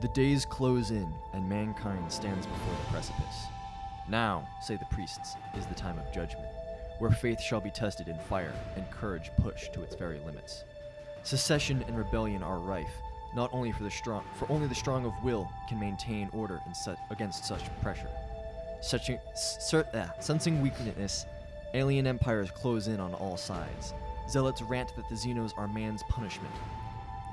The days close in, and mankind stands before the precipice. Now, say the priests, is the time of judgment, where faith shall be tested in fire and courage pushed to its very limits. Secession and rebellion are rife, not only for the strong, for only the strong of will can maintain order in su- against such pressure. Such, cer- ah, sensing weakness, alien empires close in on all sides. Zealots rant that the Xenos are man's punishment,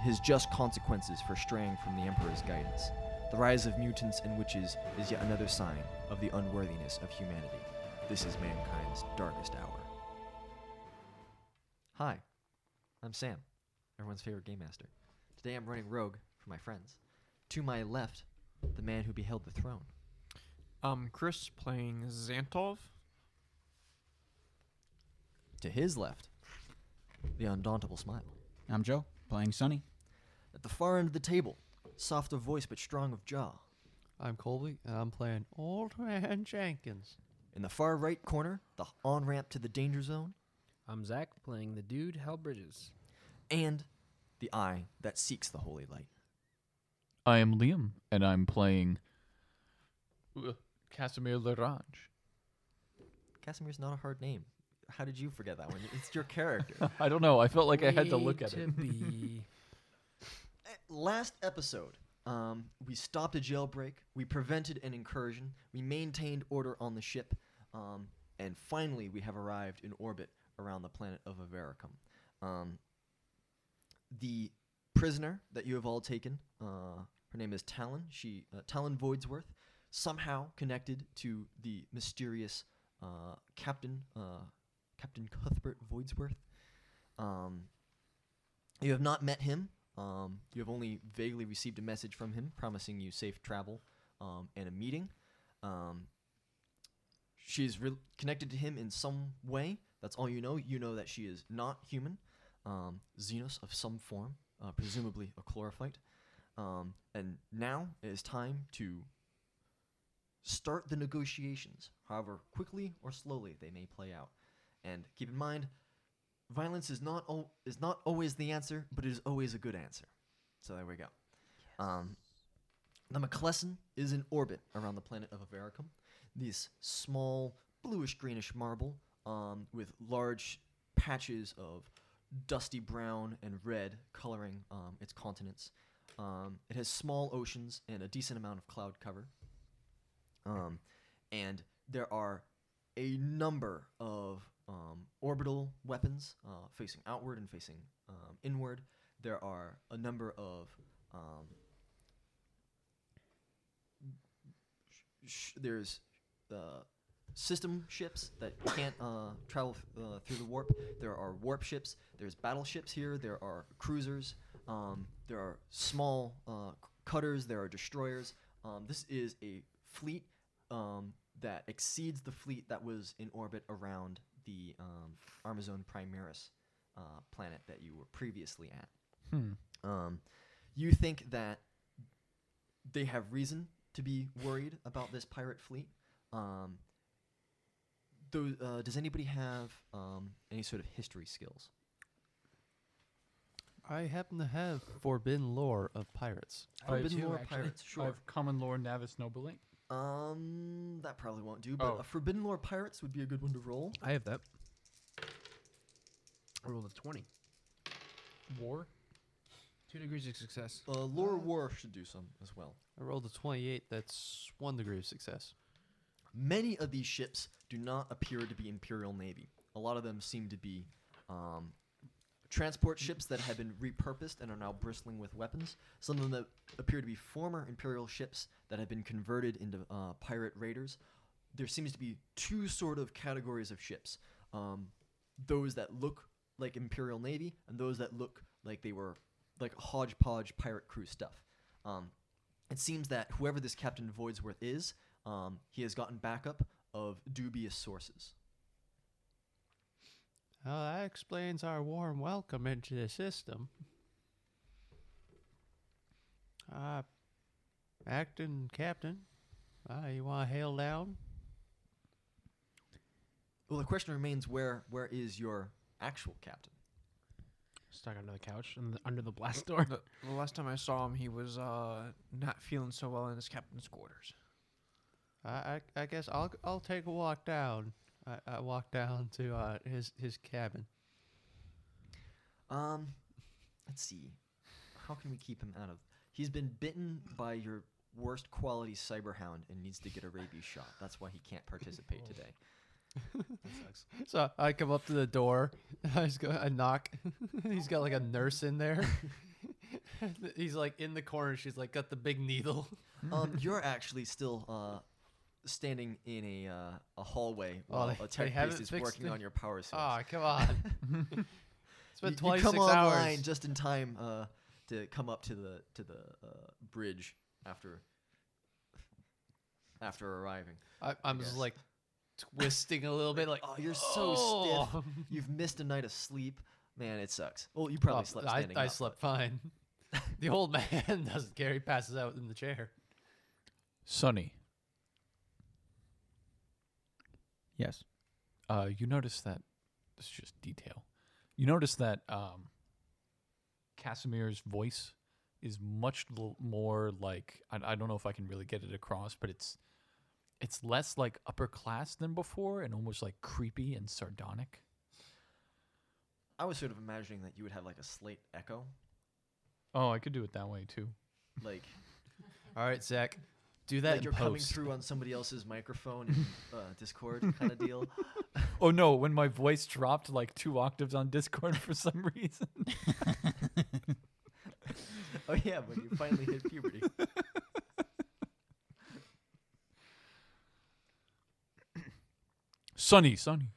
his just consequences for straying from the Emperor's guidance. The rise of mutants and witches is yet another sign of the unworthiness of humanity. This is mankind's darkest hour. Hi, I'm Sam, everyone's favorite game master. Today I'm running Rogue for my friends. To my left, the man who beheld the throne. Um, Chris playing Xantov. To his left, the undauntable smile. I'm Joe, playing Sunny. At the far end of the table, soft of voice but strong of jaw. I'm Colby, and I'm playing Old Man Jenkins. In the far right corner, the on ramp to the danger zone, I'm Zach playing the dude Hal Bridges. and the eye that seeks the holy light. I am Liam, and I'm playing uh, Casimir Larange. Casimir's not a hard name. How did you forget that one? It's your character. I don't know. I felt like I had to look Way at to it. be. Eh, Last episode, um, we stopped a jailbreak, we prevented an incursion, we maintained order on the ship, um, and finally we have arrived in orbit around the planet of Avaricum. Um, the prisoner that you have all taken, uh, her name is Talon. She uh, Talon Voidsworth, somehow connected to the mysterious uh, Captain uh, Captain Cuthbert Voidsworth. Um, you have not met him. Um, you have only vaguely received a message from him promising you safe travel um, and a meeting. Um, she is re- connected to him in some way. That's all you know. You know that she is not human, um, Xenos of some form, uh, presumably a chlorophyte. Um, and now it is time to start the negotiations, however quickly or slowly they may play out. And keep in mind, violence is not al- is not always the answer, but it is always a good answer. So there we go. Um, the McClellan is in orbit around the planet of Avaricum. This small bluish greenish marble um, with large patches of dusty brown and red coloring um, its continents. Um, it has small oceans and a decent amount of cloud cover. Um, and there are a number of um, orbital weapons uh, facing outward and facing um, inward. There are a number of um, sh- there's uh, system ships that can't uh, travel f- uh, through the warp. There are warp ships. There's battleships here. There are cruisers. Um, there are small uh, c- cutters. There are destroyers. Um, this is a fleet um, that exceeds the fleet that was in orbit around the um, Armazone Primaris uh, planet that you were previously at. Hmm. Um, you think that they have reason to be worried about this pirate fleet. Um, tho- uh, does anybody have um, any sort of history skills? I happen to have forbidden lore of pirates. I have Forbidden two, lore actually. pirates, I sure. have common lore Navis Nobilink. Um, that probably won't do. But Oh. a forbidden lore pirates would be a good one to roll. I have that. I rolled a 20. War. Two degrees of success. Uh, lore war should do some as well. I rolled a 28. That's one degree of success. Many of these ships do not appear to be Imperial Navy. A lot of them seem to be um, transport ships that have been repurposed and are now bristling with weapons. Some of them that appear to be former Imperial ships that have been converted into uh, pirate raiders. There seems to be two sort of categories of ships um, those that look like Imperial Navy and those that look like they were like hodgepodge pirate crew stuff. Um, it seems that whoever this Captain Voidsworth is, um, he has gotten backup of dubious sources. Uh, that explains our warm welcome into the system. Uh, acting captain, uh, you want to hail down? Well, the question remains where where is your actual captain? Stuck under the couch and the, under the blast door. The, the last time I saw him, he was uh, not feeling so well in his captain's quarters. I, I, I guess I'll I'll take a walk down. I, I walk down to uh, his his cabin. Um, let's see. How can we keep him out of? He's been bitten by your worst quality cyberhound and needs to get a rabies shot. That's why he can't participate today. So I come up to the door. I just go. I knock. He's got like a nurse in there. He's like in the corner. She's like got the big needle. Um, you're actually still uh, standing in a uh, a hallway Oh, while they- a they tech haven't priest is fixed working it? on your power source. Ah, come on. it's You- been twenty you come six online hours. just in time uh, to come up to the to the uh, bridge after after arriving. I, I'm guess. just like twisting a little bit. Like Oh, you're so stiff. "Oh." You've missed a night of sleep. Man, it sucks. Well, you probably Well, slept I, standing I up, slept fine. the old man doesn't care. He passes out in the chair. Sonny, Yes. uh, you notice that. This is just detail. You notice that um, Casimir's voice is much l- more like I, I don't know if I can really get it across, but it's it's less like upper class than before, and almost like creepy and sardonic. I was sort of imagining that you would have like a slate echo, Oh, I could do it that way too. like All right, Zach, do that like in you're coming post. through on somebody else's microphone in uh, Discord kind of deal. Oh no, when my voice dropped like two octaves on Discord for some reason. Oh yeah, when you finally hit puberty. Sonny, Sonny.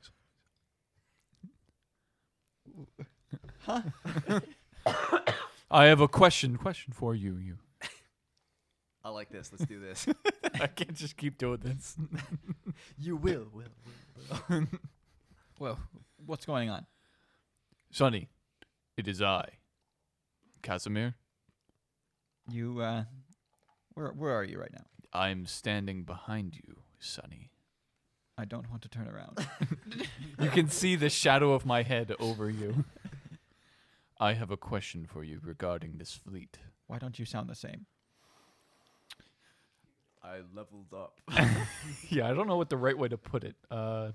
I have a question question for you. You, I like this. Let's do this. I can't just keep doing this. You will, will, will. will. Well, what's going on? Sonny, it is I, Casimir. You, uh, where where are you right now? I'm standing behind you, Sonny. I don't want to turn around. You can see the shadow of my head over you. I have a question for you regarding this fleet. Why don't you sound the same? I leveled up. Yeah, I don't know what the right way to put it. Uh,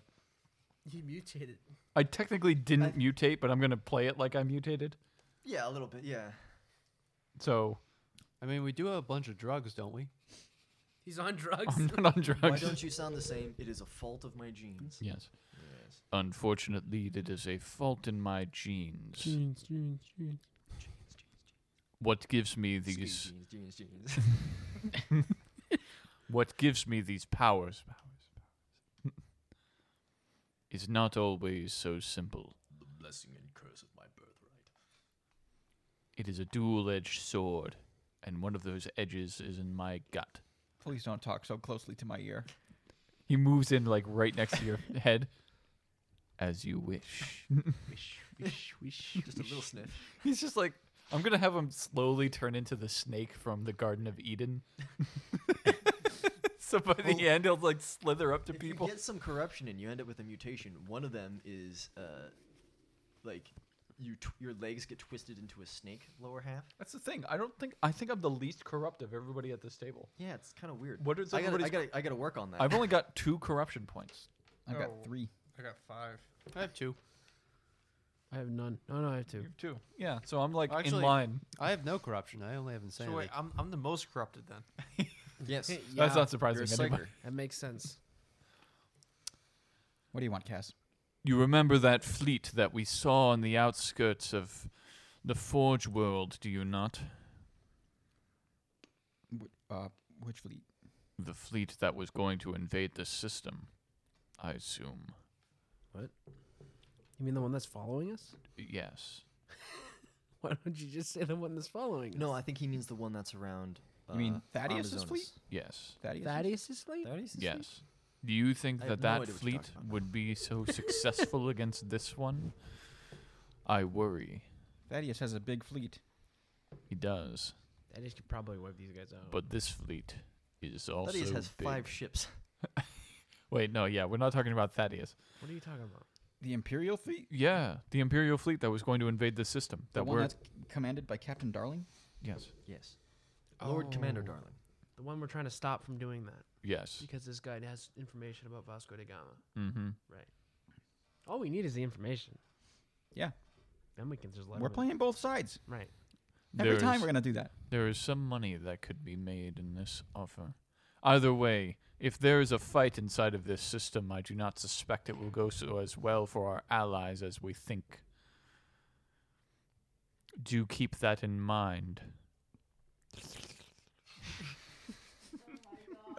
You mutated. I technically didn't I- mutate, but I'm gonna play it like I mutated. yeah, a little bit. Yeah. So I mean, we do have a bunch of drugs, don't we? He's on drugs. Um, I'm not on Why drugs. don't you sound the same? It is a fault of my genes. yes. Yes. Unfortunately, it is a fault in my genes. Jeans, jeans, jeans. What gives me Skinny these? genes, genes, genes. What gives me these powers? Powers. powers, Is not always so simple. the blessing and curse of my birthright. It is a dual-edged sword, and one of those edges is in my gut. Please don't talk so closely to my ear. He moves in like right next to your head. As you wish. Wish, wish, wish. Just a little sniff. He's just like, I'm gonna have him slowly turn into the snake from the Garden of Eden. so by the Well, end, he'll like slither up to if people. you get some corruption and you end up with a mutation, one of them is uh, like you tw- your legs get twisted into a snake lower half. That's the thing. I don't think I think I'm the least corrupt of everybody at this table. Yeah, it's kind of weird. What is I gotta, I everybody's? gotta, I gotta work on that. I've only got two corruption points. I've Oh. got three. I got five. I have two. I have none. No, no, I have two. You have two. Yeah. So I'm like in Actually- line. I have no corrupuption. I only have So insanity. wait, I'm, I'm the most corrupted then. yes, Hey, That's yeah, not you're a surprising. anyway. psyker. That makes sense. What do you want, Cass? You remember that fleet that we saw on the outskirts of the Forge world, do you not? Wh- uh, which fleet? The fleet that was going to invade the system, I assume. You mean the one that's following us? Yes. Why don't you just say the one that's following us? No, I think he means the one that's around. Uh, You mean Thaddeus's Amazonas. fleet? Yes. Thaddeus? Thaddeus is late? Yes. Do you think I that have no that idea what you're fleet talking about. would be so successful against this one? I worry. Thaddeus has a big fleet. He does. I just could probably wipe these guys out. But this fleet is also uh, Thaddeus has big. five ships. Wait, no, yeah, we're not talking about Thaddeus. what are you talking about? The Imperial fleet. Yeah, the Imperial fleet that was going to invade the system. The That one were that's commanded by Captain Darling. yes, Yes. Lord Commander Oh. Darling. The one we're trying to stop from doing that yes. because this guy has information about Vasco da Gama. Mm-hmm. All we need is the information. Yeah. Then we can just let We're him in. playing both sides. Right. Every time we're gonna do that. There is some money that could be made in this offer. Either way, if there is a fight inside of this system, I do not suspect it will go so as well for our allies as we think. Do keep that in mind.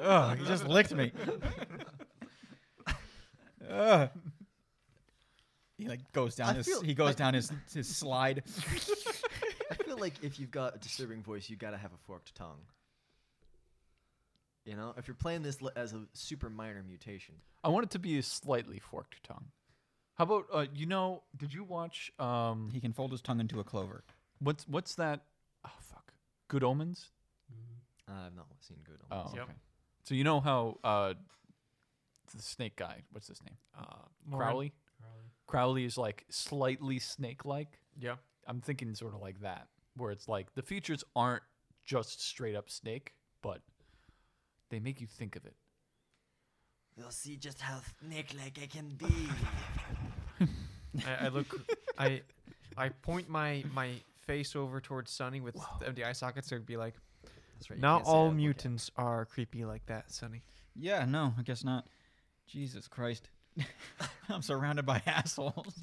Oh, he just licked me. Ugh. He like goes down I his feel- he goes I- down his his slide. I feel like if you've got a disturbing voice, you gotta have a forked tongue. You know, if you're playing this li- as a super minor mutation, I want it to be a slightly forked tongue. How about uh, you know? Did you watch um? He can fold his tongue into a clover. What's what's that? Oh fuck! Good Omens. Uh, I've not seen good. Oh, Omens. okay. Yep. So you know how uh, the snake guy? What's his name? Uh, Crowley. Crowley is like slightly snake-like. Yeah. I'm thinking sort of like that, where it's like the features aren't just straight up snake, but they make you think of it. We'll see just how snake like I can be. I, I look. I I point my my face over towards Sunny with the empty eye sockets and be like, That's right. you "Not can't say I all look at- mutants are creepy like that, Sunny." Yeah, no, I guess not. Jesus Christ. I'm surrounded by assholes.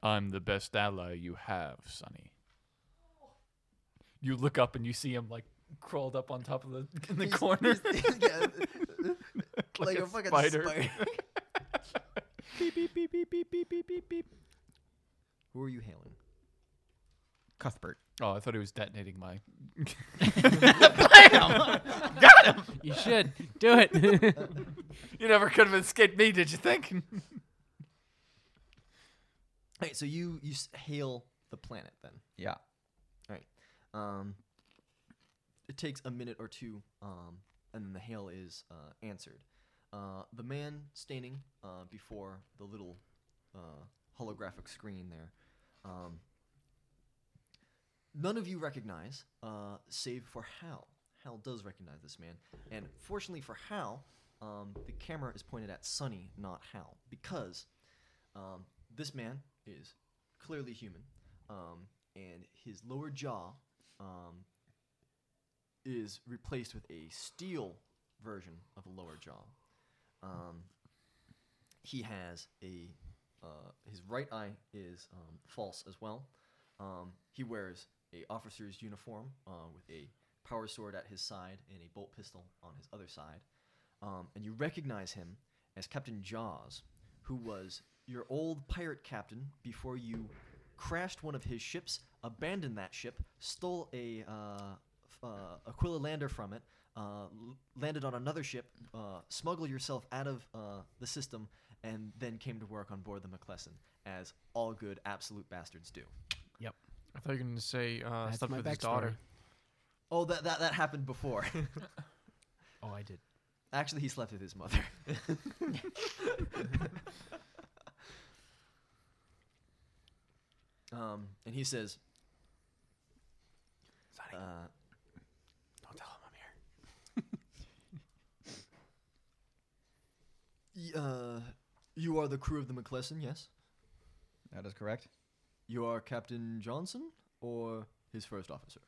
I'm the best ally you have, Sonny. You look up and you see him like crawled up on top of the in the He's- corner he's- yeah, like, a, fucking spider. beep beep beep beep beep beep beep beep beep. Who are you hailing? Cuthbert. Oh, I thought he was detonating my. You should do it. You never could have escaped me, did you think? All right, so you you s- hail the planet then. Yeah. Um, it takes a minute or two, um, and then the hail is uh, answered. Uh, the man standing uh, before the little uh, holographic screen there, um, none of you recognize, uh, save for Hal. Hal does recognize this man, and fortunately for Hal, um, the camera is pointed at Sonny, not Hal, because um, this man is clearly human, um, and his lower jaw um, is replaced with a steel version of a lower jaw. Um, he has a uh, his right eye is um, false as well. Um, he wears a officer's uniform uh, with a power sword at his side and a bolt pistol on his other side, um, and you recognize him as Captain Jaws, who was your old pirate captain before you crashed one of his ships, abandoned that ship, stole a uh, f- uh, Aquila lander from it, uh, l- landed on another ship, uh, smuggled yourself out of uh, the system, and then came to work on board the McClellan, as all good absolute bastards do. I thought you were gonna say uh, That's stuff my with his daughter. Oh, that that, that happened before. oh, I did. Actually, he slept with his mother. um, and he says, uh, Don't tell him I'm here. y- uh, You are the crew of the McClellan, yes? That is correct. You are Captain Johnson or his first officer?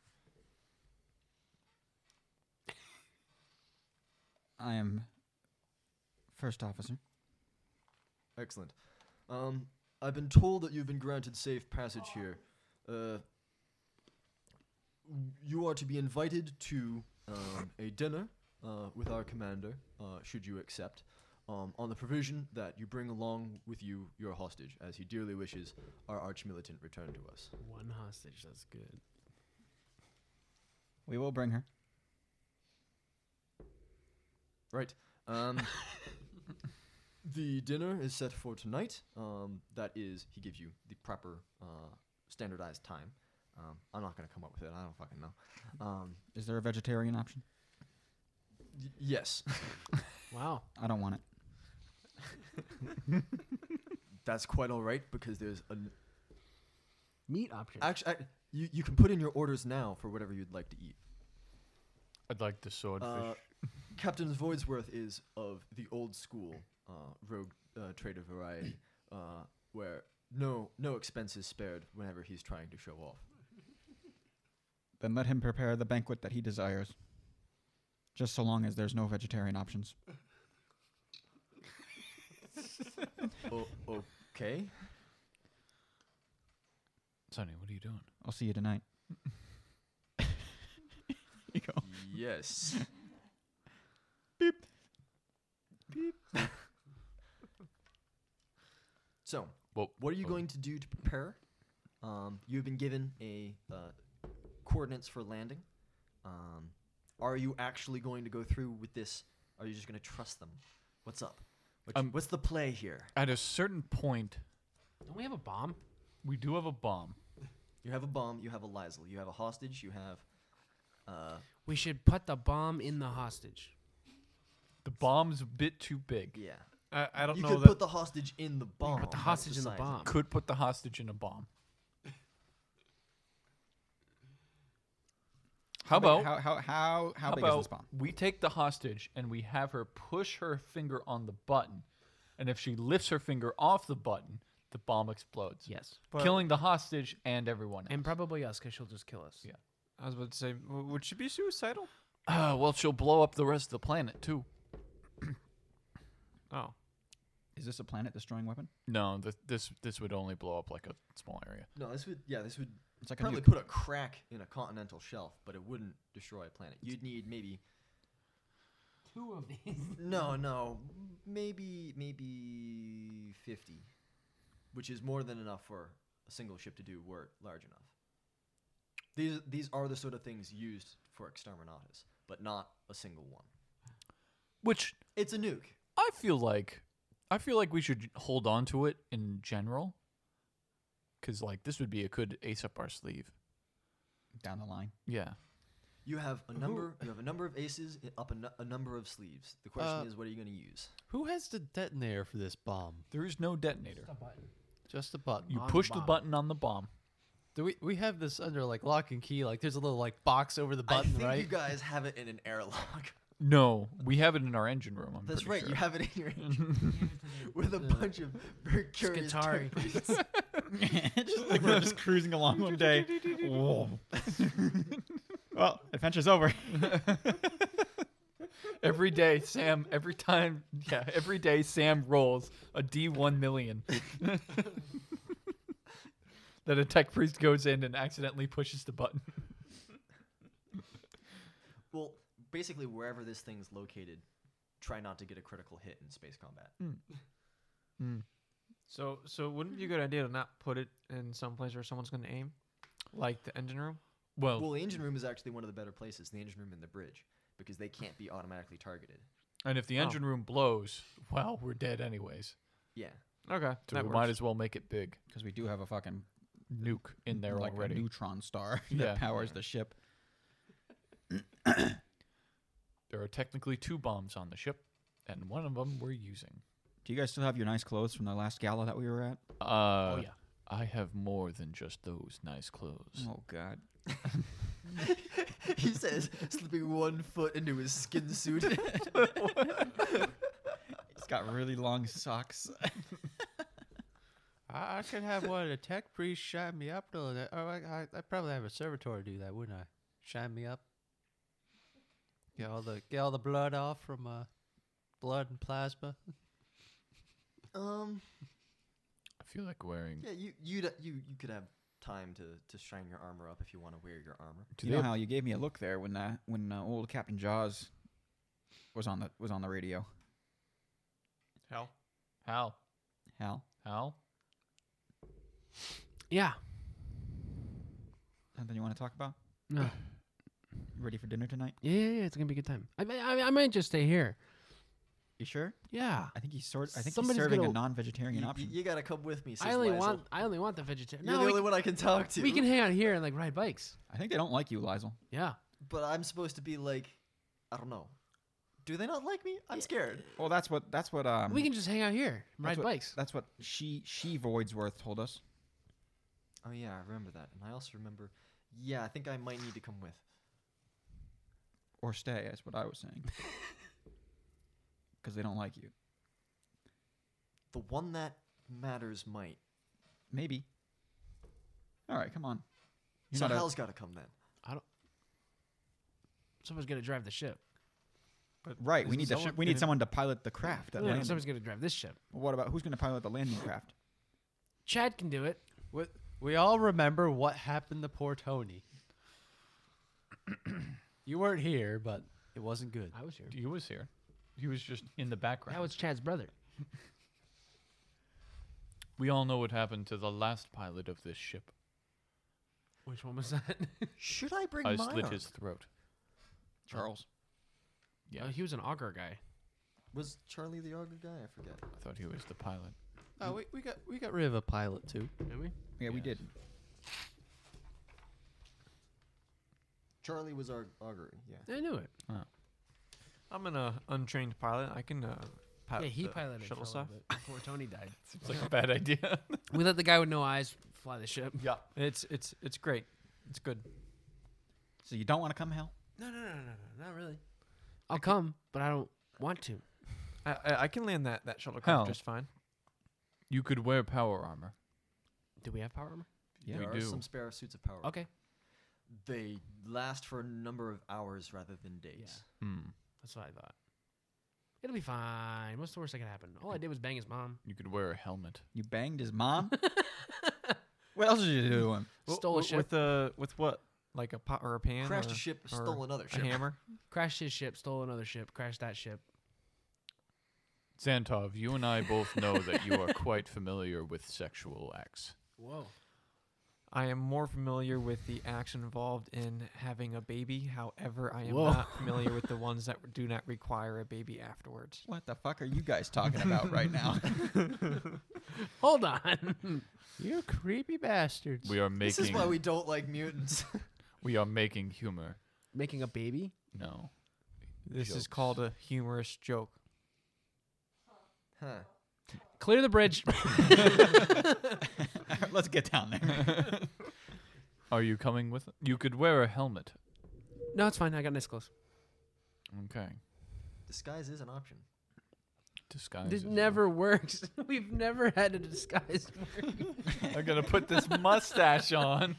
I am first officer. Excellent. Um, I've been told that you've been granted safe passage here. Uh, you are to be invited to um, a dinner uh, with our commander, uh, should you accept, um, on the provision that you bring along with you your hostage, as he dearly wishes our archmilitant returned to us. One hostage. That's good. We will bring her. Right. Um, the dinner is set for tonight. Um, that is, he gives you the proper uh, standardized time. Um, I'm not going to come up with it. I don't fucking know. Um, Is there a vegetarian option? y- yes. Wow. I don't want it. That's quite all right because there's an Meat option. actually I, you you can put in your orders now for whatever you'd like to eat. I'd like the swordfish. Uh, Captain Voidsworth is of the old school uh, rogue uh, trader variety, uh, where no no expense is spared whenever he's trying to show off. Then let him prepare the banquet that he desires. Just so long as there's no vegetarian options. O- okay, Sonny, what are you doing? I'll see you tonight. you go. yes. So, Well, what are you oh. going to do to prepare? Um, you've been given a uh, coordinates for landing. Um, are you actually going to go through with this? Are you just going to trust them? What's up? What's, Um, what's the play here? At a certain point, Don't we have a bomb? we do have a bomb. You have a bomb. You have a Lizel. You have a hostage. You have. Uh, We should put the bomb in the hostage. The bomb's a bit too big. yeah. I, I don't You know could that. put the hostage in the bomb. Put the that's hostage in the size. bomb. Could put the hostage in a bomb. How about how how how, how, How big about is this bomb? we take the hostage and we have her push her finger on the button, and if she lifts her finger off the button, the bomb explodes, Yes. killing the hostage and everyone. Else. And probably us, because she'll just kill us. Yeah. I was about to say, w- would she be suicidal? Uh, well, she'll blow up the rest of the planet too. Oh, Is this a planet destroying weapon? No, th- this this would only blow up like a small area. No, this would. Yeah, this would It's like probably a nuke. put a crack in a continental shelf, but it wouldn't destroy a planet. You'd need maybe Two of these. No, no. Maybe maybe 50, which is more than enough for a single ship to do were it large enough. These these are the sort of things used for exterminatus, but not a single one. Which It's a nuke. I feel like I feel like we should hold on to it in general. Cause like this would be a good ace up our sleeve. down the line. Yeah. You have a number. You have a number of aces i- up a, nu- a number of sleeves. The question Uh, is, what are you going to use? Who has the detonator for this bomb? There is no detonator. Just a button. You On the push the bomb. button on the bomb. Do we we have this under like lock and key? Like there's a little like box over the I button, think you right? guys have it in an airlock. No, we have it in our engine room. I'm That's pretty right. Sure. You have it in your with a bunch of very curious Skitari. types. just like we're just cruising along one day. Whoa. well, adventure's over. every day, Sam. Every time, yeah. Every day, Sam rolls a D one million. that a tech priest goes in and accidentally pushes the button. Well, basically, wherever this thing's located, try not to get a critical hit in space combat. so so wouldn't it be a good idea to not put it in some place where someone's going to aim, like the engine room? Oh. Well, Well, the engine room is actually one of the better places, the engine room and the bridge, because they can't be automatically targeted. and if the Oh. engine room blows, well, we're dead anyways. Yeah. Okay, So that we works. might as well make it big. Because we do have a fucking Nuke in there like already. a neutron star Yeah. that powers the ship. There are technically two bombs on the ship, and one of them we're using. Do you guys still have your nice clothes from the last gala that we were at? Uh, oh, yeah. I have more than just those nice clothes. Oh God. he says, slipping one foot into his skin suit. It's got really long socks. I, I could have one of the tech priests shine me up. Though, that, or Oh, I, I I'd probably have a servitor do that, wouldn't I? Shine me up. Get all the get all the blood off from uh, blood and plasma. um, I feel like wearing. yeah, you, you'd, you, you could have time to, to shine your armor up if you want to wear your armor. Do You they know have- how you gave me a look there when uh, when uh, old Captain Jaws was on the was on the radio. Hell, Hal? Hal, Hal? Yeah. something you want to talk about? No. You ready for dinner tonight? Yeah, yeah, yeah, it's gonna be a good time. I, may- I, I might just stay here. You sure? Yeah, I think he's sort. I think Somebody's he's serving a gonna- You, non-vegetarian you- option. you gotta come with me, says I only Liesel. want I only want the vegetarian. You're No, the we, only one I can talk to. we can hang out here and like ride bikes. I think they don't like you, Lizel. Yeah, But I'm supposed to be like, I don't know, Do they not like me? I'm scared. Well, that's what that's what um. we can just hang out here, and that's ride what- bikes. That's what she she Voidsworth told us. Oh yeah, I remember that, and I also remember. Yeah, I think I might need to come with. or stay, is what I was saying. Because they don't like you. The one that matters might. Maybe. All right, come on. You're so not a- Hal's got to come then. Someone's gonna drive the ship. right. We Isn't need the someone we need gonna- someone to pilot the craft. That Yeah, landing. someone's gonna drive this ship. What about who's going to pilot the landing craft? Chad can do it. What, we all remember what happened to poor Tony. you weren't here, but it wasn't good. I was here. He was here. He was just in the background. That was Chad's brother. we all know what happened to the last pilot of this ship. Which one was that? Should I bring I mine? slit up? his throat. Charles. Yeah, Oh, he was an auger guy. Was Charlie the auger guy? I forget. I thought he was the pilot. Oh, we, we got we got rid of a pilot too. Didn't we? Yeah, we Yes. did. Charlie was our augury. Yeah. I knew it. I'm an uh, untrained pilot. I can uh, pilot. yeah, he the piloted for a shuttle little stuff. bit before Tony died. It's like a bad idea. we let the guy with no eyes fly the ship. yeah. It's it's it's great. It's good. So you don't want to come, Hal? No, no, no, no, no, not really. I'll come, but I don't want to. I I, I can land that that shuttlecraft Hell. just fine. You could wear power armor. Do we have power armor? Yeah. we there are do. some spare suits of power. Okay, They last for a number of hours rather than days. Hmm. that's what I thought. It'll be fine. What's the worst that can happen? All I did was bang his mom. You could wear a helmet. You banged his mom? what else did you do to him? W- Stole a w- with a with what like a pot or a pan Crashed or a ship, or stole another a ship. hammer. Crashed his ship, stole another ship, crashed that ship. Xantov, you and I both know that you are quite familiar with sexual acts. Whoa. I am more familiar with the acts involved in having a baby. However, I am Whoa. not familiar with the ones that do not require a baby afterwards. What the fuck are you guys talking about right now? Hold on. You creepy bastards. We are making This is why we don't like mutants. we are making humor. Making a baby? No. This is called a humorous joke. huh. Clear the bridge. Let's get down there. Are you coming with? You could wear a helmet. no, it's fine. I got nice clothes. Okay. Disguise is an option. Disguise. This is- never works. We've never had a disguise. I'm gonna put this mustache on.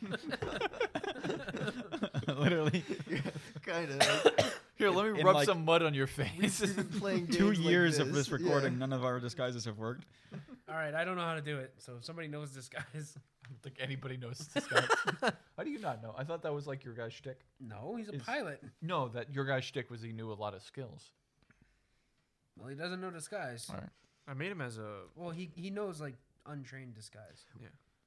Literally, kind of. Here, let me In rub like- some mud on your face. We've been playing two games like years of this yeah. recording, none of our disguises have worked. All right, I don't know how to do it. So if somebody knows disguise, think anybody knows disguise. How do you not know? I thought that was like your guy's shtick. no, he's a It's- pilot. No, that your guy's shtick was he knew a lot of skills. Well, he doesn't know disguise. All right. I made him as a Well, he he knows like untrained disguise.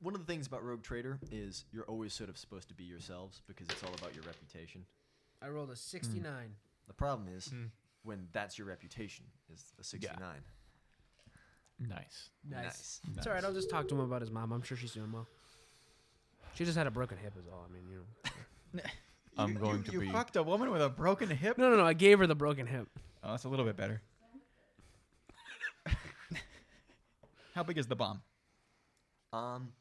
One of the things about Rogue Trader is you're always sort of supposed to be yourselves because it's all about your reputation. I rolled a 69. The problem is Hmm. when that's your reputation is a 69. Nice. Nice. Nice. It's all right. I'll just talk to him about his mom. I'm sure she's doing well. She just had a broken hip, is all. I mean, you know. I'm going to be. a woman with a broken hip? No, no, no. I gave her the broken hip. Oh, that's a little bit better. How big is the bomb? Um,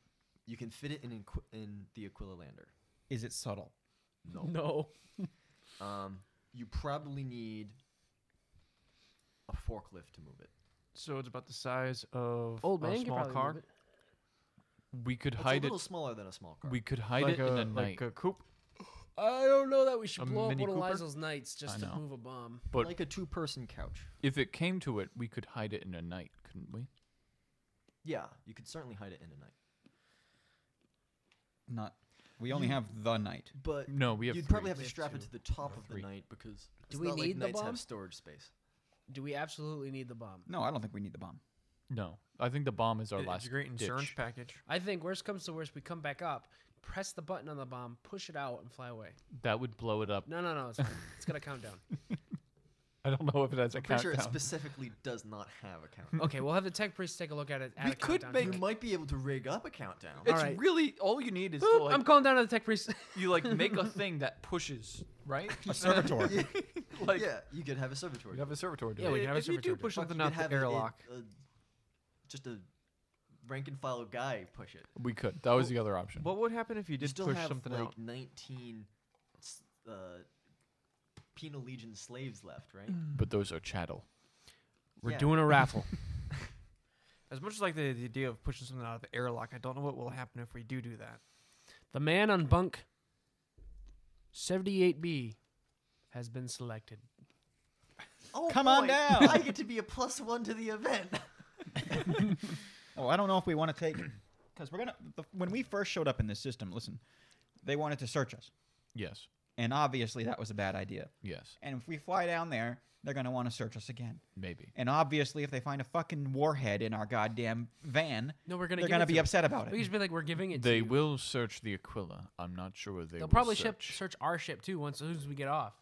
you can fit it in Inqu- in the Aquila Lander. Is it subtle? No. No. Um, you probably need a forklift to move it. so it's about the size of Old Oh, a man could small probably car, move it. We could It's hide a it. little smaller than a small car. We could hide like it a, in a like night. a coupe. I don't know that we should A blow up Mini one of Cooper? Liesl's nights just I to know. move a bomb. but- like a two-person couch. if it came to it, we could hide it in a night, couldn't we? Yeah, you could certainly hide it in a night. Not. We only have the night. But No, we have. you'd probably three. have to strap it to the top of the three. night because it's Do we not like need the knights bomb? have storage space. Do we absolutely need the bomb? No, I don't think we need the bomb. No, I think the bomb is our It- It's last a great insurance ditch. package. I think worst comes to worst, we come back up, press the button on the bomb, push it out, and fly away. That would blow it up. No, no, no. It's, fine. it's got a countdown. I don't know if it has a I'm pretty sure it countdown. specifically does not have a countdown. Okay, we'll have the tech priest take a look at it. At we a could countdown. Hmm. make. You might be able to rig up a countdown. it's Alright. really all you need is to Boop, like I'm calling down to the tech priest. you like make a thing that pushes right? A servitor. like yeah, you could have a servitor. we have a servitor. do Yeah, it. we can have a if you do servitor do it. push Fuck, something you could out the have a- a- airlock, a- just a rank and file guy push it. we could. That was the other option. what would happen if you you did still push have something like out? 19 s- uh, penal legion slaves left, right? but those are chattel. We're Yeah. doing a raffle. As much as like the, the idea of pushing something out of the airlock, I don't know what will happen if we do do that. The man on bunk 78B has been selected. Oh, Come on boy, down. I get to be a plus one to the event. Oh, I don't know if we want to take because we're gonna. The, when we first showed up in this system, listen, they wanted to search us, Yes. and obviously that was a bad idea. Yes. And if we fly down there, they're gonna want to search us again. Maybe. And obviously, if they find a fucking warhead in our goddamn van, No, we're gonna. they're give gonna it to be you. upset about We it. just be like, we're giving it. to They you. will search the Aquila. I'm not sure they They'll will probably ship, search. search our ship too once as soon as we get off.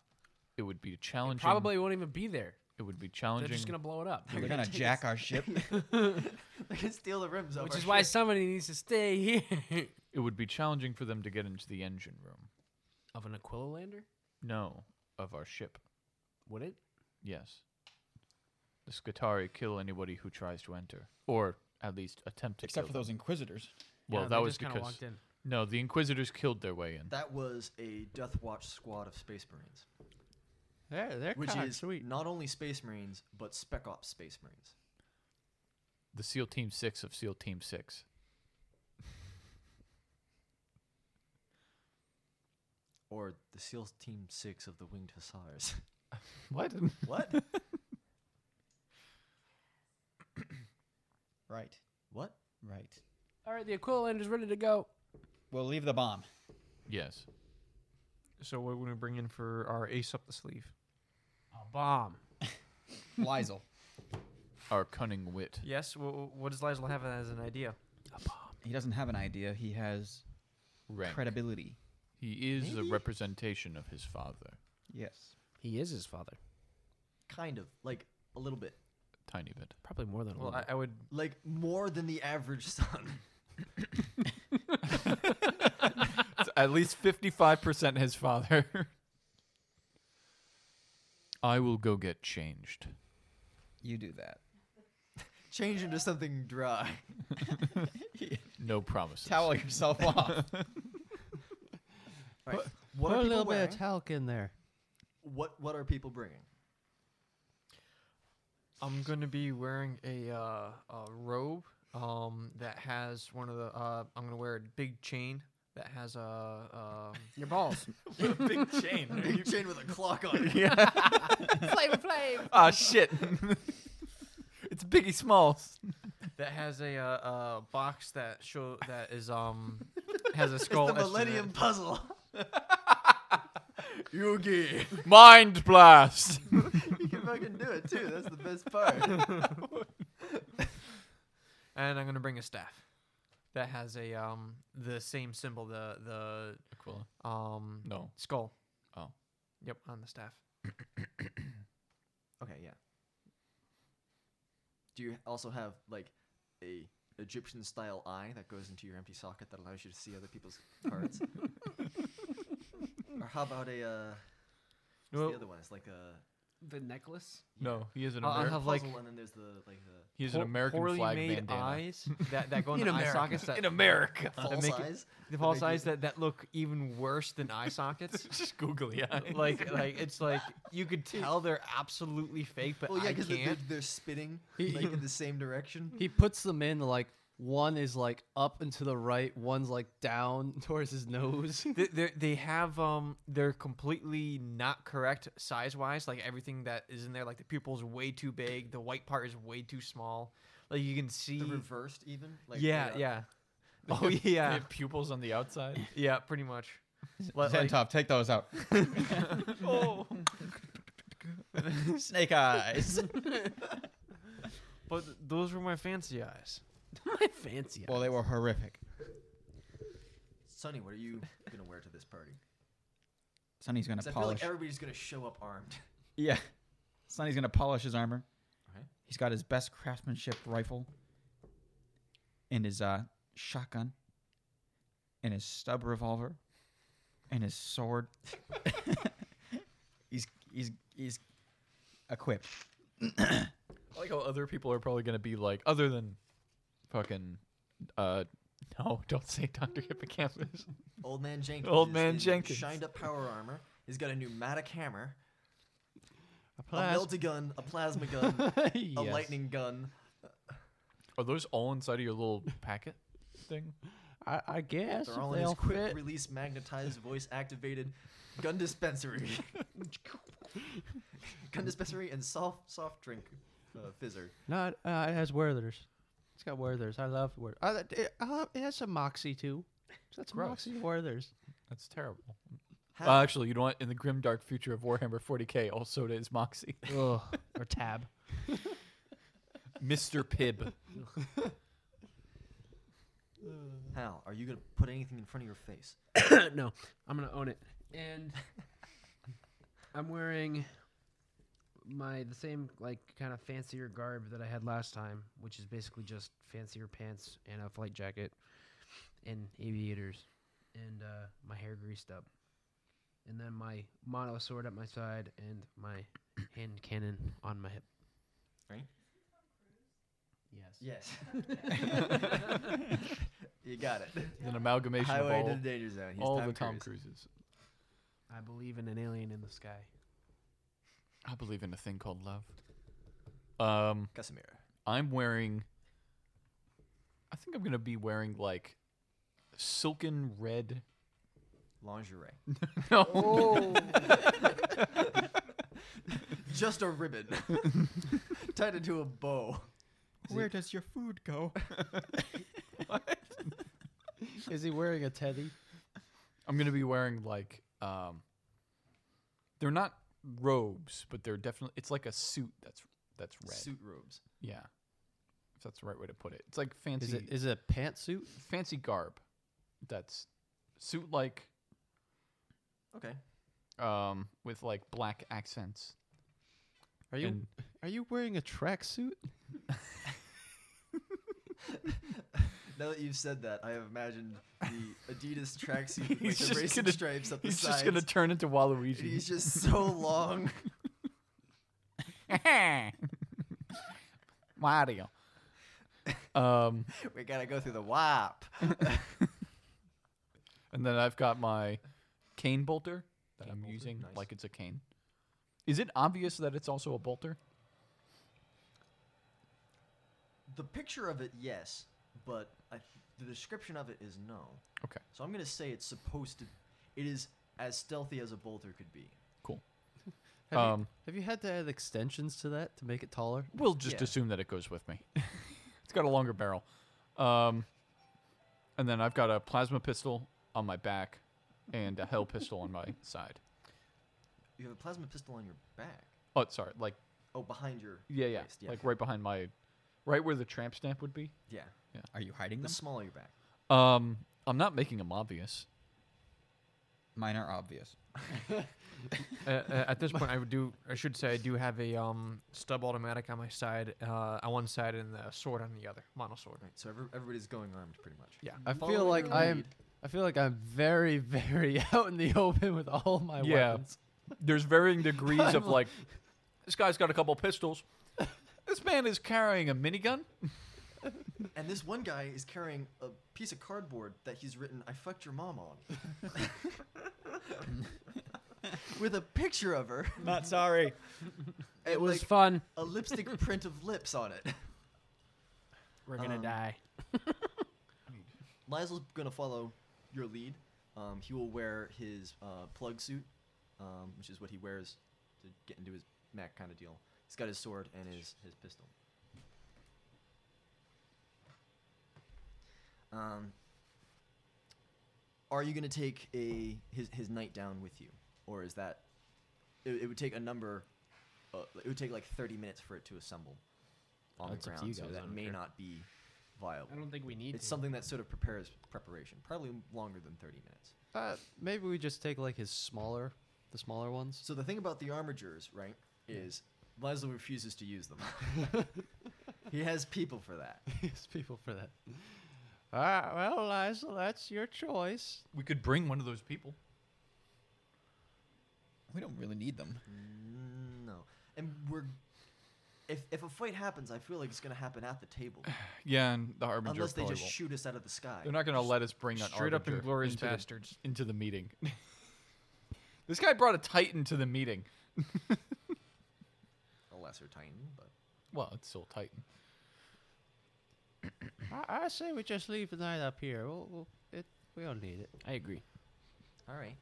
It would be It challenging. probably won't even be there. It would be They're challenging. just gonna blow it up, They're gonna take jack us- our ship. I can steal the rims off which our is why ship. somebody needs to stay here. It would be challenging for them to get into the engine room. of an Aquila lander, No, of our ship. would it? Yes. The Scutari kill anybody who tries to enter, or at least attempt to Except kill for those inquisitors. Well, Yeah, that they was just kinda because walked in. no, the Inquisitors killed their way in. That was a Death Watch squad of Space Marines, They're, they're which kind of is sweet. not only Space Marines but Spec Ops Space Marines. the SEAL Team Six of SEAL Team Six. Or the SEALs Team 6 of the Winged Hussars. What? what? Right. What? Right. All right, the Aquila lander's ready to go. We'll leave the bomb. yes. So what would we bring in for our ace up the sleeve? A bomb. Lizel. Our cunning wit. Yes. Well, what does Lizel have as an idea? He doesn't have an idea. He has Rank. credibility. He is a representation of his father. Yes. He is his father, Kind of. Like, a little bit. Tiny bit. probably more than a Well, little. I, I would. Like, more than the average son. at least fifty-five percent his father. I will go get changed. You do that. Change into something dry. No promises. Towel yourself off. Right. Put What a are little people bit wearing? of talc in there. What What are people bringing? I'm gonna be wearing a, uh, a robe um, that has one of the. Uh, I'm gonna wear a big chain that has a. Um, Your balls. a big chain. Big chain with a clock on it. Flavor Flav. Ah, shit. it's Biggie Smalls. That has a uh, uh, box that show that is um has a skull. It's etched the in Millennium it. Puzzle. Yugi. Mind blast. You can fucking do it too. That's the best part. And I'm gonna bring a staff that has a um the same symbol the Aquila. the um No. skull. Oh. Yep, on the staff. Okay, yeah. Do you also have like a Egyptian style eye that goes into your empty socket that allows you to see other people's cards? or how about a uh, what's Well, the other one? It's like a The necklace. No, he is an I'll- I'll American. Uh, have, puzzle, like, and then there's the like the He's Poor- an American poorly flag made bandana. eyes that, that go in, In the eye America. sockets that, America. that false make it- eyes. the false make eyes it- that, that look even worse than eye sockets. Just googly eyes. like like it's like you could tell they're absolutely fake, but Well, yeah, I because they're, can't. they're spitting like in the same direction. He puts them in like one is like up and to the right, one's like down towards his nose. They, they they have um they're completely not correct size wise. Like everything that is in there, like the pupil's way too big, the white part is way too small. Like you can see. The reversed, even. Like yeah, the, uh, yeah. Oh yeah, pupils on the outside. yeah. Pretty much. Like- like- Zentov, take those out. oh. Snake eyes. But th- those were my fancy eyes. My fancy. well, they were horrific. Sonny, what are you gonna wear to this party? Sonny's gonna 'Cause I feel polish. like everybody's gonna show up armed. yeah. Sonny's gonna polish his armor. Okay. He's got his best craftsmanship rifle. And his uh, shotgun. And his stub revolver. And his sword. quip. I like how other people are probably going to be like, other than fucking, uh, no, don't say Dr. Hippocampus. Old man Jenkins. Old is man in Jenkins. Shined up power armor. He's got a pneumatic hammer, a A plas- melted gun, a plasma gun, a Yes. lightning gun. are those all inside of your little packet thing? I, I guess They're all if in his they'll quick fit. release magnetized voice activated gun dispensary. gun dispensary and soft soft drink uh, fizzer. No, it, uh, it has Werther's. It's got Werther's. I love Werther's. I, li- it, I love, it has some Moxie too. So that's Gross. Moxie Werther's. That's terrible. How- Uh, actually, you know what? In the grim dark future of Warhammer 40k, all soda is Moxie. Ugh, or tab. Mr. Pibb. Hal, are you gonna put anything in front of your face? Uh, no, I'm gonna own it. And I'm wearing my the same like kind of fancier garb that I had last time, which is basically just fancier pants and a flight jacket and aviators and uh, my hair greased up. And then my mono sword at my side and my hand cannon on my hip. Right? Yes. Yes. you got it. An amalgamation Highway of to all, the danger zone. He's all Tom the Tom Cruise. Cruises. I believe in an alien in the sky. I believe in a thing called love. Um, Casimir. I'm wearing. I think I'm gonna be wearing like silken red. Lingerie. No, Oh. Just a ribbon. Tied into a bow. Where does your food go? Is he wearing a teddy? I'm gonna be wearing like um. They're not robes, but they're definitely. It's like a suit that's that's red. Suit robes. Yeah, if that's the right way to put it. It's like fancy. Is it is it a pantsuit? fancy garb that's suit like Okay. um with like black accents Are you and are you wearing a tracksuit? Now that you've said that, I have imagined the Adidas tracksuit with He's like, the just racing gonna- stripes up the he's sides. just gonna turn into waluigi and he's just so long. mario um we gotta go through the WAP. and then i've got my cane bolter that i'm using nice. like it's a cane is it obvious that it's also a bolter The picture of it, yes, but I, the description of it is no. okay So I'm gonna say it's supposed to. It is as stealthy as a bolter could be. cool Have, you, Um, have you had to add extensions to that to make it taller? We'll just Yeah. assume that it goes with me. it's got a longer barrel. Um, and then I've got a plasma pistol on my back and a hell pistol on my side. You have a plasma pistol on your back. Oh, sorry. Like, Oh, behind your. yeah, yeah. waist, yeah. Like right behind my, right where the tramp stamp would be. yeah. Are you hiding The them? small of your back. Um, I'm not making them obvious. Mine are obvious. Uh, uh, at this point, I would do. I should say I do have a um, stub automatic on my side, uh, on one side, and the sword on the other, mono sword. Right. So every, everybody's going armed pretty much. Yeah. I feel Following like your I am. lead. I feel like I'm very, very out in the open with all my Yeah. weapons. There's varying degrees of I'm- like, this guy's got a couple pistols. This man is carrying a minigun. And this one guy is carrying a piece of cardboard that he's written "I fucked your mom" on, with a picture of her. Not sorry. and, It was like, fun. a lipstick print of lips on it. We're gonna um, die. Lysel's gonna follow your lead. Um, he will wear his uh, plug suit, um, which is what he wears to get into his Mac kind of deal. He's got his sword and his, his pistol. Um, are you gonna take a his his knight down with you, or is that it, it would take a number? Uh, it would take like thirty minutes for it to assemble on That's the up to ground, you so guys, I that don't may care. not be viable I don't think we need it's something that sort of prepares preparation probably m- longer than 30 minutes Uh, maybe we just take like his smaller, the smaller ones. so the thing about the armigers right is Leslie refuses to use them he has people for that Yes, people for that. All right, well, Liza, that's your choice. We could bring one of those people. We don't really need them. Mm, no and we're if if a fight happens, I feel like it's gonna happen at the table, Yeah, and the harbinger. unless they probably just won't. shoot us out of the sky. They're not going to let us bring that Straight up Harbinger inglorious into the- bastards. into the meeting. this guy brought a titan to the meeting. a lesser titan, but Well, it's still a titan. I, I say we just leave the night up here. We'll, we'll, it, we don't need it. I agree. all right.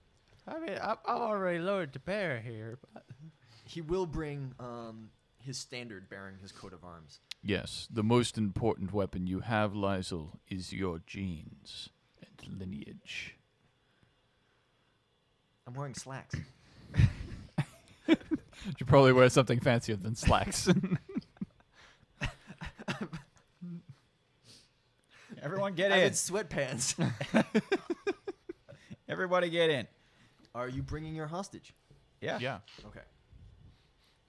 I mean, I'm, I'm already lowered to bear here. But He will bring um, his standard bearing his coat of arms. Yes, the most important weapon you have, Lysel, is your genes and lineage. I'm wearing slacks. You should probably wear something fancier than slacks. Everyone get I'm in. in sweatpants. Everybody get in. Are you bringing your hostage? Yeah. yeah. Okay.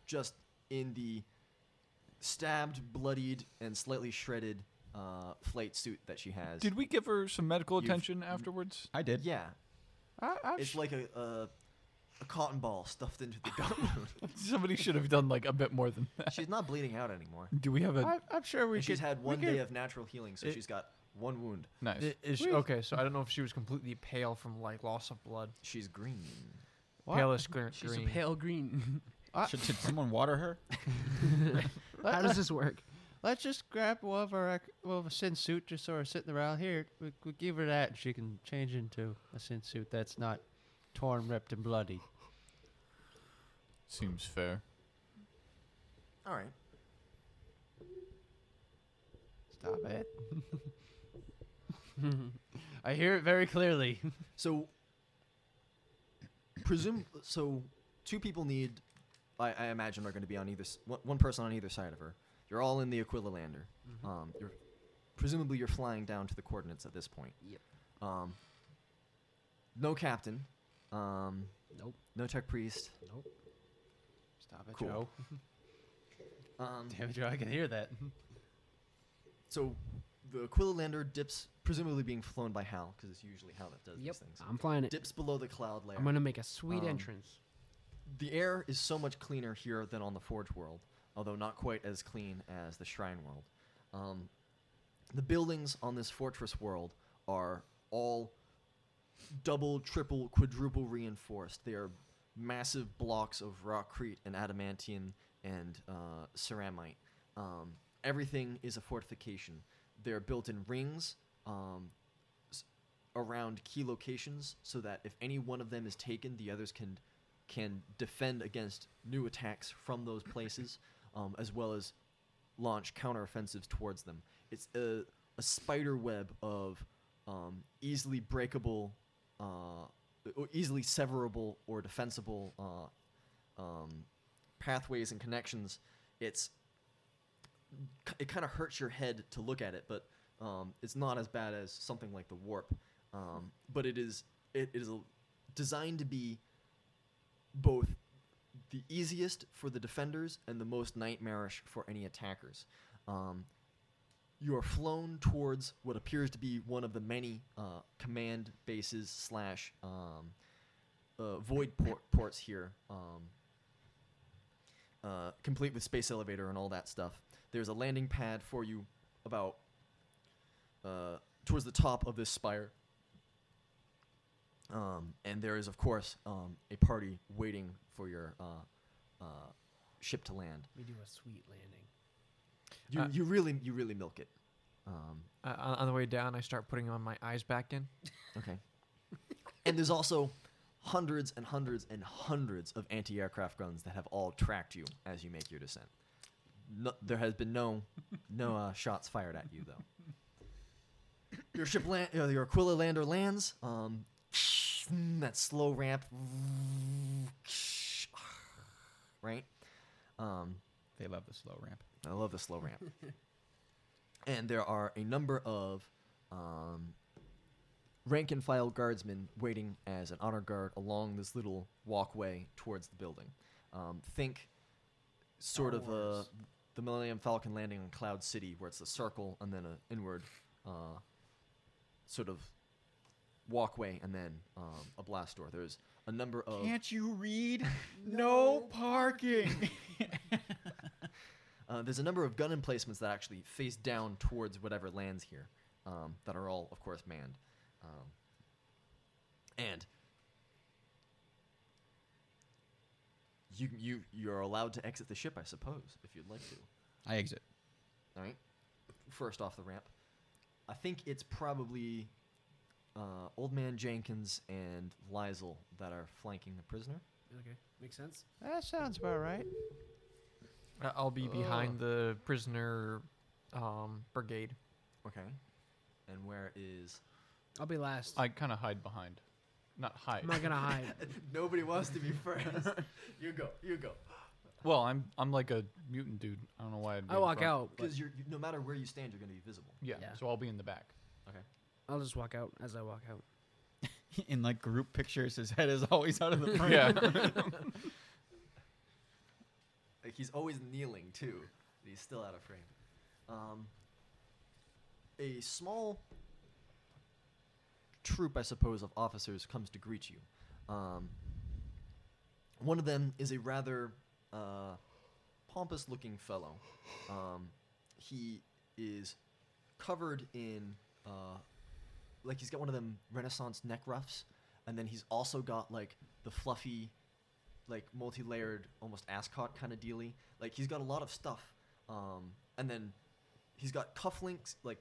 Just in the stabbed, bloodied, and slightly shredded uh, flight suit that she has. Did we give her some medical You've- attention afterwards? I did. yeah, I, I'm it's like a, a a cotton ball stuffed into the gut wound. Somebody should have done like a bit more than that. She's not bleeding out anymore. Do we have a I'm, I'm sure we And she's could- had we one could- day of natural healing, so It- she's got one wound. nice? I- is she- Wait. okay, so I don't know if she was completely pale from like loss of blood. She's green. What? Palest gr- She's green. a pale green. Should, should someone water her? Let, How does this work? us just grab one of our ac- one of a sin suit just sort of sitting around here. We, we give her that, and she can change into a sin suit that's not torn, ripped, and bloody. Seems fair. All right. Stop it. I hear it very clearly. So, presume so. Two people need. I, I imagine are going to be on either s- one, one person on either side of her. You're all in the Aquila lander. Mm-hmm. Um, you're presumably you're flying down to the coordinates at this point. Yep. Um, no captain. Um, Nope. No tech priest. Nope. Stop it, Cool. Joe. Um, Damn it, Joe, I can hear that. so the Aquila lander dips, presumably being flown by Hal, because it's usually Hal that does Yep. these things. I'm flying it. Dips below the cloud layer. I'm gonna make a sweet Um, entrance. the air is so much cleaner here than on the Forge World, although not quite as clean as the Shrine World. Um, the buildings on this Fortress World are all double, triple, quadruple reinforced. They are massive blocks of rockcrete and adamantium and uh, ceramite. Um, everything is a fortification. They're built in rings, um, around key locations so that if any one of them is taken, the others can can defend against new attacks from those places, um, as well as launch counteroffensives towards them. It's a, a spider web of um, easily breakable, uh, or easily severable or defensible uh, um, pathways and connections. It's k- it kind of hurts your head to look at it, but um, it's not as bad as something like the warp. Um, but it is it is a, designed to be both the easiest for the defenders and the most nightmarish for any attackers. Um, you are flown towards what appears to be one of the many uh, command bases slash um, uh, void por- ports here, um, uh, complete with space elevator and all that stuff. There's a landing pad for you about uh, towards the top of this spire. Um, and there is, of course, um, a party waiting for your uh, uh, ship to land. We do a sweet landing. You, Uh, you really you really milk it. Um, Uh, on, on the way down, I start putting on my eyes back in. okay. and there's also hundreds and hundreds and hundreds of anti-aircraft guns that have all tracked you as you make your descent. No, there has been no no uh, shots fired at you though. Your ship land, uh, your Aquila lander lands. Um, that slow ramp, right? Um, They love the slow ramp. I love the slow ramp. and there are a number of um, rank and file guardsmen waiting as an honor guard along this little walkway towards the building. Um, think sort of uh, the Millennium Falcon landing on Cloud City, where it's a circle and then an inward uh, sort of walkway and then um, a blast door. There's a number of Can't you read? no parking. Uh, there's a number of gun emplacements that actually face down towards whatever lands here, um, that are all, of course, manned. Um, and you you you're allowed to exit the ship, I suppose, if you'd like to. I exit. All right. First off the ramp, I think it's probably uh, Old Man Jenkins and Lizel that are flanking the prisoner. Okay, makes sense. That sounds about right. I- Uh, I'll be behind the prisoner um, brigade. Okay. And where is I'll be last. I kind of hide behind. Not hide. I'm not gonna hide. nobody wants to be first? you go, you go. Well, I'm I'm like a mutant dude. I don't know why. I'd be I in walk front. out. Because you're you, no matter where you stand, you're going to be visible. Yeah, Yeah. so I'll be in the back. I'll just walk out as I walk out. In like group pictures, his head is always out of the frame. Yeah, Like he's always kneeling too, but he's still out of frame. Um, a small troop, I suppose, of officers comes to greet you. Um, one of them is a rather uh, pompous-looking fellow. Um, he is covered in uh, like he's got one of them Renaissance neck ruffs, and then he's also got like the fluffy like multi-layered, almost ascot kind of dealy. Like he's got a lot of stuff, um, and then he's got cufflinks, like,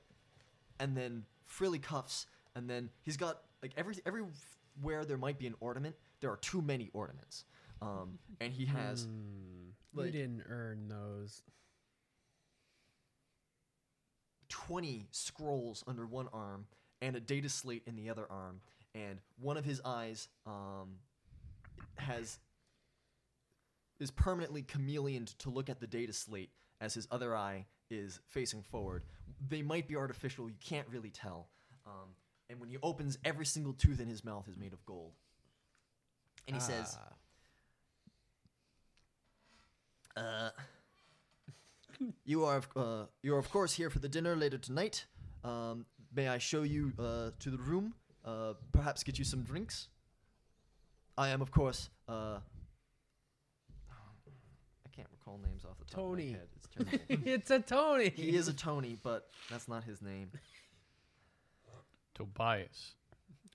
and then frilly cuffs, and then he's got like every everywhere there might be an ornament, there are too many ornaments, um, and he has We like- Hmm, didn't earn those. twenty scrolls under one arm and a data slate in the other arm, and one of his eyes um, has is permanently chameleoned to look at the data slate as his other eye is facing forward. They might be artificial, you can't really tell. Um, and when he opens, every single tooth in his mouth is made of gold. And he says, uh, "You are, of- uh, you are of course here for the dinner later tonight. Um, may I show you uh, to the room? Uh, perhaps get you some drinks. I am, of course, uh, I can't recall names off the top Tony. of my head. It's terrible." it's a Tony. He is a Tony, but that's not his name. Tobias.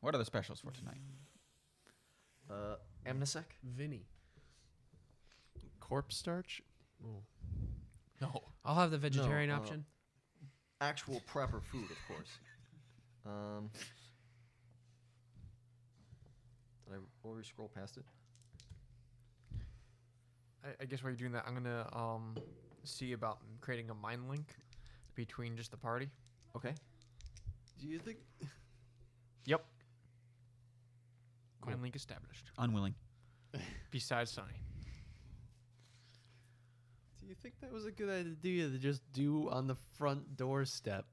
What are the specials for tonight? Uh, Amnesec? Vinny. Corpse starch. No, I'll have the vegetarian uh, option. Actual proper food, of course. Um, did I already scroll past it? I, I guess while you're doing that, I'm gonna um, see about creating a mind link between just the party. Okay. uh, Do you think. Yep. Cool. Mind link established. Unwilling. Besides Sonny. Do you think that was a good idea to just do on the front doorstep?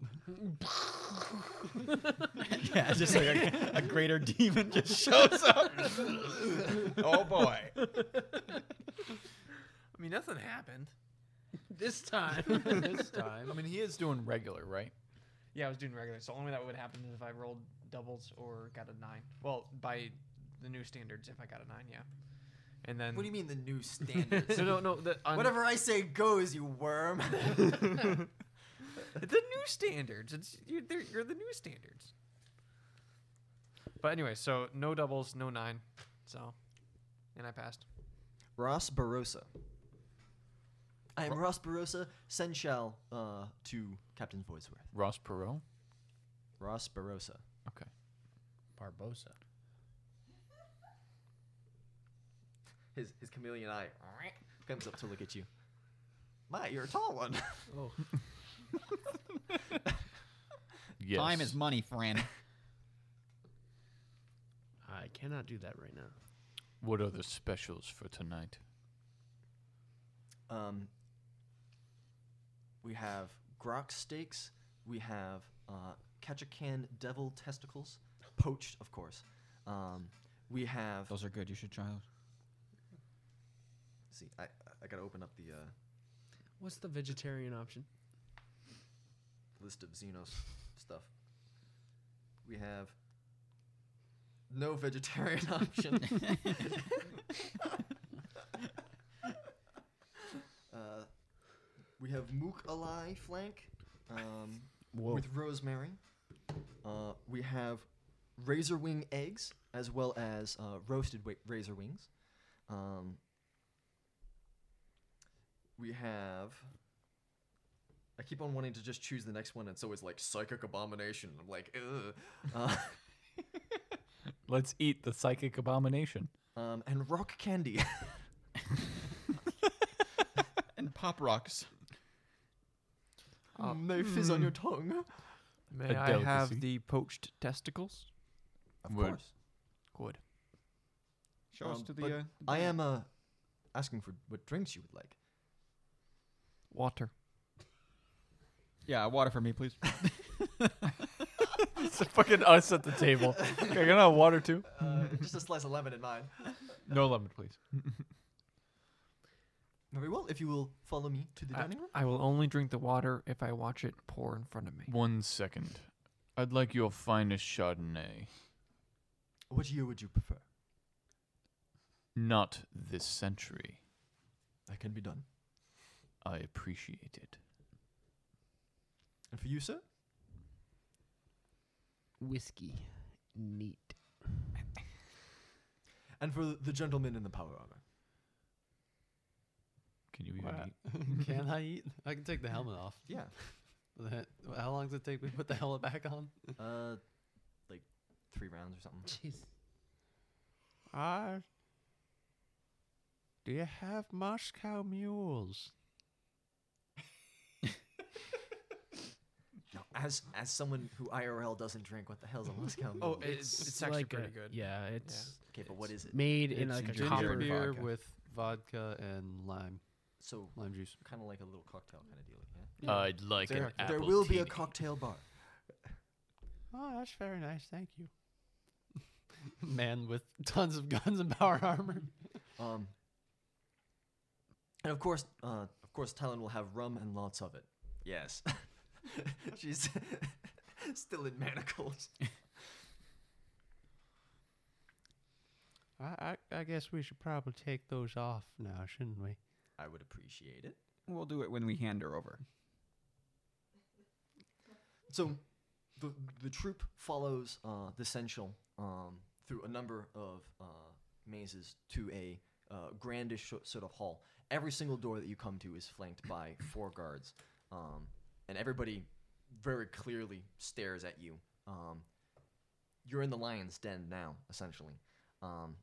Yeah, just like a, a greater demon just shows up. oh boy. I mean, nothing happened. This time. this time. I mean he is doing regular, right? Yeah, I was doing regular. So the only way that would happen is if I rolled doubles or got a nine. Well, by the new standards, if I got a nine, yeah. And then. What do you mean the new standards? No, no, no. The, on- Whatever I say goes, you worm. the new standards. It's you're, they're- you're the new standards. But anyway, so no doubles, no nine. So, and I passed. Ross Barossa. I am Ross Barossa, Senshal uh, to Captain Voidsworth. Ross Perot. Ross Barossa. Okay. Barbosa. His, his chameleon eye comes up to look at you. My, you're a tall one. Yes. Time is money, friend. I cannot do that right now. What are the specials for tonight? Um, we have grok steaks. We have uh, Ketchikan devil testicles, poached, of course. Um, we have. Those are good. You should try those. See, I I gotta open up the uh, What's the vegetarian option? list of Xenos stuff. We have no vegetarian option. uh, We have Mook Alai flank um, Whoa. with rosemary. Uh, we have razor wing eggs as well as uh, roasted wa- razor wings. Um, we have. I keep on wanting to just choose the next one, and so it's like psychic abomination. I'm like, ugh. Uh, Let's eat the psychic abomination. um, and rock candy. and pop rocks. Uh, Oh. Mm, they fizz on your Hmm. tongue. May A I delicacy. have the poached testicles? Of Word. course. Good. Show us Um, to the. but Uh, I am uh, asking for what drinks you would like. Water. yeah, water for me, please. It's fucking us at the table. Okay, can I have water too? Uh, just a slice of lemon in mine. No lemon, please. Very well. If you will follow me to Uh, the dining room. I will only drink the water if I watch it pour in front of me. One second. I'd like your finest Chardonnay, What year would you prefer? not this century. That can be done. I appreciate it. And for you, sir? Whiskey. Neat. And for the gentleman in the power armor. Can you even Wow. eat? can I eat? I can take the helmet off. Yeah. But then- How long does it take me to put the helmet back on? Uh, like three rounds or something. Jeez. I. Do you have Moscow mules? No, as as someone who IRL doesn't drink, what the hell's a Moscow? Oh, Mule? it's, it's, actually like pretty a- good. Yeah, it's okay, but what is it? made in It's like a ginger copper beer vodka. with vodka and lime, So lime juice. kind of like a little cocktail kind of deal. Yeah. Uh, I'd like There- an apple. there will be a teeny. cocktail bar. Oh, that's very nice. Thank you. Man with tons of guns and power armor. Um, and of course, uh, of course, Talon will have rum and lots of it. Yes, she's still in manacles. I, I, I guess we should probably take those off now, shouldn't we? I would appreciate it. we'll do it when we hand her over. So, the the troop follows uh, the Sensual um, through a number of uh, mazes to a uh, grandish so- sort of hall. Every single door that you come to is flanked by four guards, um, and everybody very clearly stares at you. Um, you're in the lion's den now, essentially. Um,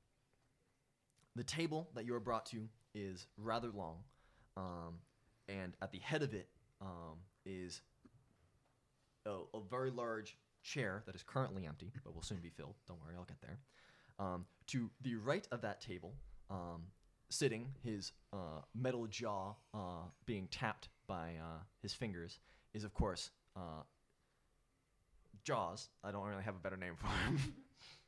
the table that you are brought to is rather long, um, and at the head of it um, is a, a very large chair that is currently empty, but will soon be filled. Don't worry, I'll get there. Um, to the right of that table, um, sitting, his uh, metal jaw uh, being tapped by uh, his fingers, is of course uh, Jaws. I don't really have a better name for him.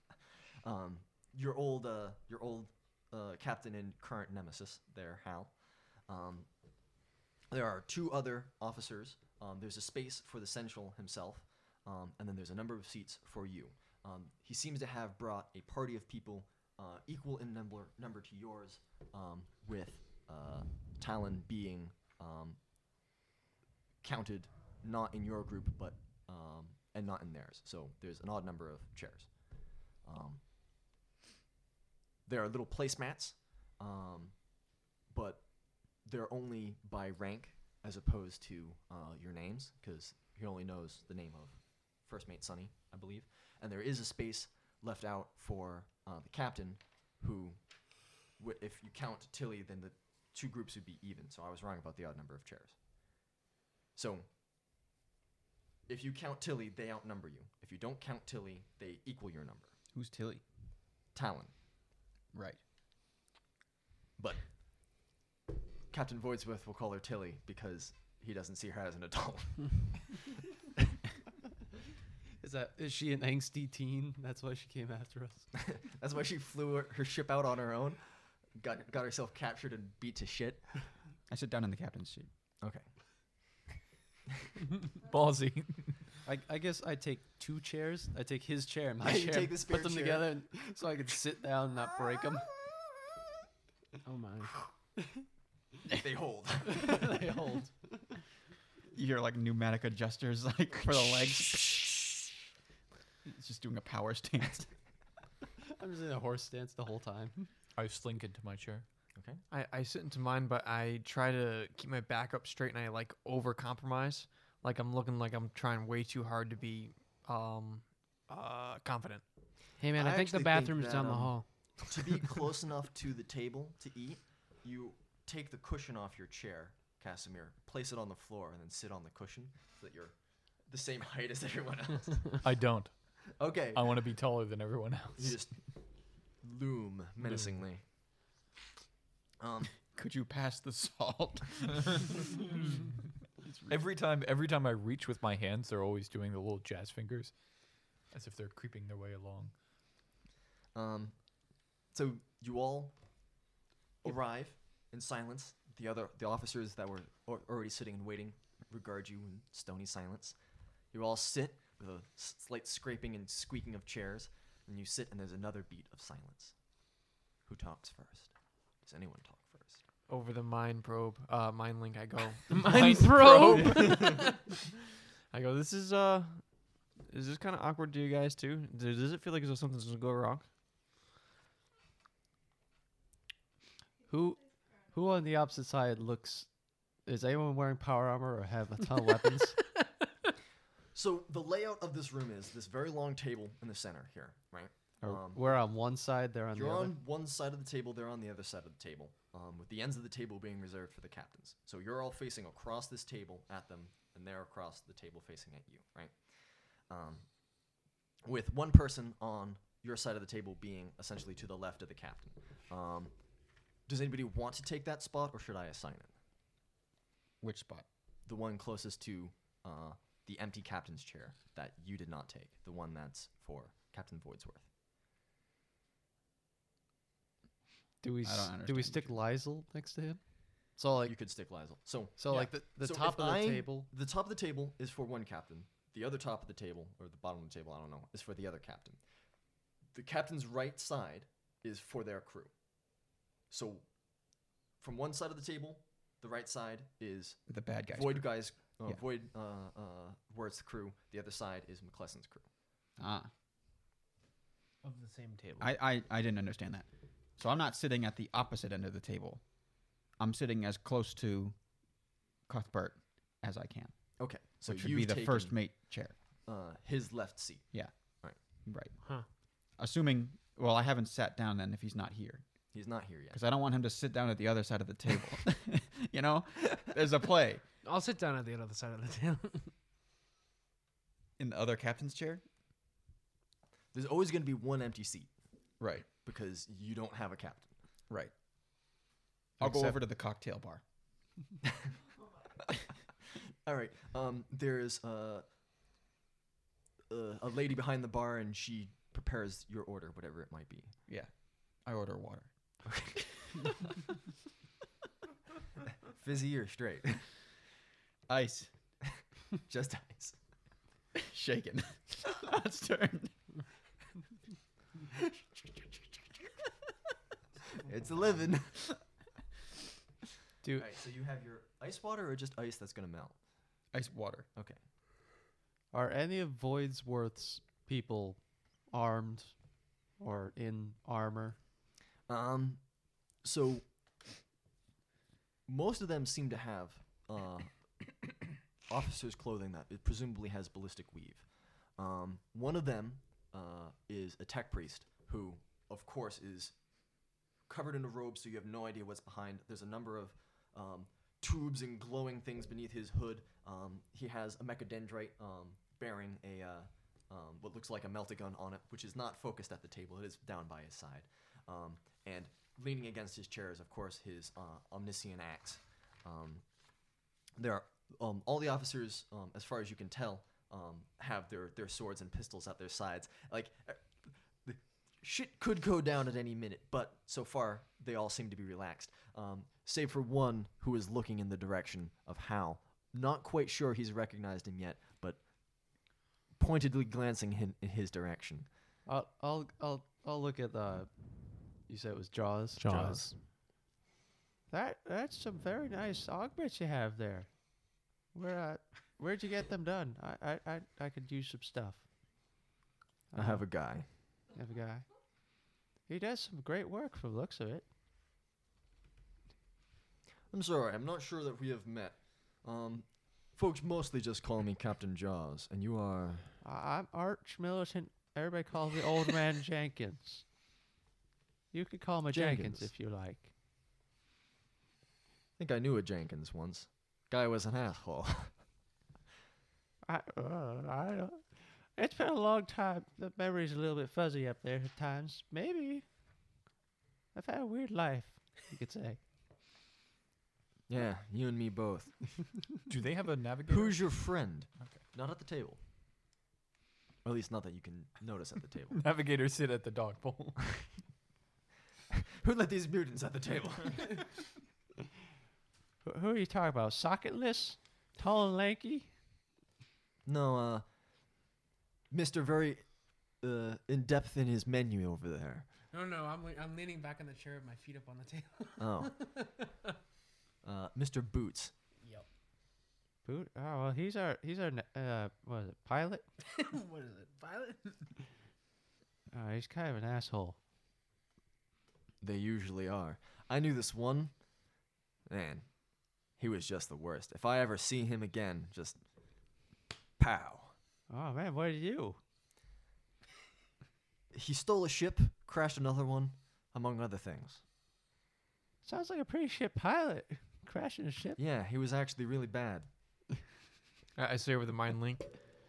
um, your old, uh, your old uh, captain and current nemesis there, Hal. Um, there are two other officers. Um, there's a space for the central himself, um, and then there's a number of seats for you. Um, he seems to have brought a party of people uh, equal in number number to yours, um, with uh, Talon being um, counted not in your group, but um, and not in theirs. So there's an odd number of chairs. Um, there are little placemats, um, but they're only by rank as opposed to uh, your names because he only knows the name of first mate Sonny, I believe. And there is a space left out for uh, the captain, who, w- if you count Tilly, then the two groups would be even. So I was wrong about the odd number of chairs. So if you count Tilly, they outnumber you. If you don't count Tilly, they equal your number. Who's Tilly? Talon. Right. But Captain Voidsworth will call her Tilly because he doesn't see her as an adult. Is that is she an angsty teen? That's why she came after us. That's why she flew her, her ship out on her own, got got herself captured and beat to shit. I sit down in the captain's seat. Okay. ballsy. I, I guess I take two chairs. I take his chair and my Yeah, you chair. take the spare put them chair. together and, so I can sit down and not break them. Oh my. They hold. they hold. your like pneumatic adjusters like for the legs. it's just doing a power stance. I'm just in a horse stance the whole time. I slink into my chair. I, I sit into mine, but I try to keep my back up straight and I like over compromise. Like I'm looking like I'm trying way too hard to be um uh confident. Hey man, I I, think actually the think bathroom's that, down the um, hall. to be close enough to the table to eat, you take the cushion off your chair, Casimir, place it on the floor, and then sit on the cushion so that you're the same height as everyone else. I don't. Okay. I want to be taller than everyone You else. just loom menacingly. Um, Could you pass the salt? Every time, every time I reach with my hands, they're always doing the little jazz fingers, as if they're creeping their way along. um, so you all arrive in silence. The other the officers that were al- already sitting and waiting regard you in stony silence. You all sit with a s- slight scraping and squeaking of chairs, and you sit and there's another beat of silence. Who talks first? Does anyone talk first? Over the mind probe, uh mind link I go. Mind probe. I go, This is uh is this kinda awkward to you guys too? Does does it feel like as though something's gonna go wrong? Who, who on the opposite side looks? Is anyone wearing power armor or have a ton of weapons? So the layout of this room is this very long table in the center here, right? Or Um, we're on one side, they're on You're the other. on one side of the table, they're on the other side of the table, um, with the ends of the table being reserved for the captains. So you're all facing across this table at them, and they're across the table facing at you, right? Um, with one person on your side of the table being essentially to the left of the captain. Um, does anybody want to take that spot, or should I assign it? Which spot? The one closest to uh, the empty captain's chair that you did not take, the one that's for Captain Voidsworth. Do we I don't s- do we understand what stick you're- Lizel next to him? So like you could stick Lizel. So so yeah. like the, the So if top of the I- table. The top of the table is for one captain. The other top of the table, or the bottom of the table, I don't know, is for the other captain. The captain's right side is for their crew. So, from one side of the table, the right side is The bad guys. Void guys, uh, Yeah. Void uh, uh, Word's crew. The other side is McClellan's crew. Ah, Of the same table. I, I I didn't understand that. So I'm not sitting at the opposite end of the table. I'm sitting as close to Cuthbert as I can, Okay, so which would you've be the first taken, mate chair. uh, his left seat. Right. Huh. Assuming, well, I haven't sat down then if he's not here, He's not here yet. because I don't want him to sit down at the other side of the table. you know, there's a play I'll sit down at the other side of the table. in the other captain's chair. There's always going to be one empty seat Right. because you don't have a captain. Right. I'll go Except- over to the cocktail bar. All right. Um, there's uh, uh, a lady behind the bar, and she prepares your order, whatever it might be. Yeah. I order water. Fizzy or straight? Ice. Just ice. Shaken. That's turn. It's a living. Do- All right, so you have your ice water or just ice that's gonna melt? Ice water. Are any of Voidsworth's people armed or in armor? Um, so most of them seem to have uh, officers' clothing that it presumably has ballistic weave. Um, one of them uh, is a tech priest who, of course, is covered in a robe, so you have no idea what's behind. There's a number of um, tubes and glowing things beneath his hood. Um, he has a mechadendrite um, bearing a uh, um, what looks like a melted gun on it, which is not focused at the table. It is down by his side, um, and leaning against his chair is, of course, his uh, omniscient axe. Um, there are um, all the officers, um, as far as you can tell, um, have their, their swords and pistols at their sides. Like, uh, the shit could go down at any minute, but so far they all seem to be relaxed, um, save for one who is looking in the direction of Hal. Not quite sure he's recognized him yet, but pointedly glancing in, in his direction. I'll I'll I'll, I'll look at the. You said it was Jaws. That that's some very nice augments you have there. Where uh, where'd you get them done? I I I, I could use some stuff. I have a guy. I have a guy. He does some great work from the looks of it. I'm sorry, I'm not sure that we have met. Um, folks mostly just call me Captain Jaws, and you are. I, I'm Arch Militant. Everybody calls me Old Man Jenkins. You could call me Jenkins. Jenkins. if you like. I think I knew a Jenkins once. Guy was an asshole. I uh, I don't. It's been a long time. The memory's a little bit fuzzy up there at times. Maybe I've had a weird life, you could say. yeah, you and me both. Do they have a navigator? Who's your friend? Okay. Not at the table. Or at least not that you can notice at the table. navigator sit at the dog bowl? Who let these mutants at the table? Who, who are you talking about? Socketless, tall and lanky. no, uh, Mr. Very uh, in depth in his menu over there. No, no, I'm le- I'm leaning back in the chair with my feet up on the table. Oh. uh, Mr. Boots. Yep. Boot. Oh well, he's our he's our ne- uh what is it pilot? what is it, Violet? Oh, he's kind of an asshole. They usually are. I knew this one. Man, he was just the worst. If I ever see him again, just pow. Oh man, what did you? He stole a ship, crashed another one, among other things. Sounds like a pretty shit pilot crashing a ship. Yeah, he was actually really bad. Uh, I, I say over the mind link.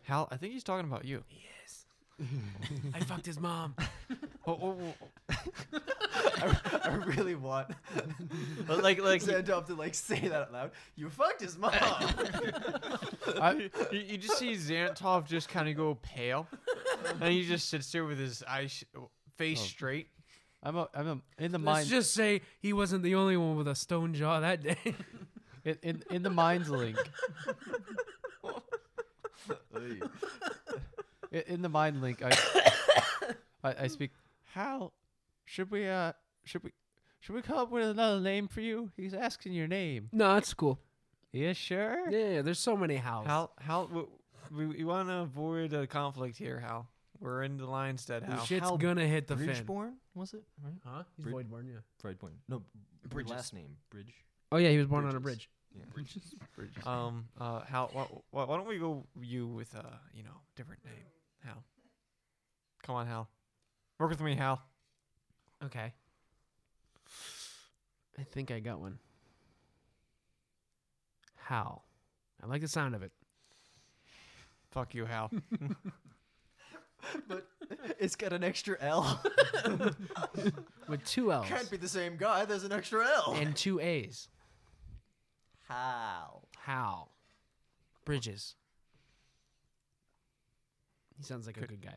Hal, I think he's talking about you. Yes. I fucked his mom. Oh, oh, oh, oh. I, I really want like, like he- Xandalf to like say that out loud. You fucked his mom. I, you, you just see Xantov just kind of go pale, and he just sits there with his eyes sh- face Oh. straight. I'm a, I'm a, in the Let's mind just say he wasn't the only one with a stone jaw that day. in, in in the mind's link in, in the mind link. I, I I speak. How should we uh should we should we come up with another name for you? He's asking your name. no, that's cool. Yeah, sure. Yeah, yeah, there's so many howls. Hal, Hal, w- we, we want to avoid a conflict here, Hal. We're in the lion's den, Hal. Shit's Hal gonna hit the fan. Bridgeborn was it? Right? Huh? He's Brid- Voidborn, yeah. Bridgeborn. No, Bridge. Last name Bridge. Oh yeah, he was born on a Bridges. bridge. Yeah. Um, uh, Hal, why, why, why don't we go you with a you know different name, Hal? Come on, Hal. Work with me, Hal. Okay. I think I got one. Howl. I like the sound of it. Fuck you, Hal. but it's got an extra L. With two L's Can't be the same guy. There's an extra L. and two A's. How? Howl. Bridges. He sounds like a good guy.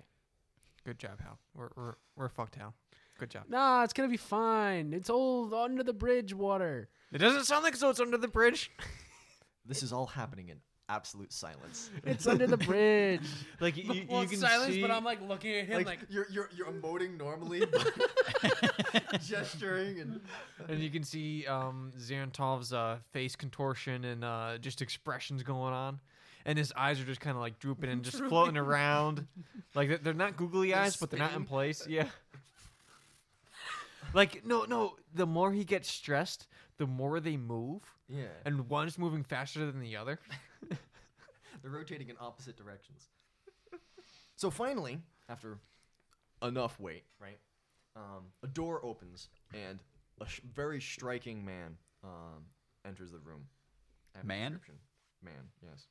Good job, Hal. We're we're, we're fucked, Hal. Good job. Nah, it's gonna be fine. It's old under the bridge water. It doesn't sound like so. It's under the bridge. This is all happening in absolute silence. It's under the bridge. Like you, you, you can see. like looking at him Like, you're you're you're emoting normally, but gesturing and and you can see um, Xantov's uh, face contortion and uh, just expressions going on, and his eyes are just kind of like drooping and just floating around, like they're- they're not googly eyes, but they're not in spinning. place. Yeah. Like no, no. The more he gets stressed, the more they move, yeah, and one's moving faster than the other. they're rotating in opposite directions. So finally, after enough wait, right, um, a door opens and a sh- very striking man um, enters the room. I have a Man? description. man, yes,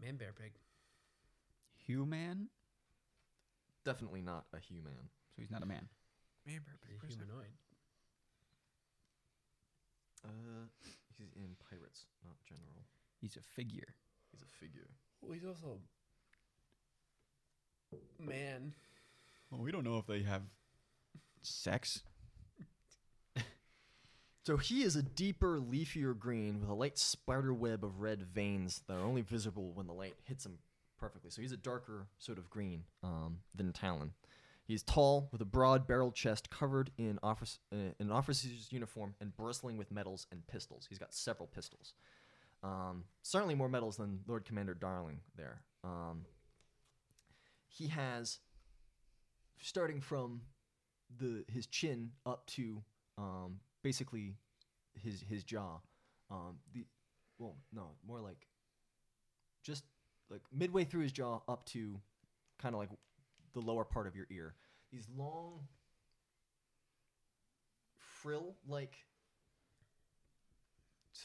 Man bear pig. Human? definitely not a human. So he's not a man. humanoid. Uh, he's in pirates, not general. He's a figure. He's a figure. Well, he's also man. Well, we don't know if they have sex. So he is a deeper, leafier green with a light spider web of red veins that are only visible when the light hits him perfectly. So he's a darker sort of green um, than Talon. He's tall with a broad barrel chest covered in, office, uh, in an officer's uniform and bristling with medals and pistols. He's got several pistols. Um, certainly more medals than Lord Commander Darling there. Um, he has, starting from the his chin up to um, basically his his jaw. Um, the well, no, more like just like midway through his jaw up to kind of like the lower part of your ear. These long frill like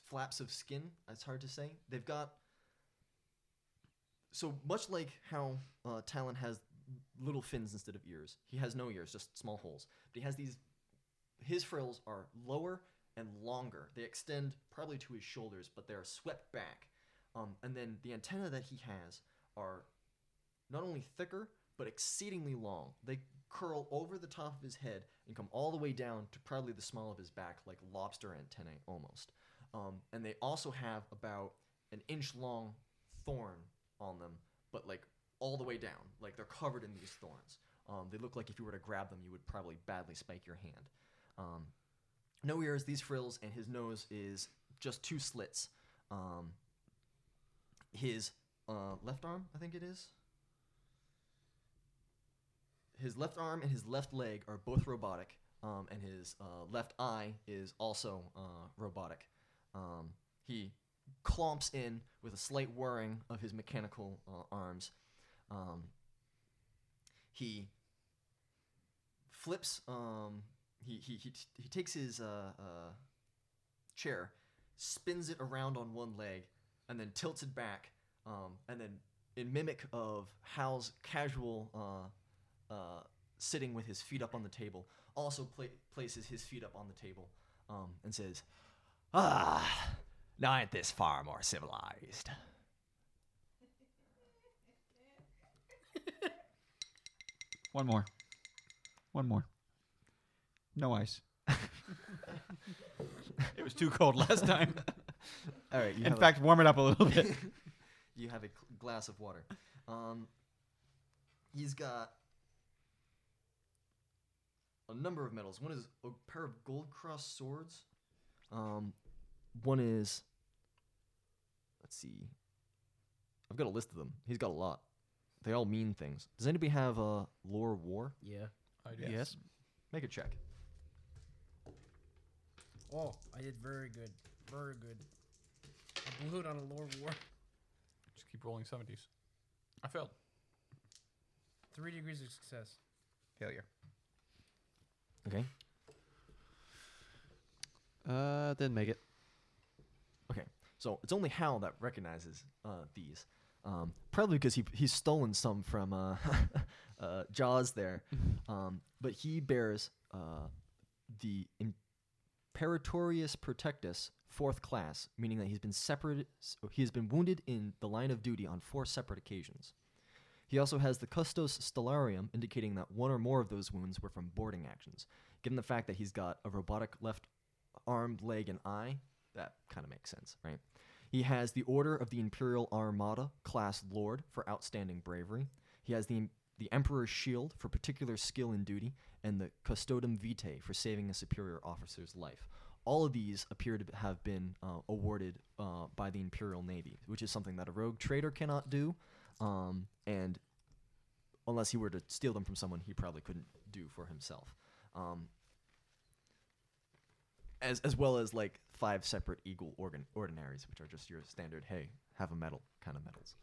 flaps of skin. It's hard to say. They've got so much like how uh, Talon has little fins instead of ears. He has no ears, just small holes. But he has these. His frills are lower and longer. They extend probably to his shoulders, but they are swept back. Um, and then the antennae that he has are not only thicker but exceedingly long. They curl over the top of his head and come all the way down to probably the small of his back, like lobster antennae almost. Um, and they also have about an inch long thorn on them, but like all the way down. Like they're covered in these thorns. Um, they look like if you were to grab them, you would probably badly spike your hand. Um, no ears, these frills, and his nose is just two slits. Um, his uh, left arm, I think it is. His left arm and his left leg are both robotic, um, and his uh, left eye is also uh, robotic. Um, he clomps in with a slight whirring of his mechanical uh, arms. Um, he flips. Um, he, he, he, t- he takes his uh, uh, chair, spins it around on one leg, and then tilts it back. Um, and then, in mimic of Hal's casual uh, uh, sitting with his feet up on the table, also pla- places his feet up on the table um, and says, Ah, now ain't this far more civilized? One more. One more. No ice. it was too cold last time. All right. You In have fact, warm it up a little bit. a, you have a cl- glass of water. Um, he's got a number of medals. One is a pair of gold cross swords. Um, one is, let's see, I've got a list of them. He's got a lot. They all mean things. Does anybody have a lore war? Yeah. Yes. Make a check. Oh, I did very good. Very good. I blew it on a lore war. Just keep rolling 70s. I failed. Three degrees of success. Failure. Okay. Uh, didn't make it. Okay, so it's only Hal that recognizes uh, these, um, probably because he he's stolen some from uh, uh, Jaws there, um, but he bears uh, the Imperatorius Protectus fourth class, meaning that he's been separated. so He has been wounded in the line of duty on four separate occasions. He also has the Custos Stellarium, indicating that one or more of those wounds were from boarding actions. Given the fact that he's got a robotic left arm, leg, and eye, that kind of makes sense, right? He has the Order of the Imperial Armada, class Lord, for outstanding bravery. He has the the Emperor's Shield for particular skill in duty, and the Custodem Vitae for saving a superior officer's life. All of these appear to have been uh, awarded uh, by the Imperial Navy, which is something that a rogue trader cannot do, um, and unless he were to steal them from someone, he probably couldn't do for himself. Um, as as well as like five separate eagle organ ordinaries, which are just your standard hey have a medal kind of medals.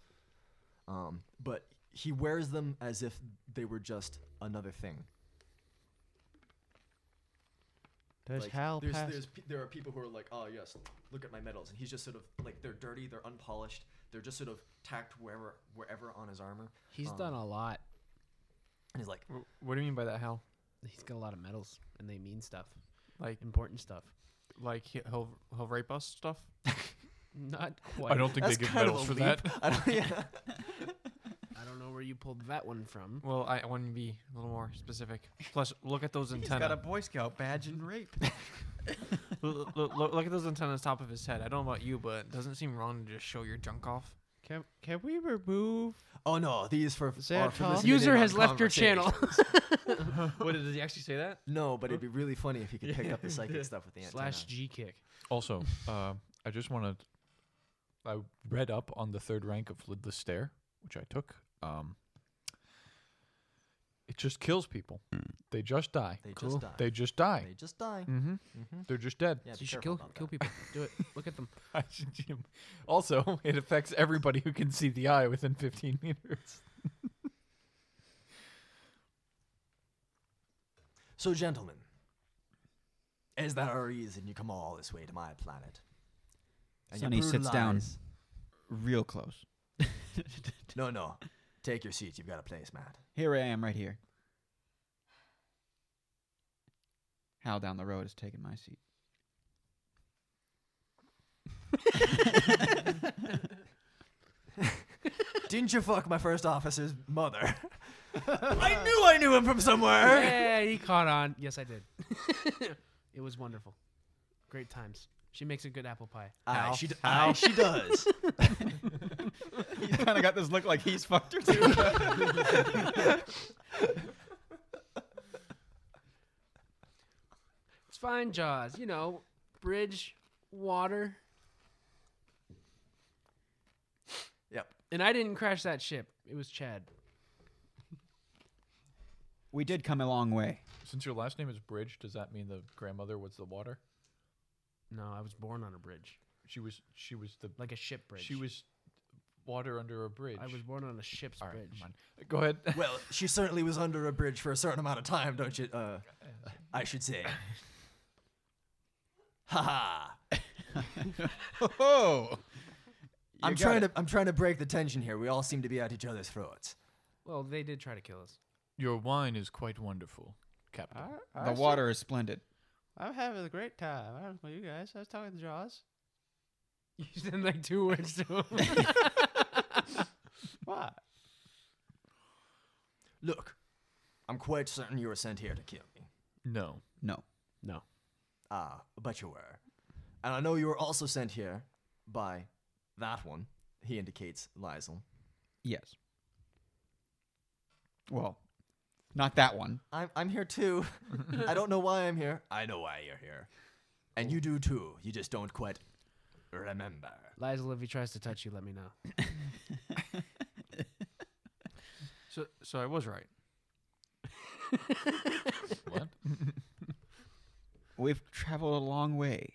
Um, but he wears them as if they were just another thing. Does Like, Hal there's, pass? there's pe- there are people who are like, oh yes, look at my medals, and he's just sort of like they're dirty, they're unpolished, they're just sort of tacked wherever wherever on his armor, He's Um, done a lot. and he's like, Wh- What do you mean by that, Hal? He's got a lot of medals, and they mean stuff, Like, important stuff. like he- he'll he'll rape us stuff? Not quite. I don't think that's they give kind of medals a for leap. that. I don't- yeah. I don't know where you pulled that one from. Well, I want to be a little more specific. Plus, look at those He's antennae. got a Boy Scout badge and rape. look, look at those antennas top of his head. I don't know about you, but it doesn't seem wrong to just show your junk off. Can can we remove? Oh no, these for, Is that are for Tom? listening User in has on left your channel. conversation. what did he actually say that? No, but it'd be really funny if he could pick up the psychic stuff with the antenna. Slash G kick. Also, uh, I just want to I read up on the third rank of Lidless Stare, which I took. Um, it just kills people. They just die. They Cool. just die. They just die. They just die. Mm-hmm. Mm-hmm. They're just dead. Yeah, So be you should careful kill about kill that. people. Do it. Look at them. I should jam- also, it affects everybody who can see the eye within 15 meters. So, gentlemen, is there a reason you come all this way to my planet? you Sonny sits down. brutalize- Real close. No, no. Take your seat. You've got a place, man. Here I am, right here. Hal down the road has taken my seat. Didn't you fuck my first officer's mother? I knew I knew him from somewhere. yeah, he caught on. Yes, I did. it was wonderful. Great times. She makes a good apple pie. Aye, Ah, she, d- aye, she does. He's kind of got this look like he's fucked her too. It's fine, Jaws. You know, bridge, water. Yep. And I didn't crash that ship. It was Chad. we did come a long way. Since your last name is Bridge, does that mean the grandmother was the water? No, I was born on a bridge, She was. She was the. like a ship bridge. She was water under a bridge. I was born on a ship's All right, bridge. never mind. Go ahead. Well, she certainly was under a bridge for a certain amount of time, don't you? Uh, I should say. Ha ha. Oh, I'm trying to I'm trying to break the tension here. We all seem to be at each other's throats. Well, they did try to kill us. Your wine is quite wonderful, Captain. I, The was- water is splendid. I'm having a great time. I was with you guys. I was talking to Jaws. You said like two words to him. What? Look, I'm quite certain you were sent here to kill me. No. No, No. Ah, but you were. And I know you were also sent here by that one. He indicates Lizel. yes. Well, not that one. I'm I'm here too. I don't know why I'm here. I know why you're here. And you do too. You just don't quite remember. Lizel, if he tries to touch you, let me know. So, so I was right. What? We've traveled a long way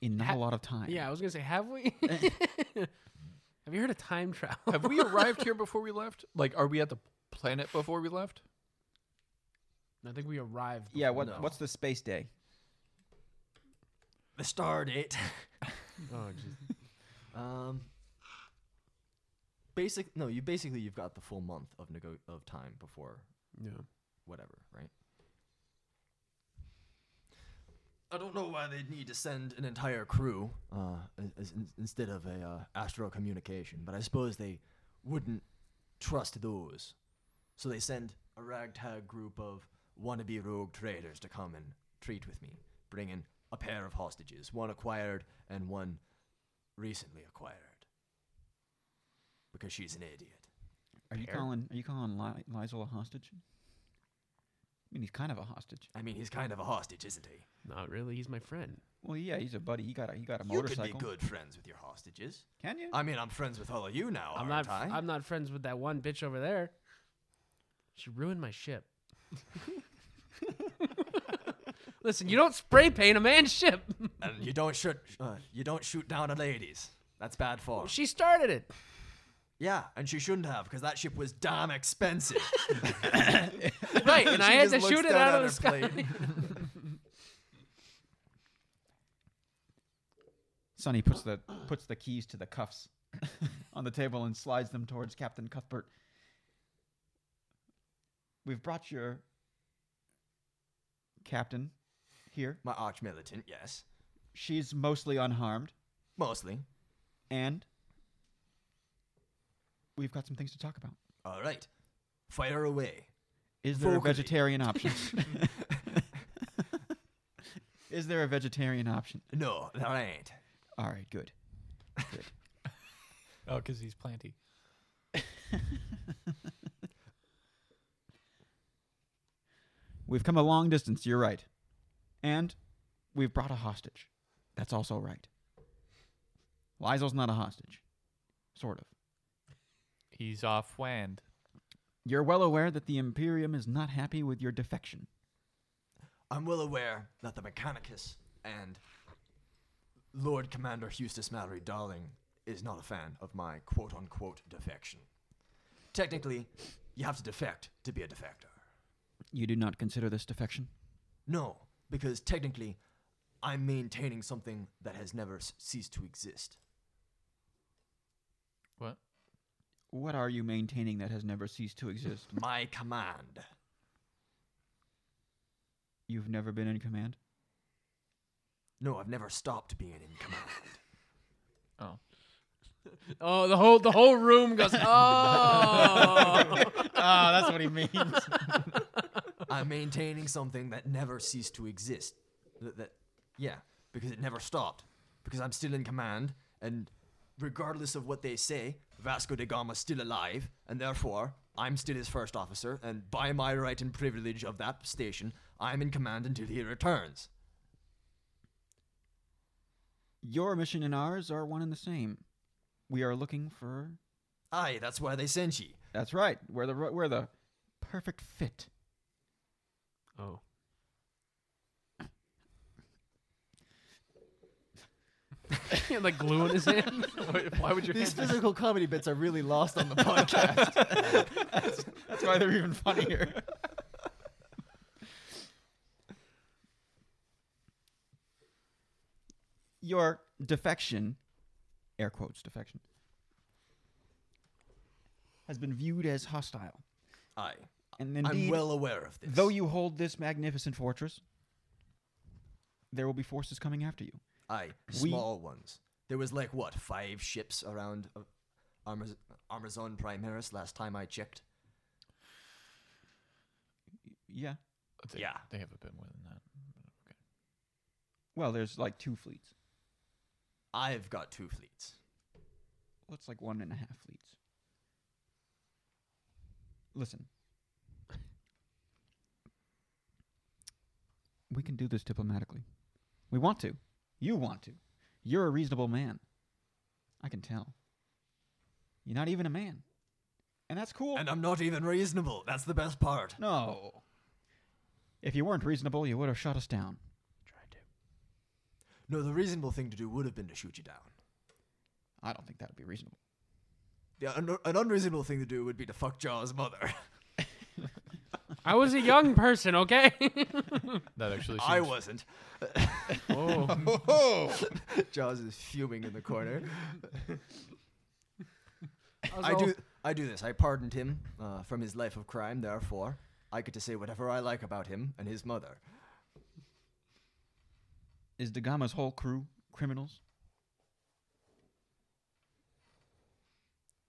in not Ha- a lot of time. Yeah, I was gonna say, have we? have you heard of time travel? Have we arrived here before we left? Like, are we at the planet before we left? I think we arrived. Yeah. before What, now. What's the space day? The star date. Oh, geez. Um. Basic. No, you basically you've got the full month of nego- of time before Yeah. whatever, right? I don't know why they'd need to send an entire crew uh, as- as in- instead of a uh, astral communication, but I suppose they wouldn't trust those, so they send a ragtag group of wannabe rogue traders to come and treat with me, bringing a pair of hostages, one acquired and one recently acquired, because she's an idiot. Are you Pear? calling? Are you calling Li- Lizel a hostage? I mean, he's kind of a hostage. I mean, he's kind of a hostage, isn't he? Not really. He's my friend. Well, yeah, he's a buddy. He got a he got a You could motorcycle. be good friends with your hostages. Can you? I mean, I'm friends with all of you now, I'm aren't not. I? I'm not friends with that one bitch over there. She ruined my ship. Listen, you don't spray paint a man's ship. and you don't shoot. Uh, you don't shoot down at ladies. That's bad form. She started it. yeah, and she shouldn't have, because that ship was damn expensive. Right, and I had just to looks shoot it down at out of the her sky. plate. Sonny puts the puts the keys to the cuffs on the table and slides them towards Captain Cuthbert. We've brought your captain here. My arch militant, yes, She's mostly unharmed, mostly. and we've got some things to talk about. All right, fire away. Is there a Vocally. vegetarian option? Is there a vegetarian option? No, there ain't. All right, good. Good. Oh, because he's planty. We've come a long distance, you're right. And we've brought a hostage. That's also right. Lysol's not a hostage. Sort of. He's off wand. You're well aware that the Imperium is not happy with your defection. I'm well aware that the Mechanicus and Lord Commander Eustace Mallory Darling is not a fan of my quote unquote defection. Technically, you have to defect to be a defector. You do not consider this defection? No, because technically, I'm maintaining something that has never s- ceased to exist. What? What are you maintaining that has never ceased to exist? My command. You've never been in command? No, I've never stopped being in command. Oh, the whole the whole room goes. Oh, Ah, that's what he means. I'm maintaining something that never ceased to exist. That, that, yeah, because it never stopped. Because I'm still in command, and regardless of what they say, Vasco da Gama's still alive, and therefore I'm still his first officer, and by my right and privilege of that station, I'm in command until he returns. Your mission and ours are one and the same. We are looking for. Aye, that's why they sent ye. That's right. We're the ri- we're the perfect fit. oh. like glue in his hand. Why would you? These physical comedy bits are really lost on the podcast. That's why they're even funnier. Your defection, air quotes defection, has been viewed as hostile. Aye, And I'm indeed, well aware of this. though you hold this magnificent fortress, there will be forces coming after you. Aye, We- small ones. There was like what five ships around uh, Armaz- Amazon Primaris last time I checked. Yeah. They, Yeah. They have a bit more than that. Well, there's like two fleets. I've got two fleets. Well, it's like one and a half fleets. Listen. We can do this diplomatically. We want to. You want to. You're a reasonable man. I can tell. You're not even a man. And that's cool. And I'm not even reasonable. That's the best part. no. If you weren't reasonable, you would have shut us down. No, the reasonable thing to do would have been to shoot you down. I don't think that would be reasonable. The un- an unreasonable thing to do would be to fuck Jaws' mother. I was a young person, okay? That actually. Seems, I wasn't. oh, Oh! Jaws is fuming in the corner. I, was I all- do. I do this. I pardoned him uh, from his life of crime. Therefore, I get to say whatever I like about him and his mother. Is Dagama's whole crew criminals?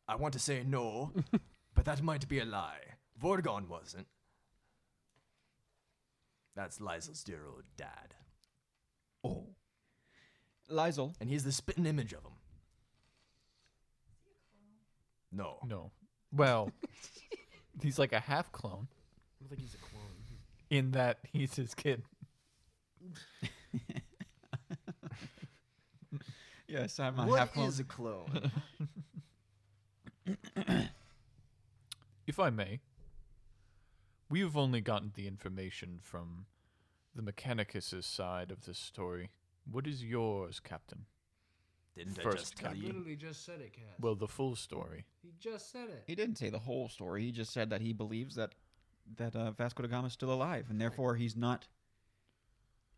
I want to say no, but that might be a lie. Vorgon wasn't. That's Lysol's dear old dad. Oh. Lysol. And he's the spitting image of him. No. No. Well, he's like a half clone I don't think he's a clone. in that he's his kid. Yes, I'm What a is half clone. a clone? If I may, we've only gotten the information from the Mechanicus' side of this story. What is yours, Captain? Didn't I First just tell cut. you? Literally just said it, Cass. Well, the full story. he just said it. He didn't say the whole story. He just said that he believes that that uh, Vasco da Gama is still alive, and therefore he's not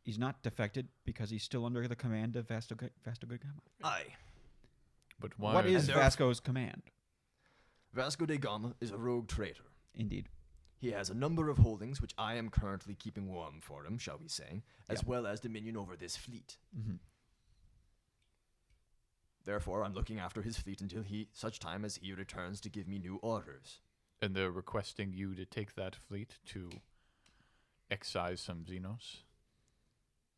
he's not defected because he's still under the command of Vasco Ga- Vasco da Gama. Aye. But why? What are is And they- there- Vasco's command? Vasco da Gama is a rogue traitor. Indeed, He has a number of holdings, which I am currently keeping warm for him, shall we say, as Yeah. well as dominion over this fleet. Mhm. Therefore, I'm looking after his fleet until he such time as he returns to give me new orders. and they're requesting you to take that fleet to excise some Xenos.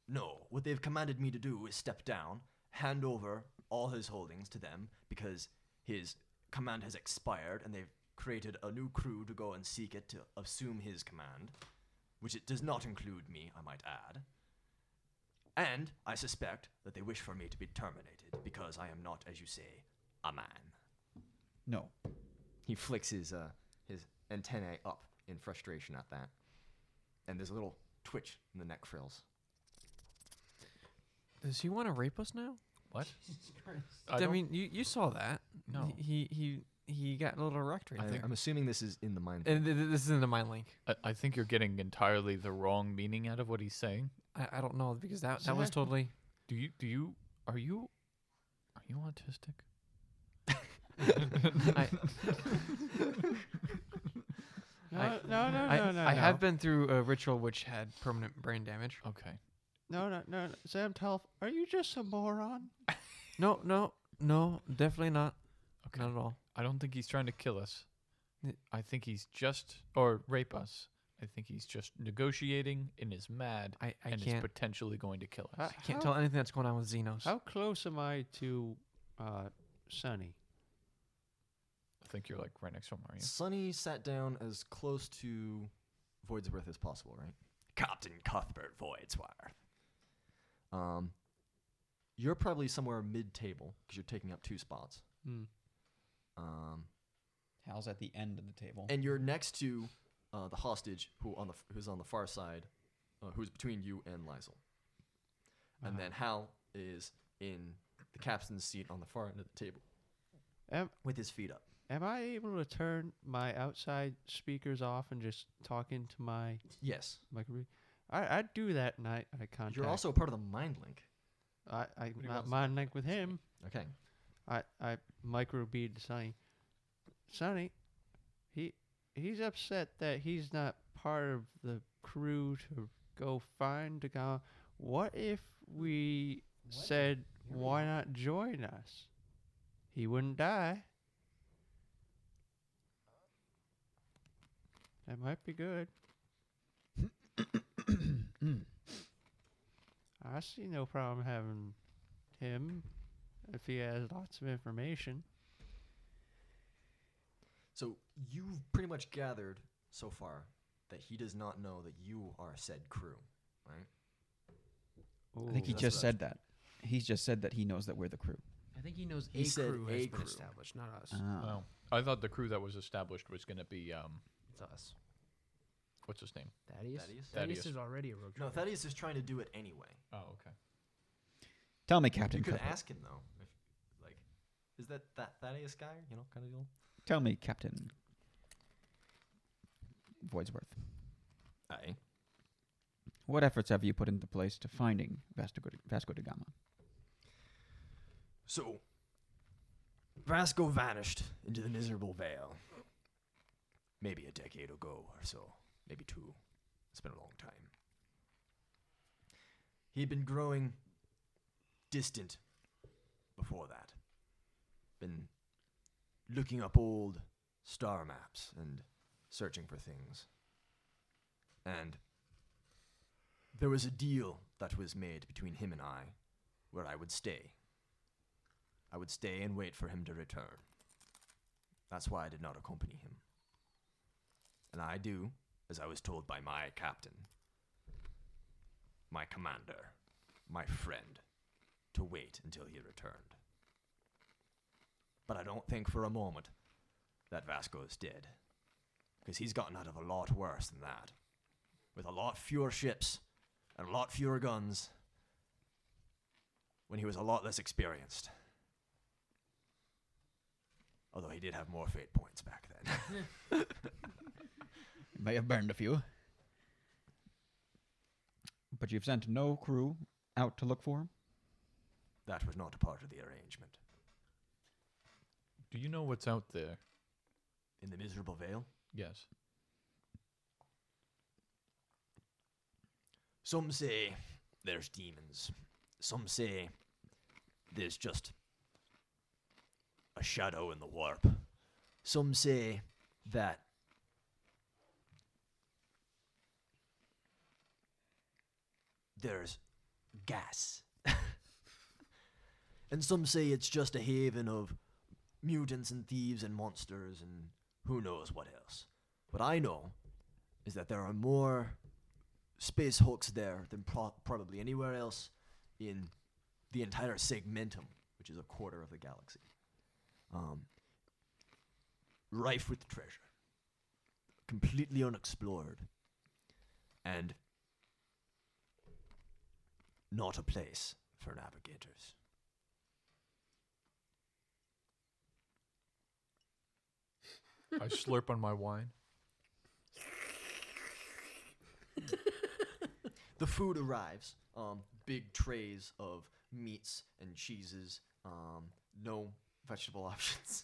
No, what they've commanded me to do is step down, hand over all his holdings to them because his command has expired and they've created a new crew to go and seek it to assume his command, which it does not include me, I might add. And I suspect that they wish for me to be terminated because I am not, as you say, a man. No. He flicks his, uh, his antennae up in frustration at that. And there's a little twitch in the neck frills. Does he want to rape us now? What? I, don't- mean, you, you saw that. No. He he he got a little erect right I, there. am assuming this is in the mind. And th- th- this is in the mind link. I, I think you're getting entirely the wrong meaning out of what he's saying. I, I don't know because that that was totally. Do you? Do you? Are you? Are you autistic? I, No, I- no, no, I, no, no. I no. have been through a ritual which had permanent brain damage. Okay. No, no, no, no. Sam Telf, are you just a moron? No, no, no, definitely not. Okay. Not at all. I don't think he's trying to kill us. N- I think he's just or rape us. I think he's just negotiating and is mad I, I and is can't potentially going to kill Uh, us. I can't how, tell anything that's going on with Xenos. How close am I to uh, Sonny? I think you're like right next to him, are you? Sonny sat down as close to Voidsworth as possible, right? Captain Cuthbert Voidsworth. Um, you're probably somewhere mid-table because you're taking up two spots. Hmm. Um, Hal's at the end of the table. and you're next to uh, the hostage who on the f- who's on the far side, uh, who's between you and Lizel. And Uh-huh. then Hal is in the captain's seat on the far end of the table Am, with his feet up. am I able to turn my outside speakers off and just talk into my Yes, microphone? I I'd do that and I, I contact. you're also part of the mind link. I do I you want not us to mind like with him. Okay. I I microbead Sonny. Sonny, he he's upset that he's not part of the crew to go find the guy. What if we said, "Why not join us?" He wouldn't die. That might be good. I see no problem having him if he has lots of information. So you've pretty much gathered so far that he does not know that you are said crew, right? I think he Ooh. just That's said that. He's just said that he knows that we're the crew. I think he knows He a said crew a has crew. been established, not us. Ah. Well, I thought the crew that was established was going to be um, it's us. what's his name? Thaddeus? Thaddeus? Thaddeus. is already a rogue. No, trader. Thaddeus is trying to do it anyway. Oh, okay. Tell me, Captain you could Cuthbert. ask him though, if like, is that that Thaddeus guy? You know, kind of deal. Tell me, Captain Voidsworth. Aye. What efforts have you put into place to finding Vasco, Vasco da Gama? So, Vasco vanished into the miserable vale. Maybe a decade ago or so. Maybe two. It's been a long time. He'd been growing distant before that. Been looking up old star maps and searching for things. And there was a deal that was made between him and I where I would stay. I would stay and wait for him to return. That's why I did not accompany him. And I do, as I was told by my captain, my commander, my friend, to wait until he returned. But I don't think for a moment that Vasco is dead, because he's gotten out of a lot worse than that, with a lot fewer ships and a lot fewer guns, when he was a lot less experienced. Although he did have more fate points back then. You may have burned a few. But you've sent no crew out to look for him? that was not a part of the arrangement. Do you know what's out there? In the miserable vale, Yes. some say there's demons. Some say there's just a shadow in the warp. Some say that there's gas. and some say it's just a haven of mutants and thieves and monsters and who knows what else. What I know is that there are more space hulks there than pro- probably anywhere else, in the entire segmentum, which is a quarter of the galaxy, um, rife with treasure, completely unexplored, and not a place for navigators. I slurp on my wine. The food arrives. Um, big trays of meats and cheeses. Um, no vegetable options,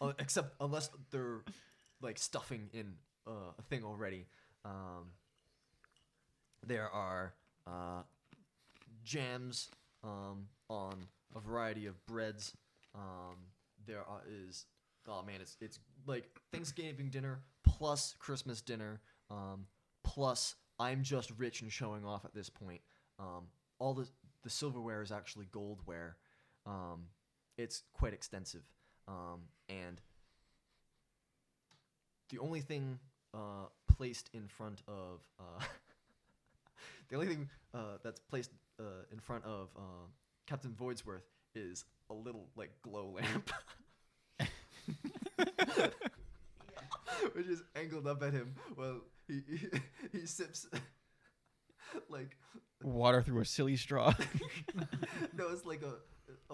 Uh, except unless they're like stuffing in uh, a thing already. Um, there are uh, jams um, on a variety of breads. Um, there are, is oh man, it's it's like Thanksgiving dinner plus Christmas dinner um, plus I'm just rich and showing off at this point. Um, all the the silverware is actually goldware. Um, it's quite extensive, um, and the only thing uh, placed in front of uh, the only thing uh, that's placed uh, in front of uh, Captain Voidsworth is a little like glow lamp, which is angled up at him while he he, he sips like Water through a silly straw. no, it's like a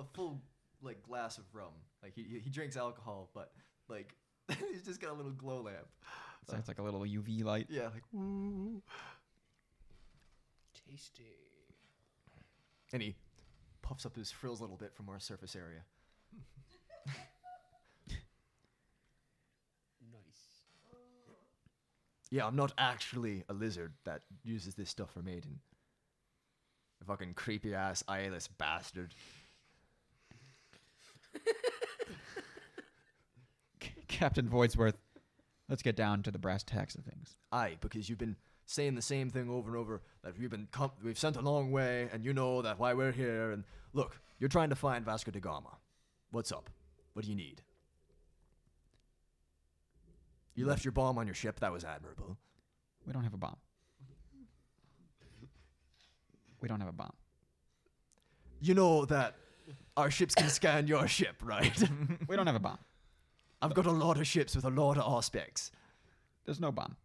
a full like glass of rum. Like he he drinks alcohol, but like he's just got a little glow lamp. so it's like a little UV light. Yeah, like woo. Tasty. And he puffs up his frills a little bit from our surface area. Nice. Yeah, I'm not actually a lizard that uses this stuff for mating. A fucking creepy ass eyeless bastard. Captain Voidsworth, let's get down to the brass tacks of things. Aye, because you've been saying the same thing over and over that we've been com- we've sent a long way, and you know that why we're here. And look, you're trying to find Vasco da Gama. What's up? What do you need? You left your bomb on your ship. That was admirable. We don't have a bomb. We don't have a bomb. You know that our ships can scan your ship, right? We don't have a bomb. I've got a lot of ships with a lot of aspects. There's no bomb.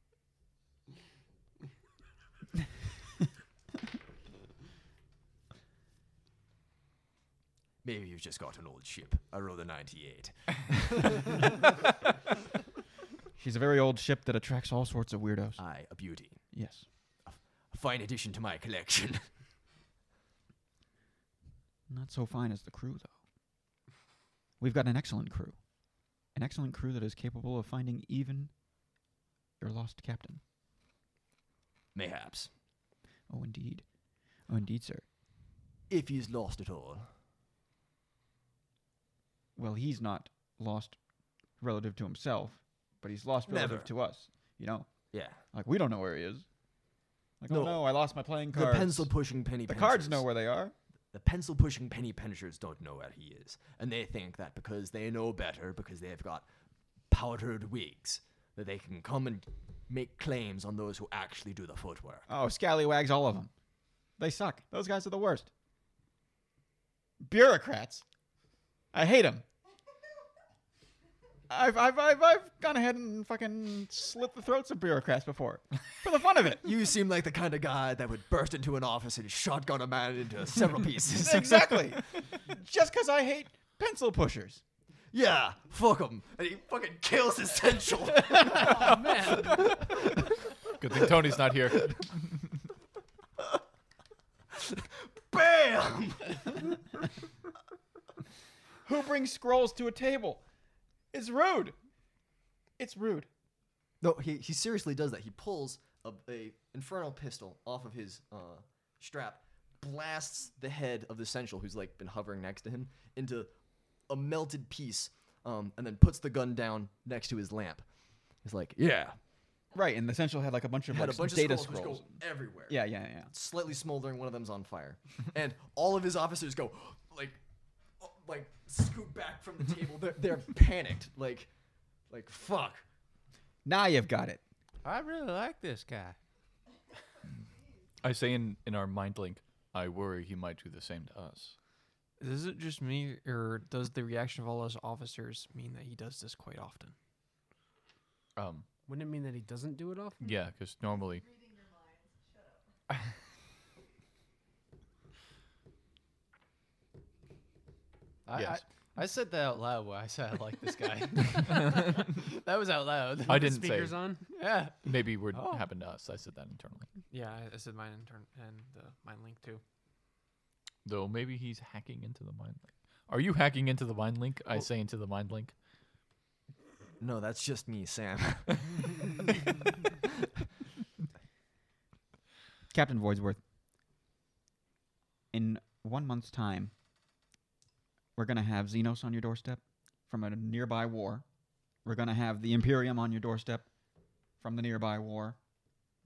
Maybe you've just got an old ship. I rode a 98. She's a very old ship that attracts all sorts of weirdos. Aye, a beauty. Uh, Yes. A fine addition to my collection. Not so fine as the crew, though. We've got an excellent crew. An excellent crew that is capable of finding even your lost captain. Mayhaps. Oh, indeed. Oh, indeed, sir. If he's lost at all. Well, he's not lost relative to himself, but he's lost relative Never. to us. You know, Yeah. like we don't know where he is. Like, No. oh no, I lost my playing cards. The pencil pushing penny The pinchers. cards know where they are. The pencil pushing penny pinchers don't know where he is. And they think that because they know better, because they've got powdered wigs, that they can come and make claims on those who actually do the footwork. Oh, scallywags, all of them. They suck. Those guys are the worst. Bureaucrats. I hate them. I've, I've, I've, I've gone ahead and fucking slit the throats of bureaucrats before for the fun of it. You seem like the kind of guy that would burst into an office and shotgun a man into several pieces. exactly. Just because I hate pencil pushers. yeah, fuck him. And he fucking kills his central. Good thing Tony's not here. Bam! Who brings scrolls to a table? It's rude. It's rude. No, he, he seriously does that. He pulls a, a infernal pistol off of his uh, strap, blasts the head of the central who's like been hovering next to him into a melted piece, um, and then puts the gun down next to his lamp. He's like, "Yeah, Right, and the central had like a bunch of had like, a bunch data of scrolls, which scrolls. go everywhere. Yeah, yeah, yeah. slightly smoldering. One of them's on fire, and all of his officers go like, oh, like scoot back from the table. They're, they're panicked. Like, like fuck. Now you've got it. I really like this guy. I say in, in our mind link, I worry he might do the same to us. Is it just me, or does the reaction of all us officers mean that he does this quite often? Um, Wouldn't it mean that he doesn't do it often? yeah, because normally I, Yes. I, I said that out loud. Where I said I like this guy. that was out loud. I The didn't say speakers on. Yeah. maybe would Oh. happen to us. I said that internally, Yeah, I, I said mine in turn and uh, mine link too. though. Maybe he's hacking into the mind link. Are you hacking into the mind link? I say into the mind link. No, that's just me, Sam. Captain Voidsworth, in one month's time, we're going to have Xenos on your doorstep from a nearby war. We're going to have the Imperium on your doorstep from the nearby war.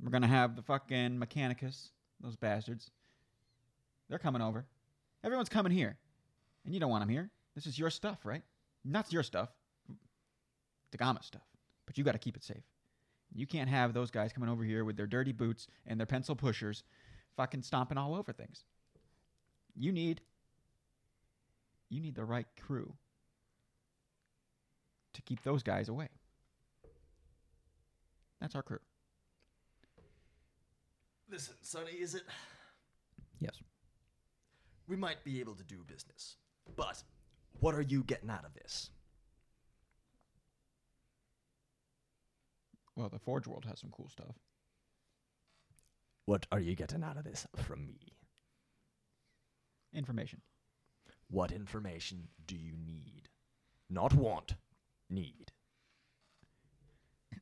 We're going to have the fucking Mechanicus, those bastards. They're coming over. Everyone's coming here. And you don't want them here. This is your stuff, right? Not your stuff, Tagama's stuff. But you got to keep it safe. You can't have those guys coming over here with their dirty boots and their pencil pushers fucking stomping all over things. You need you need the right crew to keep those guys away. That's our crew. Listen, Sonny, is it? Yes. We might be able to do business, but what are you getting out of this? Well, the Forge World has some cool stuff. What are you getting out of this from me? Information. What information do you need? Not want, need. Do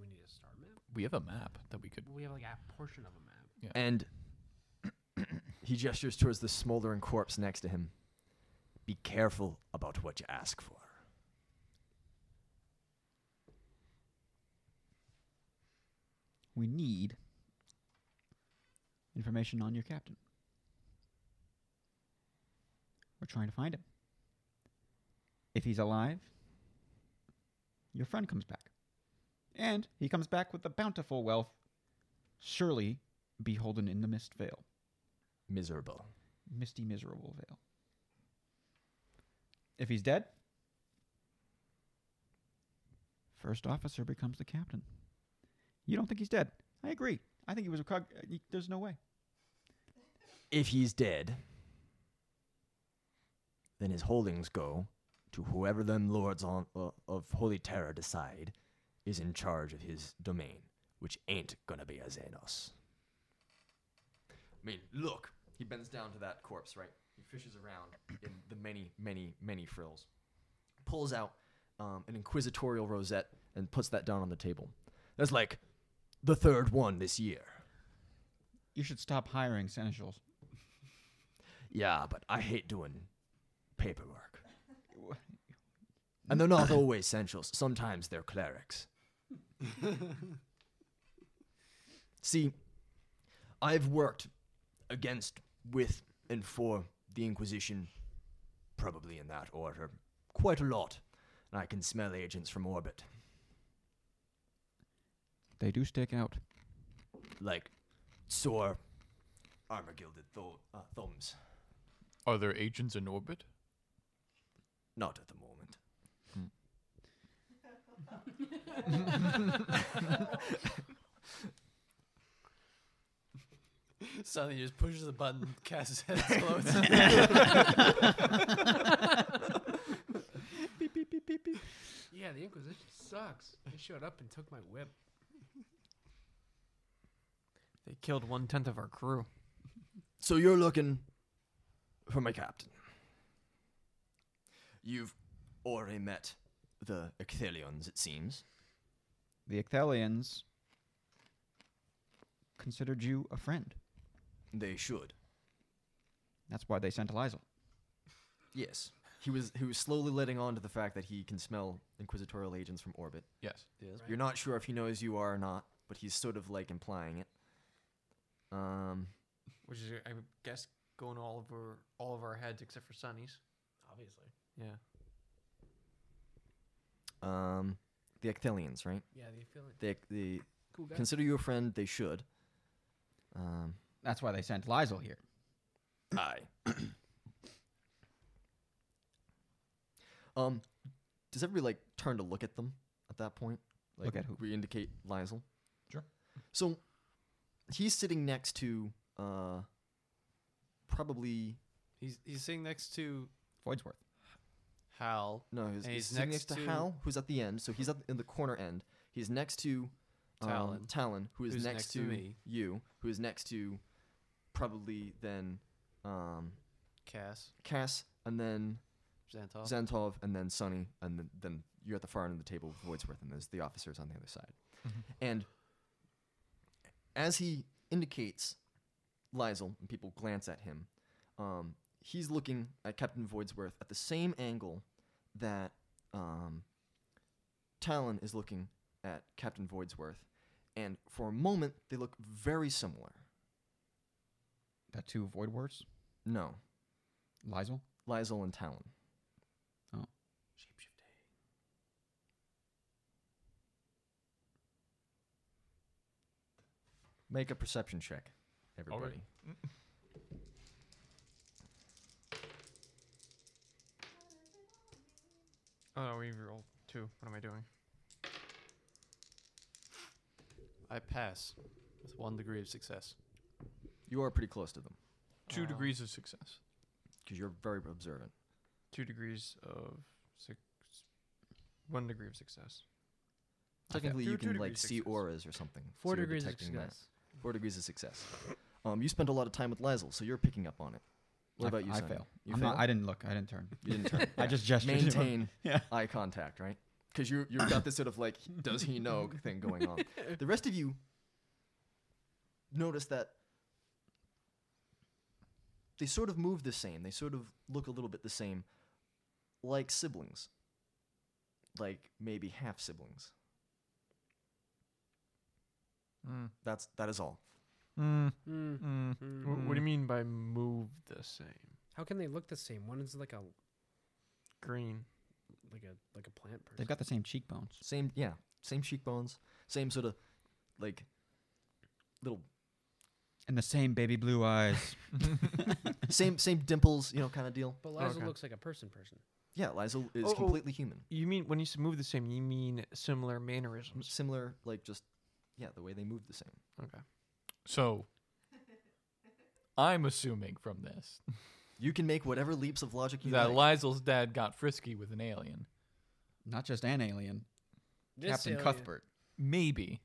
we need a star map? We have a map that we could. We have like a portion of a map. And he gestures towards the smoldering corpse next to him. Be careful about what you ask for. We need information on your captain. We're trying to find him. If he's alive, your friend comes back. And he comes back with the bountiful wealth, surely beholden in the mist veil, Miserable. misty, miserable veil. If he's dead, first officer becomes the captain. You don't think he's dead? I agree. I think he was a cog. uh, y- There's no way. If he's dead, then his holdings go to whoever them lords on, uh, of Holy Terror decide is in charge of his domain, which ain't gonna be a Xenos. I mean, look. He bends down to that corpse, right? He fishes around in the many, many, many frills. Pulls out um, an inquisitorial rosette and puts that down on the table. That's like the third one this year. You should stop hiring seneschals. Yeah, but I hate doing paperwork. And they're not always essentials. Sometimes they're clerics. See, I've worked against, with, and for the Inquisition, probably in that order, quite a lot. And I can smell agents from orbit, They do stick out. like sore, armor gilded thul- uh, thumbs. Are there agents in orbit? Not at the moment. Hmm. Suddenly he just pushes the button, casts his head explodes. Yeah, the Inquisition sucks. They showed up and took my whip. They killed one tenth of our crew. So you're looking for my captain. You've already met the Ecthelions, it seems. The Ecthelians considered you a friend. They should. That's why they sent Eliza. Yes. He was he was slowly letting on to the fact that he can smell inquisitorial agents from orbit. Yes. You're not sure if he knows you are or not, but he's sort of like implying it. Um Which is, I guess, going all over all of our heads except for Sonny's. Obviously. Yeah. um the Ecthelions, right? um, Yeah, they feel it. They they Cool guy. consider you a friend, they should. Um, That's why they sent Lizel here. Aye. um, does everybody like turn to look at them at that point? Like, Look at who? We indicate Lizel. Sure. So he's sitting next to uh, probably He's he's sitting next to Voidsworth. Hal. no. He's, And he's he's sitting next next, to, to- Hal, who's at the end. So he's at, in the corner end. He's next to um, Talon. Talon, who is Who's next, next to, to me. you, who is next to probably then um, Cass. Cass, and then Xanthov. Zentov, and then Sonny, and then, then you're at the far end of the table with Voidsworth, and there's the officers on the other side. And as he indicates Lizel, and people glance at him, um, he's looking at Captain Voidsworth at the same angle that um, Talon is looking at Captain Voidsworth. And for a moment, they look very similar. The two Voidworths. No, Lizel. Lizel and Talon. Oh. Make a perception check, everybody. Already? Oh, no, we rolled two. What am I doing? I pass with one degree of success. You are pretty close to them Two Wow. degrees of success. because you're very observant. Two degrees of six. One degree of success. Technically, Two- you two can like degrees see success. auras or something. so Four you're degrees of detecting that. success. Four degrees of success. Um, you spent a lot of time with Lizel, so you're picking up on it. What I, about you? I Sonny? fail. You I'm fail? Not, I didn't look. I didn't turn. you didn't turn. I Yeah. just gestured. to him. maintain Yeah. eye contact, right? Because you you've got this sort of like does he know thing going on. The rest of you notice that they sort of move the same. They sort of look a little bit the same, like siblings, like maybe half siblings. Mm. That's that is all. Mm. Mm. Mm. Mm. Wh- What do you mean by move the same? How can they look the same? One is like a Green. like a like a plant person. They've got the same cheekbones. Same yeah, same cheekbones, same sort of like little And the same baby blue eyes. same same dimples, you know, kind of deal. but Liza okay. looks like a person person. Yeah, Lizel is Oh, oh. completely human. You mean when you s- move the same, you mean similar mannerisms? Similar, like just yeah, the way they move the same. Okay. So, I'm assuming from this You can make whatever leaps of logic you that like. Liesel's dad got frisky with an alien. Not just an alien. This Captain alien- Cuthbert. Maybe.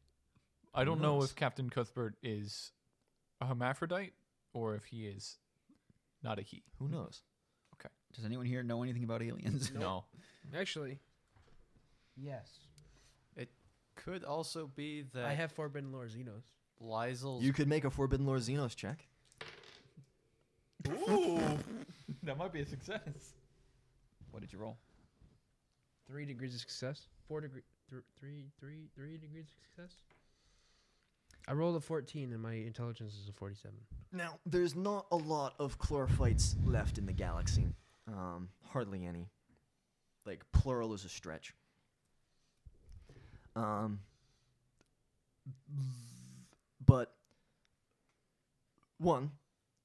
I Who don't know knows? if Captain Cuthbert is a hermaphrodite or if he is not a he. Who knows? Does anyone here know anything about aliens? No. Actually, yes. Could also be that I have Forbidden Lore Xenos. Liesel's You could make a Forbidden Lore Xenos check. Ooh. that might be a success. What did you roll? Three degrees of success. Four degree. Th- three, three, three degrees of success. I rolled a fourteen, and my intelligence is a forty-seven. Now, there's not a lot of chlorophytes left in the galaxy. Um, hardly any. Like, plural is a stretch. Um, but, one,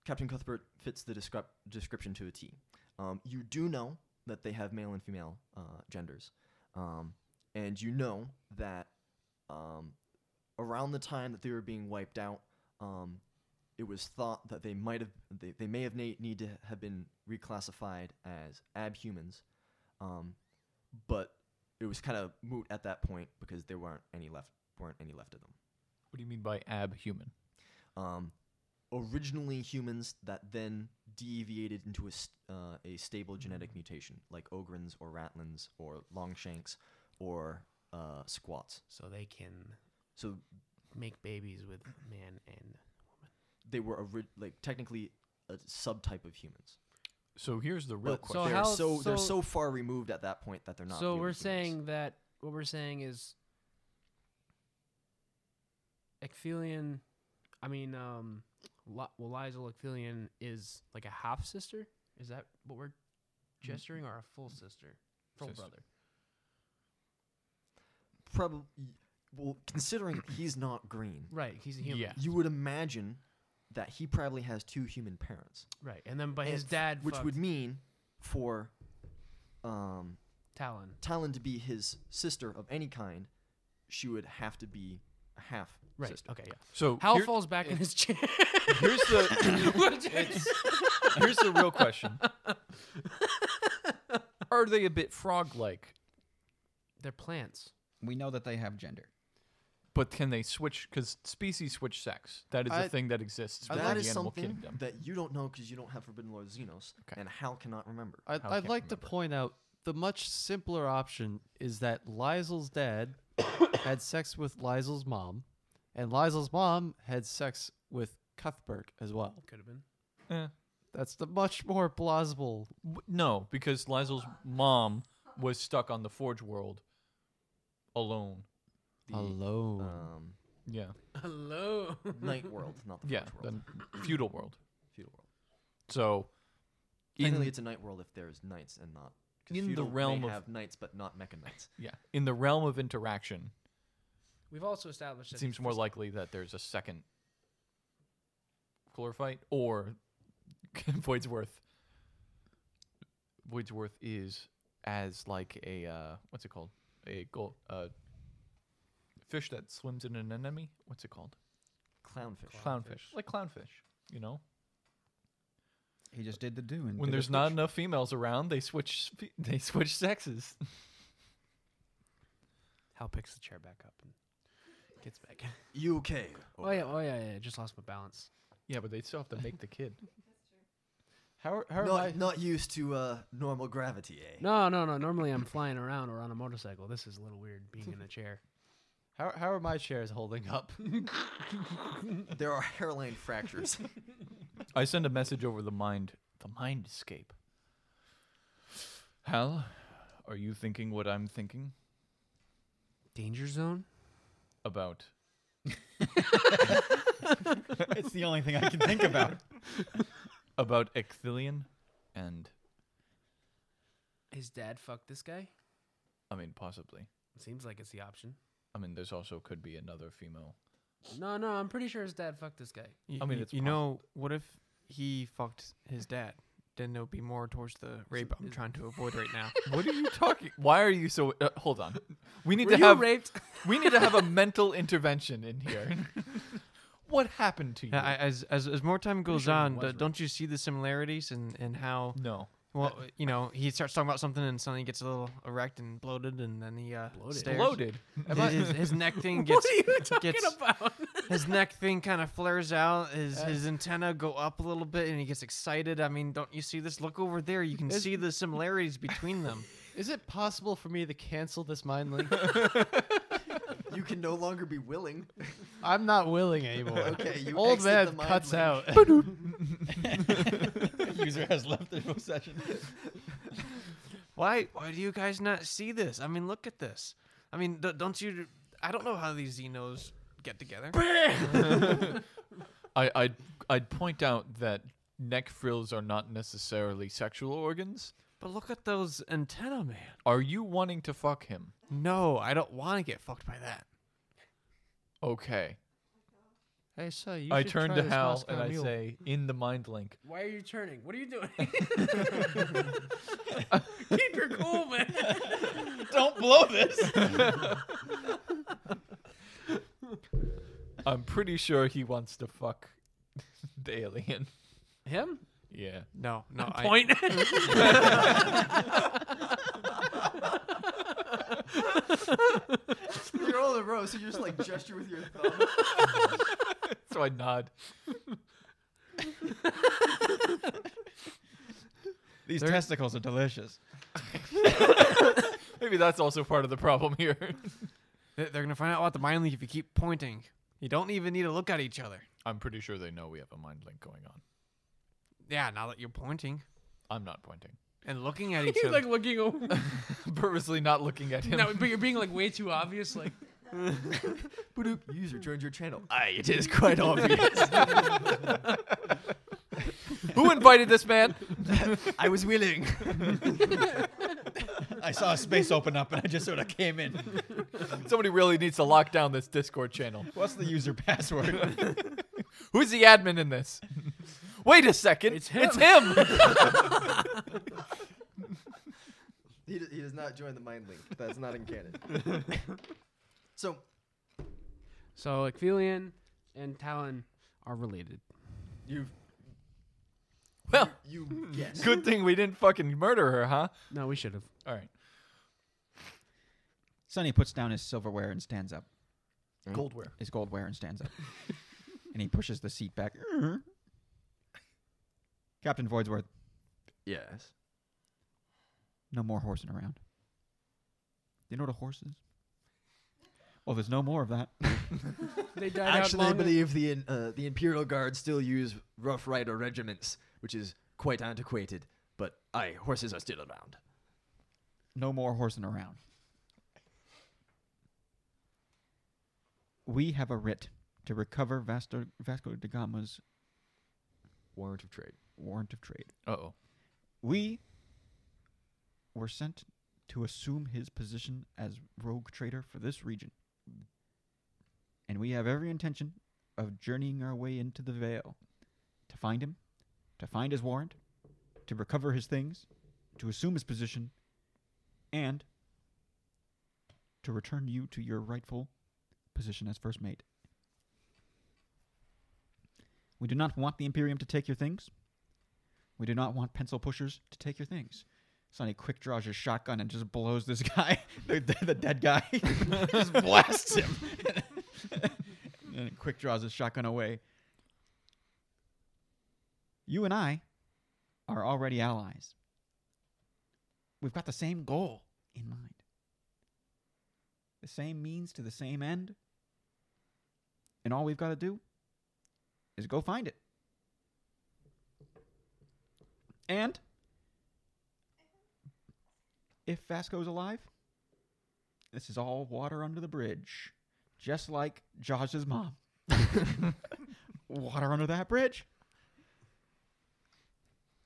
Captain Cuthbert fits the descrip- description to a T. Um, you do know that they have male and female uh, genders. Um, and you know that um, around the time that they were being wiped out, um, it was thought that they might have they, they may have na- need to have been reclassified as abhumans um, but it was kind of moot at that point because there weren't any left weren't any left of them What do you mean by abhuman? um, originally humans that then deviated into a, st- uh, a stable genetic mutation like ogrins or ratlins or longshanks or uh, squats So they can so make babies with man and they were ori- like technically a subtype of humans So here's the real But question. they're how- so, they're so- so far removed at that point that they're not. so really we're humans. saying that what we're saying is Ecphelion I mean um Li- well Lizel Ecphelion is like a half sister? Is that what we're gesturing or a full sister? Full Sister. brother. probably well, considering he's not green, Right, he's a human. Yeah. you would imagine that he probably has two human parents, Right. And then, but his And- dad, which fucked would mean for um, Talon. Talon to be his sister of any kind, she would have to be a half Right. sister. Okay. Yeah. So Hal here- falls back in his chair. here's the here's the real question: Are they a bit frog-like? They're plants. We know that they have gender. But can they switch? Because species switch sex. That is I- a thing that exists within That the is animal something kingdom. that you don't know because you don't have Forbidden Lord Xenos, Okay. and Hal cannot remember. I'd, Hal I'd can't like to remember. point out the much simpler option is that Liesl's dad had sex with Liesl's mom, and Liesl's mom had sex with Cuthbert as well. Could have been. Eh. That's the much more plausible. W- No, because Liesl's mom was stuck on the Forge world alone. The Hello. uh, um, Yeah. Hello. Night World, not the Yeah. Forge World. The feudal world. Feudal World. So Technically, in, it's a Night World if there's knights and not. 'cause In the feudal may realm of- have knights, but not mecha knights. yeah, in the realm of interaction, We've also established. it that seems the more first- likely that there's a second floor fight or Voidsworth. Voidsworth is as like a uh, what's it called? A gold, uh, fish that swims in an enemy. What's it called? Clownfish. Clownfish. Like clownfish, you know. He just did the do. And When did a there's not switch. enough females around, they switch spe- they switch sexes. Hal picks the chair back up and gets back. UK. Oh yeah. Oh yeah. Yeah. I Just lost my balance. Yeah, but they still have to make the kid. How are- how am I? Not, not used to uh, normal gravity, eh? No, no, no. Normally I'm flying around or on a motorcycle. This is a little weird being in a chair. How, how are my chairs holding up? There are hairline fractures. I send a message over the mind the mindscape. Hal, are you thinking what I'm thinking Danger zone. about? it's the only thing I can think about. About Ecthelion and His dad fucked this guy. I mean possibly. Seems like it's the option. I mean there's also could be another female. No, no. I'm pretty sure his dad fucked this guy. Y- I mean, y- it's you know, what if he fucked his dad? Then there'll be more towards the rape I'm is- trying to avoid right now. What are you talking? Why are you so uh, hold on. We need Were to you have raped? we need to have a mental intervention in here. what happened to you? Yeah, I, as, as as more time goes sure he on, was d- raped. don't you see the similarities and and how no. well you know he starts talking about something and suddenly gets a little erect and bloated and then he uh, Bloated? stares. Bloated. Am I- His, his, his neck thing gets gets about? his neck thing kind of flares out. His his antenna go up a little bit, and he gets excited. I mean, don't you see this? Look over there. You can Is- see the similarities between them. Is it possible for me to cancel this mind link? you can no longer be willing. I'm not willing anymore. Okay, you Old exit the man mind cuts link. out. User has left the possession. Why why do you guys not see this? I mean, look at this. I mean, d- don't you? I don't know how these Xenos get together. I, I'd, I'd point out that neck frills are not necessarily sexual organs. But look at those antenna, man. Are you wanting to fuck him? No, I don't want to get fucked by that. Okay. Hey, so you I should turn try to this Hal Moscow and I Mule. say, in the mind link, Why are you turning? What are you doing? Keep your cool, man. Don't blow this. I'm pretty sure he wants to fuck the alien. Him? Yeah. No, no. I, Point. You're all in a row, so you just like gesture with your thumb. So I nod. These There- testicles are delicious. Maybe that's also part of the problem here. They- They're gonna find out about the mind leak if you keep pointing. You don't even need to look at each other. I'm pretty sure they know we have a mind link going on. Yeah, now that you're pointing I'm not pointing. and looking at each You're other. like looking over. Purposely not looking at him. No, but you're being like way too obvious. Like, Boop. User joined your channel. Aye, it is quite obvious. Who invited this man? I was willing. I saw a space open up and I just sort of came in. Somebody really needs to lock down this Discord channel. What's the user password? Who's the admin in this? Wait a second. It's him. It's him. He, d- he does not join the mind link. That's not in canon. so So Ecphelion and Talon are related. you've well, you guessed. Hmm. good thing we didn't fucking murder her, huh? No, we should have. All right. Sonny puts down his silverware and stands up. Goldware. His goldware and stands up. and he pushes the seat back. Captain Voidsworth, Yes. no more horsing around. You know what a horse is? Well, there's no more of that. They died Actually, I believe the in- uh, the Imperial Guard still use Rough Rider regiments, which is quite antiquated. But aye, horses are still around. No more horsing around. We have a writ to recover Vasco, Vasco da Gama's Warrant of trade. warrant of trade. Uh oh. We were sent to assume his position as rogue trader for this region. And we have every intention of journeying our way into the Vale to find him, to find his warrant, to recover his things, to assume his position, and to return you to your rightful position as first mate. We do not want the Imperium to take your things. We do not want pencil pushers to take your things. Sonny quick draws his shotgun and just blows this guy, the, the, the dead guy, just blasts him. and then quick draws his shotgun away. You and I are already allies. We've got the same goal in mind, the same means to the same end. And all we've got to do is go find it. And if Vasco's alive, this is all water under the bridge, just like Josh's mom. water under that bridge.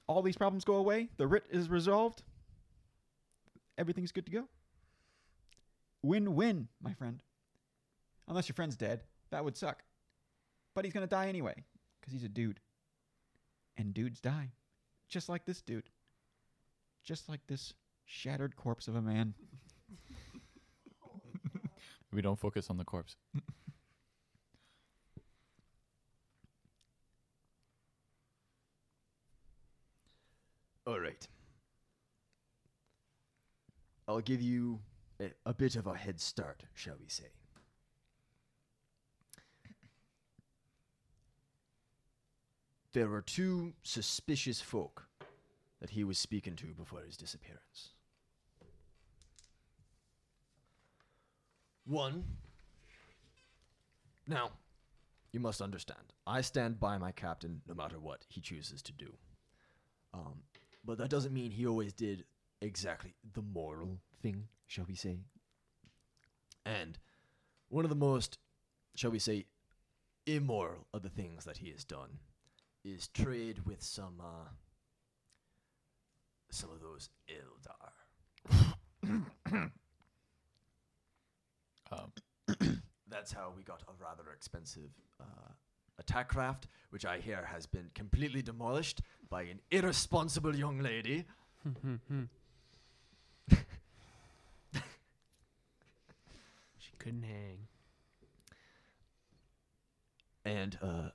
All these problems go away. The writ is resolved. Everything's good to go. Win win, my friend. Unless your friend's dead. That would suck. But he's going to die anyway because he's a dude. And dudes die just like this dude, just like this shattered corpse of a man. We don't focus on the corpse. All right. I'll give you a, a bit of a head start, shall we say. There were two suspicious folk that he was speaking to before his disappearance. One. Now, you must understand, I stand by my captain no matter what he chooses to do. Um, but that doesn't mean he always did exactly the moral thing, shall we say. And one of the most, shall we say, immoral of the things that he has done is trade with some, uh, some of those Eldar. Um, That's how we got a rather expensive uh, attack craft, which I hear has been completely demolished by an irresponsible young lady. She couldn't hang. And uh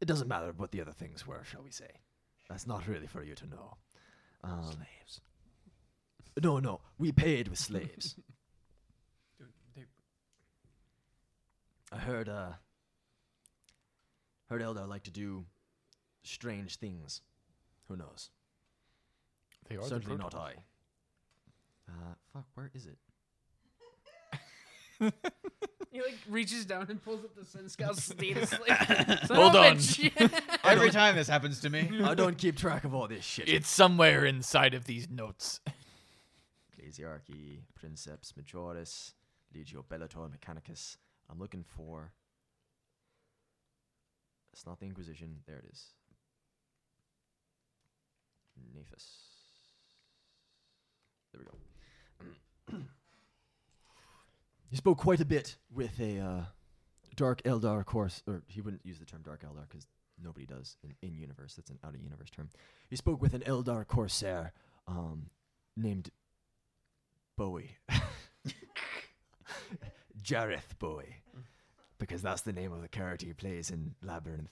It doesn't matter what the other things were, shall we say. That's not really for you to know. Um, slaves. No, no. We paid with slaves. I heard uh heard Eldar like to do strange things. Who knows? they are Certainly the not protons. I. Uh, fuck, where is it? He like reaches down and pulls up the Sun Scout's data slate. Hold on. Every time this happens to me, I don't keep track of all this shit. It's somewhere inside of these notes. Ecclesiarchy, Princeps Majoris, Legio Bellator Mechanicus. I'm looking for. It's not the Inquisition. There it is. Nephus. There we go. he spoke quite a bit with a uh, dark Eldar, of course, or he wouldn't use the term dark Eldar because nobody does in, in universe. That's an out of universe term. He spoke with an Eldar corsair um, named Bowie, Jareth Bowie, because that's the name of the character he plays in Labyrinth.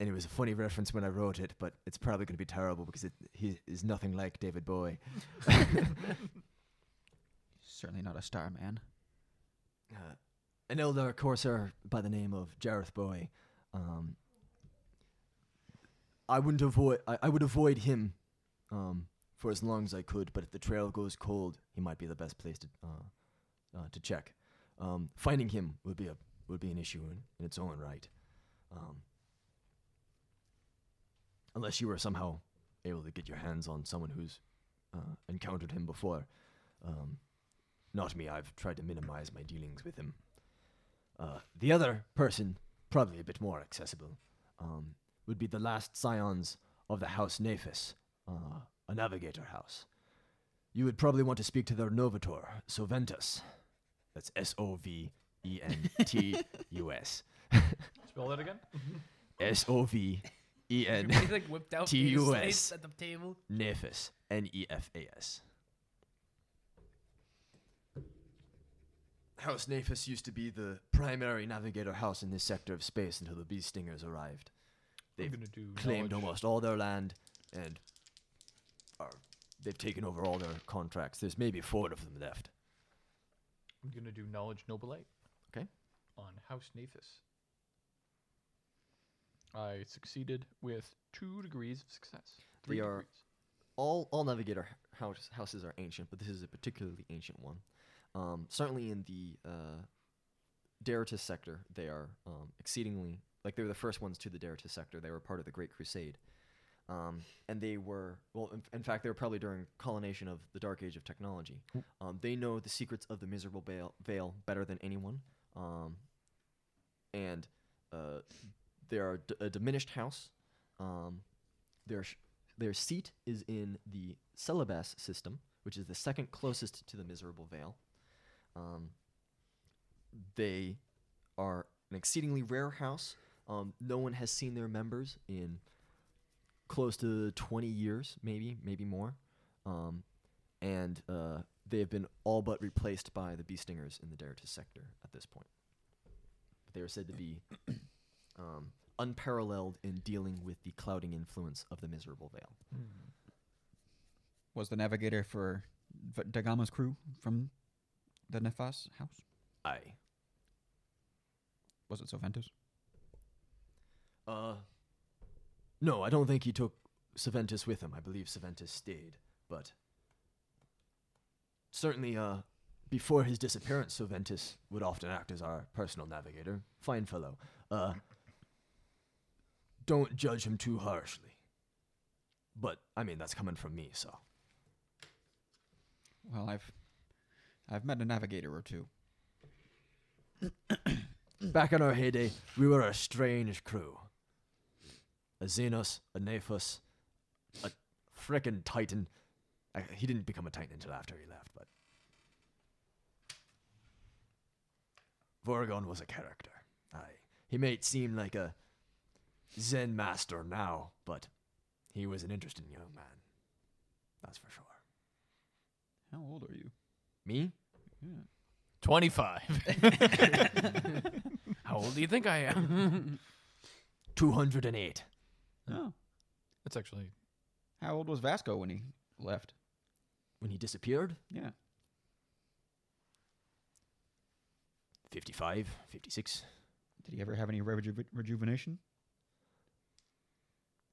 And it was a funny reference when I wrote it, but it's probably going to be terrible because it, he is nothing like David Bowie. Certainly not a star man. uh, an Eldar Corsair by the name of Jareth Bowie. Um, I wouldn't avoid. I, I would avoid him um, for as long as I could. But if the trail goes cold, he might be the best place to uh, uh, to check. Um, finding him would be a would be an issue in, in its own right, um, unless you were somehow able to get your hands on someone who's uh, encountered him before. Um, not me. I've tried to minimize my dealings with him. Uh, the other person, probably a bit more accessible, um, would be the last scions of the House Nephis, uh, a navigator house. You would probably want to speak to their novator, Soventus. That's S O V E N T U S. Spell that again. S O V E N Everybody, like whipped out data TUS. slides at the table. Nephis. N E F A S. House Nephis used to be the primary navigator house in this sector of space until the bee stingers arrived. I'm They've gonna do claimed knowledge. almost all their land and are they've taken over all their contracts. There's maybe four of them left. I'm gonna do knowledge nobilite. Okay. On House Nathus. I succeeded with two degrees of success. Three They are- degrees. all all navigator h- house, houses are ancient, but this is a particularly ancient one. Um, certainly in the uh, Deratus sector, they are um, exceedingly like they were the first ones to the Deratus sector. They were part of the Great Crusade, um, and they were well. In, in fact, they were probably during colonization of the Dark Age of technology. Um, they know the secrets of the miserable Vale, vale better than anyone, um, and uh, they are d- a diminished house. Um, they're sh- their seat is in the Celebes system, which is the second closest to the Miserable Vale. Um, they are an exceedingly rare house. Um, no one has seen their members in close to 20 years, maybe, maybe more. Um, and uh, they have been all but replaced by the bee stingers in the Deratus sector at this point. But they are said to be um, unparalleled in dealing with the clouding influence of the Miserable Vale. Was the navigator for V- Dagama's crew from the Nefas house? Aye. Was it Soventus? Uh, no, I don't think he took Saventus with him. I believe Saventus stayed, but certainly, uh, before his disappearance, Saventus would often act as our personal navigator. Fine fellow. Uh, don't judge him too harshly. But I mean, that's coming from me, so Well, I've I've met a navigator or two. Back in our heyday, we were a strange crew. A Xenos, a Naphus, a frickin' Titan. I, he didn't become a Titan until after he left, but. Vorgon was a character. Aye. He may seem like a Zen master now, but he was an interesting young man. That's for sure. How old are you? Me? Yeah. 25. How old do you think I am? 208. Oh. That's actually How old was Vasco when he left? When he disappeared? Yeah. 55, 56. Did he ever have any reju- rejuvenation?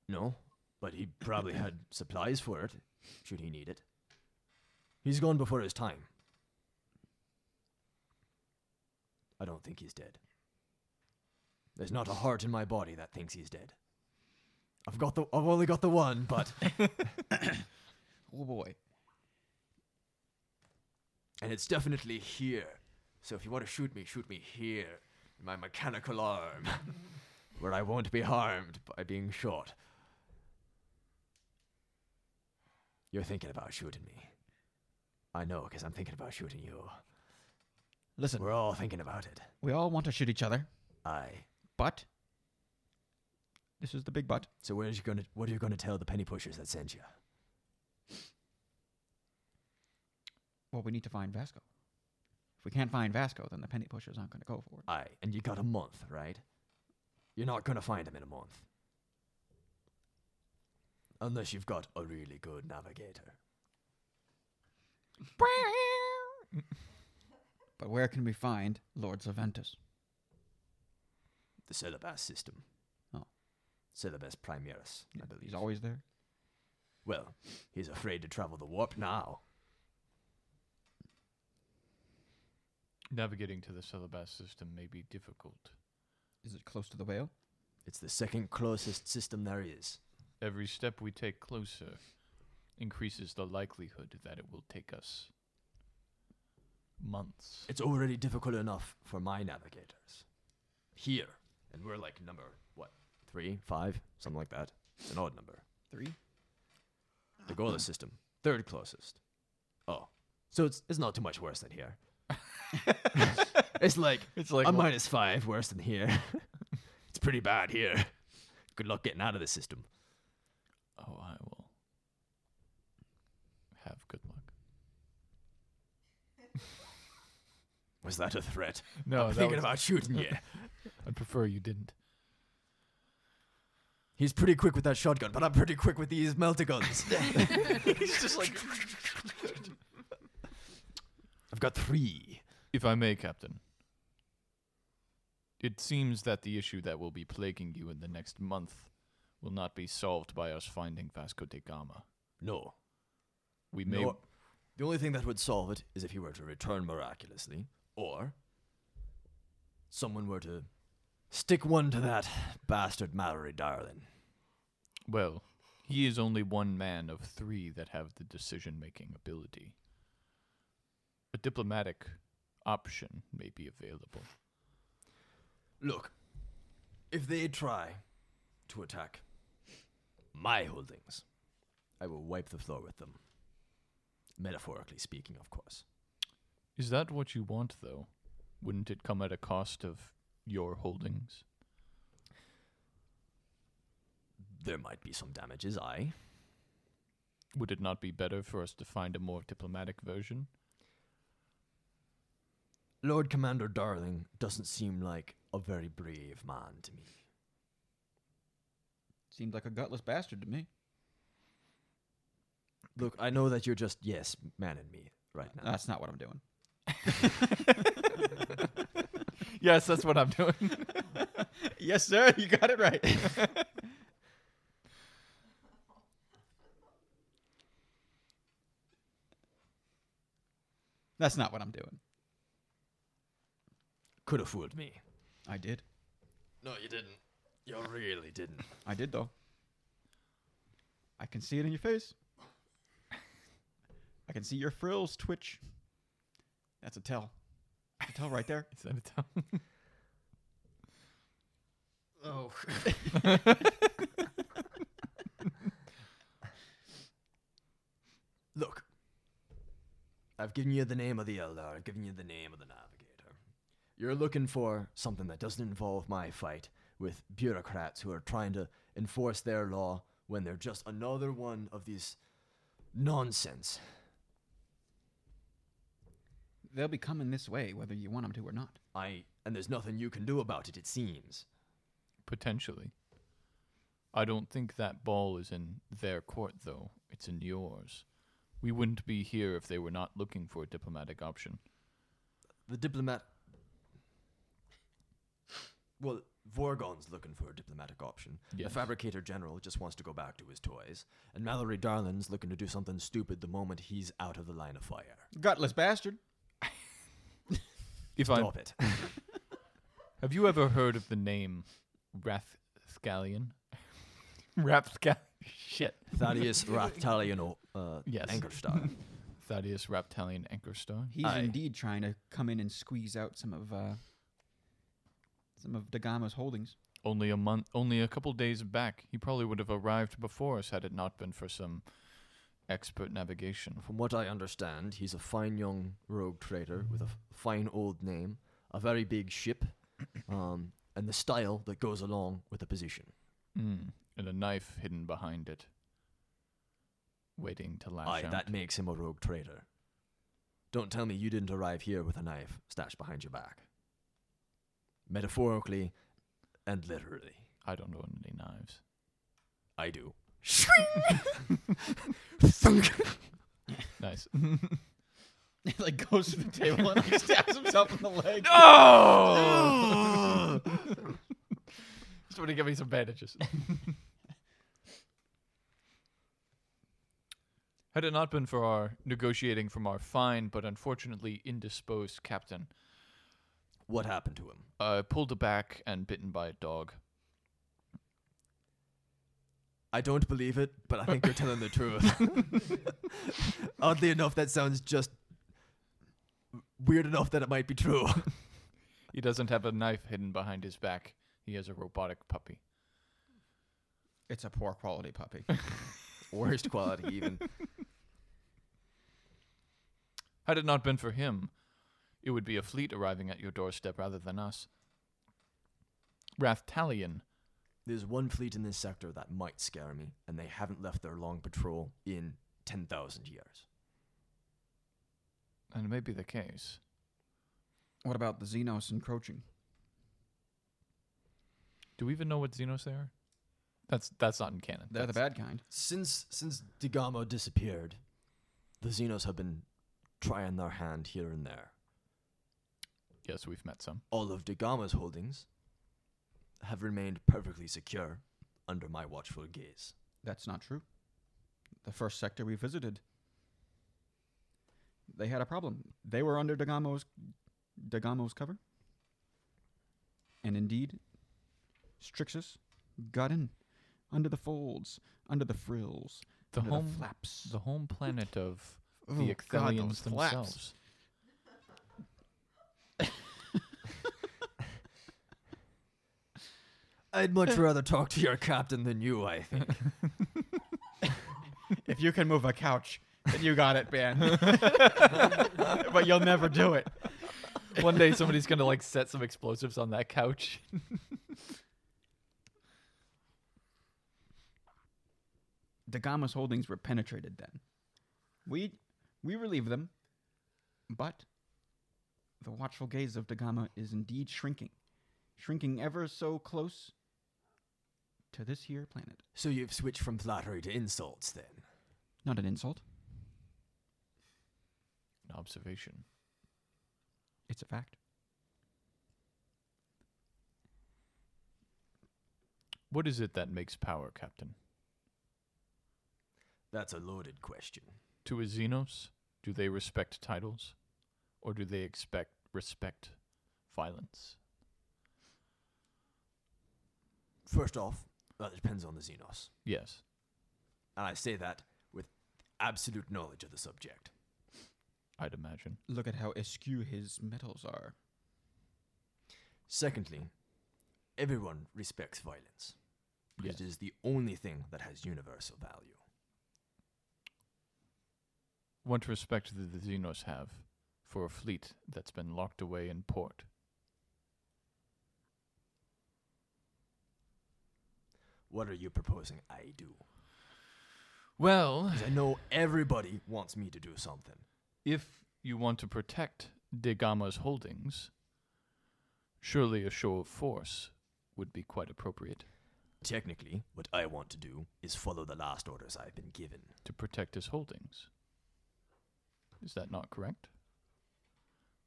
No, but he probably had supplies for it, should he need it. He's gone before his time. I don't think he's dead. There's not a heart in my body that thinks he's dead. I've got the I've only got the one, but Oh boy. and it's definitely here. So if you want to shoot me, shoot me here in my mechanical arm where I won't be harmed by being shot. You're thinking about shooting me. I know, because I'm thinking about shooting you. Listen, We're all thinking about it. we all want to shoot each other, Aye. but this is the big but. So what are you gonna what are you gonna tell the penny pushers that sent you? Well, we need to find Vasco. If we can't find Vasco, then the penny pushers aren't going to go for it. Aye. And you got a month, right? You're not gonna find him in a month. Unless you've got a really good navigator. But where can we find Lord Saventus? The Celebas system. Oh. Celebas Primaris, I believe. He's always there. Well, he's afraid to travel the warp now. Navigating to the syllabus system may be difficult. Is it close to the whale? It's the second closest system there is. Every step we take closer increases the likelihood that it will take us months. It's already difficult enough for my navigators. Here. And we're like number, what, three, five? Something like that. It's an odd number. Three. The Ah. Gola system. Third closest. Oh. So it's, it's not too much worse than here. it's like It's like a minus five worse than here. it's pretty bad here. Good luck getting out of the system. Oh, I will have good luck. Was that a threat? No, I'm Oh, that thinking was- about shooting you. I'd prefer you didn't. He's pretty quick with that shotgun, but I'm pretty quick with these meltaguns. He's just like. I've got three. If I may, Captain. It seems that the issue that will be plaguing you in the next month will not be solved by us finding Vasco da Gama. No. We may no. The only thing that would solve it is if he were to return miraculously, or someone were to stick one to that bastard Mallory Darling. Well, he is only one man of three that have the decision making ability. A diplomatic option may be available. Look, if they try to attack my holdings, I will wipe the floor with them. Metaphorically speaking, of course. Is that what you want, though? Wouldn't it come at a cost of your holdings? There might be some damages, aye. Would it not be better for us to find a more diplomatic version? Lord Commander Darling doesn't seem like a very brave man to me. Seemed like a gutless bastard to me. Look, I know that you're just, yes, man and me right now. That's not what I'm doing. yes, that's what I'm doing. yes, sir. You got it right. That's not what I'm doing. Could have fooled me. I did. No, you didn't. You really didn't. I did though. I can see it in your face. I can see your frills twitch. That's a tell. A tell right there. Is that a tongue? Oh. Look, I've given you the name of the Elder, I've given you the name of the Navigator. You're looking for something that doesn't involve my fight with bureaucrats who are trying to enforce their law when they're just another one of these nonsense. They'll be coming this way whether you want them to or not. I and there's nothing you can do about it, it seems. Potentially. I don't think that ball is in their court, though. It's in yours. We wouldn't be here if they were not looking for a diplomatic option. The diplomat Well, Vorgon's looking for a diplomatic option. Yes. The fabricator general just wants to go back to his toys, and Mallory Darlin's looking to do something stupid the moment he's out of the line of fire. Gutless bastard. If I Stop it. have you ever heard of the name Rathscallion? Rathscallion. Shit. Thaddeus Rathtalian uh, Yes. Ankerstar. Thaddeus Raptalion Anchorstar. He's Aye. indeed trying to come in and squeeze out some of uh, some of Dagama's holdings. Only a month, only a couple days back, he probably would have arrived before us had it not been for some expert navigation. From what I understand, he's a fine young rogue trader with a f- fine old name, a very big ship, um, and the style that goes along with the position. Mm. And a knife hidden behind it, waiting to lash Aye, out. that makes him a rogue trader. Don't tell me you didn't arrive here with a knife stashed behind your back. Metaphorically and literally. I don't own any knives. I do. Nice. He like goes to the table and like stabs himself in the leg. Oh! Somebody give me some bandages. Had it not been for our negotiating from our fine but unfortunately indisposed captain, What happened to him? uh, pulled aback and bitten by a dog. I don't believe it, but I think you're telling the truth. Oddly enough, that sounds just weird enough that it might be true. He doesn't have a knife hidden behind his back. He has a robotic puppy. It's a poor quality puppy. Worst quality, even. Had it not been for him, it would be a fleet arriving at your doorstep rather than us. Rathtalion. There's one fleet in this sector that might scare me, and they haven't left their long patrol in 10,000 years. And it may be the case. what about the Xenos encroaching? Do we even know what Xenos they are? That's that's not in canon. They're the That's- bad kind. Since since Digamo disappeared, the Xenos have been trying their hand here and there. Yes, we've met some. All of Digamo's holdings have remained perfectly secure under my watchful gaze. That's not true. The first sector we visited, they had a problem. They were under Dagamo's Dagamo's cover, and indeed, Strixus got in under the folds, under the frills, The under home the flaps. the home planet of Oh, the God, Ecthelians those flaps. themselves. I'd much rather talk to your captain than you, I think. If you can move a couch, then you got it, man. but you'll never do it. One day somebody's gonna like set some explosives on that couch. Dagamo's holdings were penetrated then. We we relieve them, but the watchful gaze of Dagama is indeed shrinking. Shrinking ever so close to this here planet. So you've switched from flattery to insults then. Not an insult, An observation. it's a fact. What is it that makes power, Captain? That's a loaded question. To a Xenos, do they respect titles? Or do they expect respect violence? First off, that depends on the Xenos. Yes. And I say that with absolute knowledge of the subject. I'd imagine. Look at how askew his metals are. Secondly, everyone respects violence because Yes. it is the only thing that has universal value. What respect do the Xenos have for a fleet that's been locked away in port? What are you proposing I do? Well, 'Cause I know everybody wants me to do something. if you want to protect Degama's holdings, surely a show of force would be quite appropriate Technically, what I want to do is follow the last orders I've been given. to protect his holdings. Is that not correct?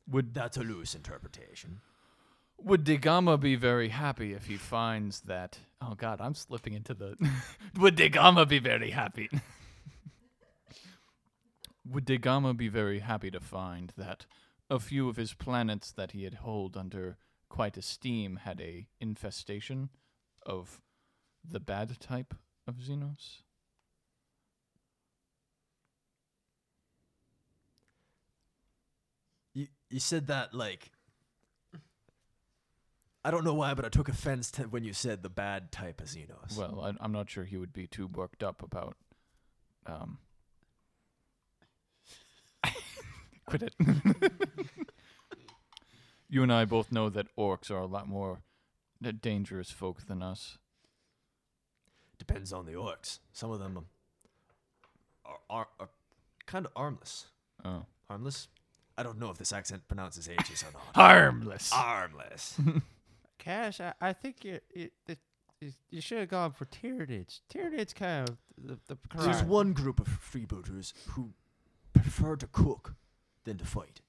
Would That's a loose interpretation. would Degama be very happy if he finds that? Oh God, I'm slipping into the. would Degama be very happy? would Degama be very happy to find that a few of his planets that he had held under quite esteem had a infestation of the bad type of Xenos? You, you said that like. I don't know why, but I took offense to when you said the bad type of Xenos. Well, I, I'm not sure he would be too worked up about um, Quit it. you and I both know that orcs are a lot more d- dangerous folk than us. Depends on the orcs. Some of them are, are, are kind of armless. Oh. Armless? I don't know if this accent pronounces H's or not. Harmless. Armless. Cash, I, I think you you it, you- you should have gone for Tyranids. Tyranids kind of the, the There's crime. one group of freebooters who prefer to cook than to fight.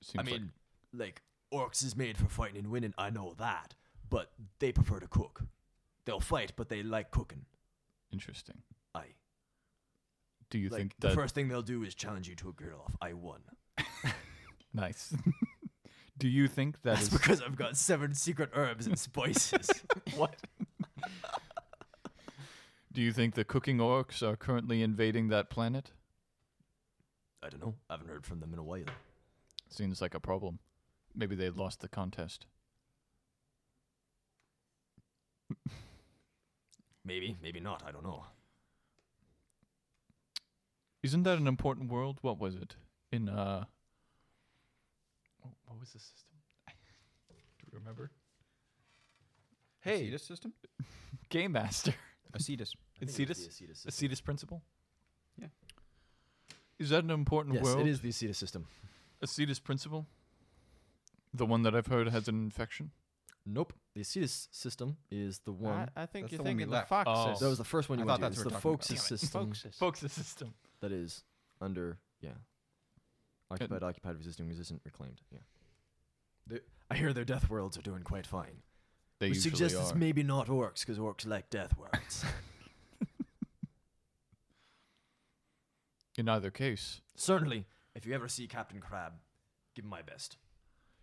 Seems I like- mean, like, orcs is made for fighting and winning. I know that, but they prefer to cook. They'll fight, but they like cooking. interesting. I Do you like think the that first thing they'll do is challenge you to a girl off. I won. nice? Do you think that That's is because I've got seven secret herbs and spices. what? Do you think the cooking orcs are currently invading that planet? I don't know. I haven't heard from them in a while. Seems like a problem. Maybe they lost the contest. Maybe, maybe not. I don't know. Isn't that an important world? What was it? In uh wh- what was the system? Do you remember? Hey, Acetus system. Game Master. Acetus. Acetus? Acetus principle? Yeah. Is that an important Yes, world? it is the Acetus system. Acetus principle? The one that I've heard has an infection? Nope. The Acetus system is the one. I, I think That's you're the one we thinking the left. fox Oh. that was the first one I you thought went to. It's that's what the we're talking Fox's about. system Folks, the system. that is under, yeah. Occupied, occupied, resisting, resistant, reclaimed. Yeah. I hear their death worlds are doing quite fine. They Which usually suggests it's are. maybe not orcs, because orcs like death worlds. In either case, Certainly, if you ever see Captain Crab, give him my best.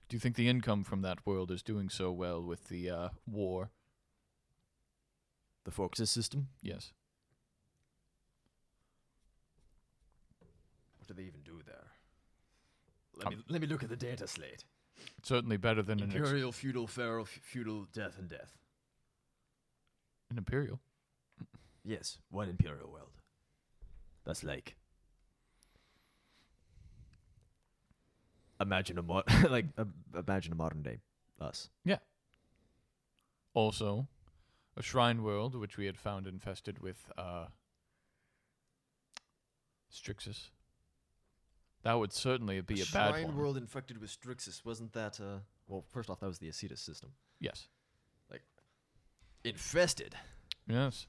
do you think the income from that world is doing so well with the uh, war? The Fox's system? Yes. What do they even do there? Um, Let me, let me look at the data slate. It's certainly better than an, ex- Imperial, feudal, feral, f- feudal, death, and death. an imperial. Yes, one Imperial world. That's like. Imagine a mod, like a, imagine a modern day us. Also, a shrine world which we had found infested with uh, Strixus. That would certainly be a, bad one. world infected with Strixus wasn't that? Uh, well, first off, that was the Acetus system. Yes. Infested. Yes.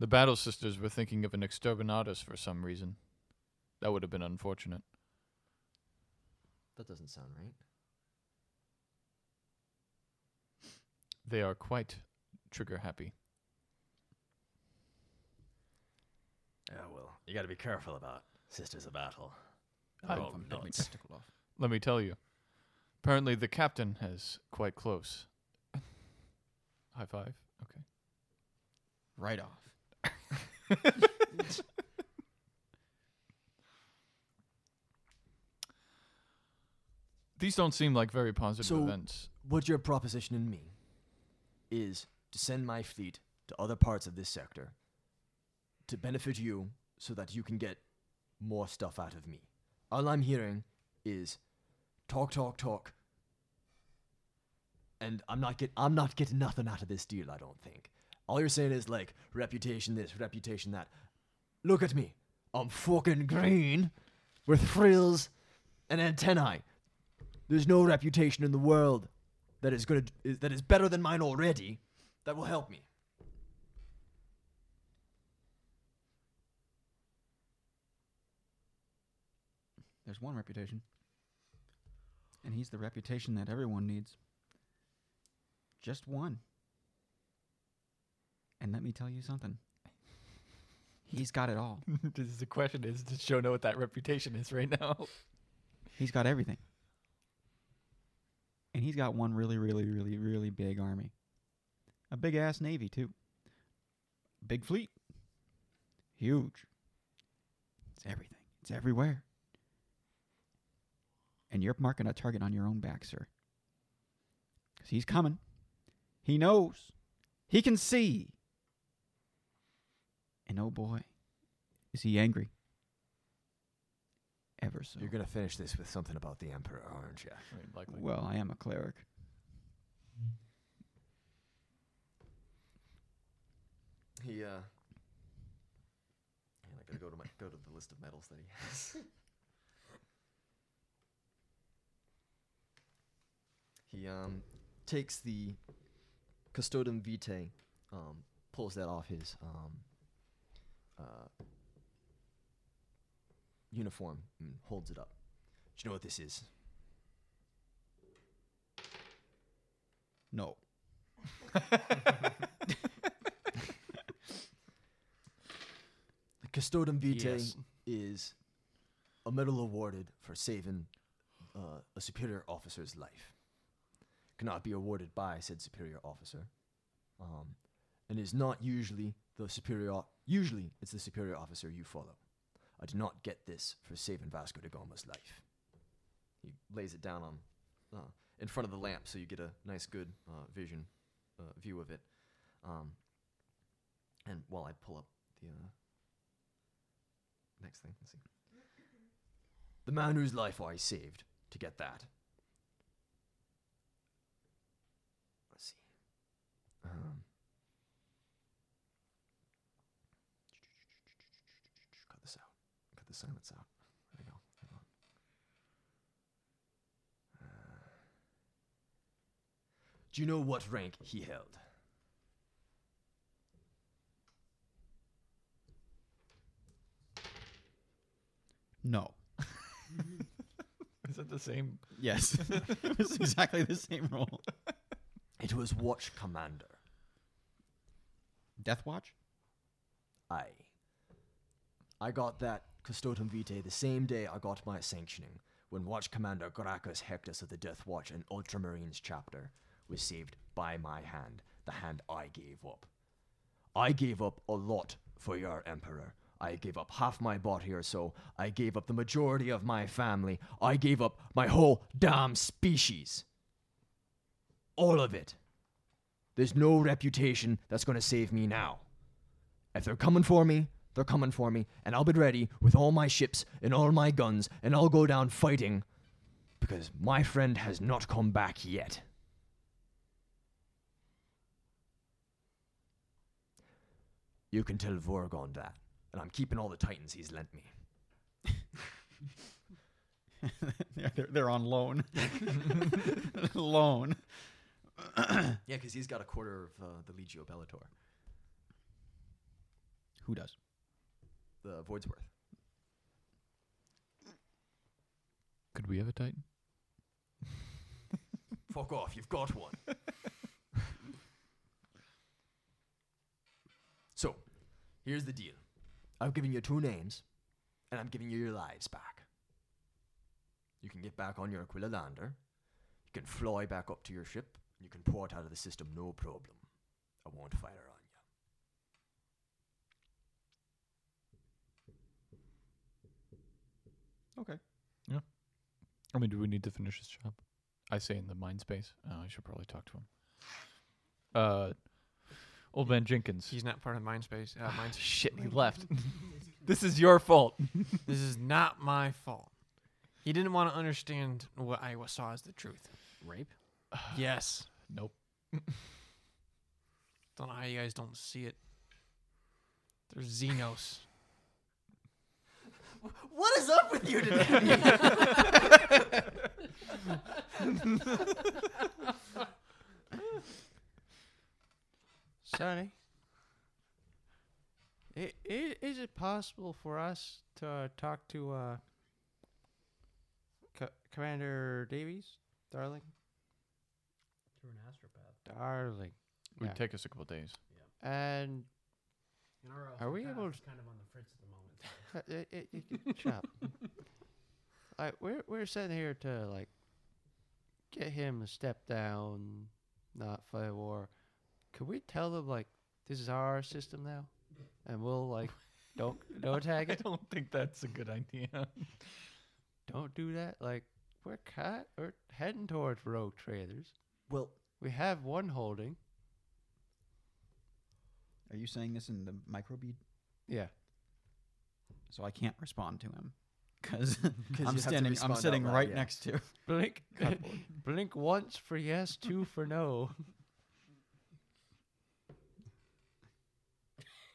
The Battle Sisters were thinking of an exterminatus for some reason. That would have been unfortunate. That doesn't sound right. They are quite trigger happy. Yeah, well, you got to be careful about Sisters of Battle. I- Oh, nuts. Let me tell you. Apparently, the captain is quite close. High five. Right off. These don't seem like very positive So- events. What your proposition and me is to send my fleet to other parts of this sector to benefit you so that you can get more stuff out of me. All I'm hearing is talk, talk, talk. And I'm not get I'm not getting nothing out of this deal, I don't think. All you're saying is like reputation this, reputation that. Look at me. I'm fucking green with frills and antennae. There's no reputation in the world that is going to that is better than mine already that will help me. There's one reputation. And he's the reputation that everyone needs. Just one. And let me tell you something. He's got it all. the question is, does Joe know what that reputation is right now? He's got everything. And he's got one really, really, really, really big army. A big ass navy, too. Big fleet. Huge. It's everything, it's everywhere. And you're marking a target on your own back, sir. Because he's coming. He knows. He can see. And oh boy, is he angry. ever so. You're gonna finish this with something about the Emperor, aren't you? I mean, likely. Well, I am a cleric. He uh. And I gotta go to my go to the list of medals that he has. he um takes the custodum vitae, um, pulls that off his um uh, uniform and holds it up. Do you know what this is? No. The Custodum Vitae Yes. is a medal awarded for saving uh, a superior officer's life. Cannot be awarded by said superior officer, um, and is not usually the superior. Usually, it's the superior officer you follow. I did not get this for saving Vasco da Gama's life. He lays it down on uh, in front of the lamp, so you get a nice, good uh, vision uh, view of it. Um, and while I pull up the uh, next thing. Let's see. The man whose life I saved to get that. Let's see. Um, cut this out. Cut the silence out. There we go. Hang on. Uh, do you know what rank he held? No. Is it the same? Yes. it's exactly the same role. It was Watch Commander. Death Watch? I. I got that Custotum Vitae the same day I got my sanctioning, when Watch Commander Gracchus Hectus of the Death Watch and Ultramarines chapter was saved by my hand, the hand I gave up. I gave up a lot for your Emperor. I gave up half my body or so. I gave up the majority of my family. I gave up my whole damn species. All of it. There's no reputation that's going to save me now. If they're coming for me, they're coming for me, and I'll be ready with all my ships and all my guns, and I'll go down fighting because my friend has not come back yet. You can tell Vorgon that, and I'm keeping all the Titans he's lent me. yeah, they're, they're on loan. loan. Yeah, because he's got a quarter of uh, the Legio Bellator, Who does? the Voidsworth. Could we have a Titan? Fuck off, you've got one. so, here's the deal I've given you two names, and I'm giving you your lives back. You can get back on your Aquila lander, you can fly back up to your ship, you can port out of the system no problem. I won't fire on you. Okay. I mean, do we need to finish this job? I say in the mind space. Oh, I should probably talk to him. Uh, old man Jenkins. He's not part of Mindspace. Uh, Mindspace. Shit, he left. this is your fault. this is not my fault. He didn't want to understand what I wa- saw as the truth. Rape? Yes. Nope. Don't know how you guys don't see it. They're Xenos. What is up with you today? Sonny, i- i- is it possible for us to uh, talk to uh, Co- Commander Davies? Darling? You're an astropath. Darling. It would Yeah. take us a couple days. And And our Are we astropath able is kind of on the fritz at the moment. Uh, it, it, it, it- shut up. Like we're we're sitting here to like get him to step down, not fight a war. Could we tell him like this is our system now, and we'll like don't don't attack I it, don't think that's a good idea. don't do that. Like we're cat we're heading towards rogue traders. well, We have one holding. Are you saying this in the microbead? Yeah. So I can't respond to him. because 'Cause you have I'm to standing. respond I'm out sitting loud, right yeah. next to. Blink, Cardboard. blink once for yes, two for no.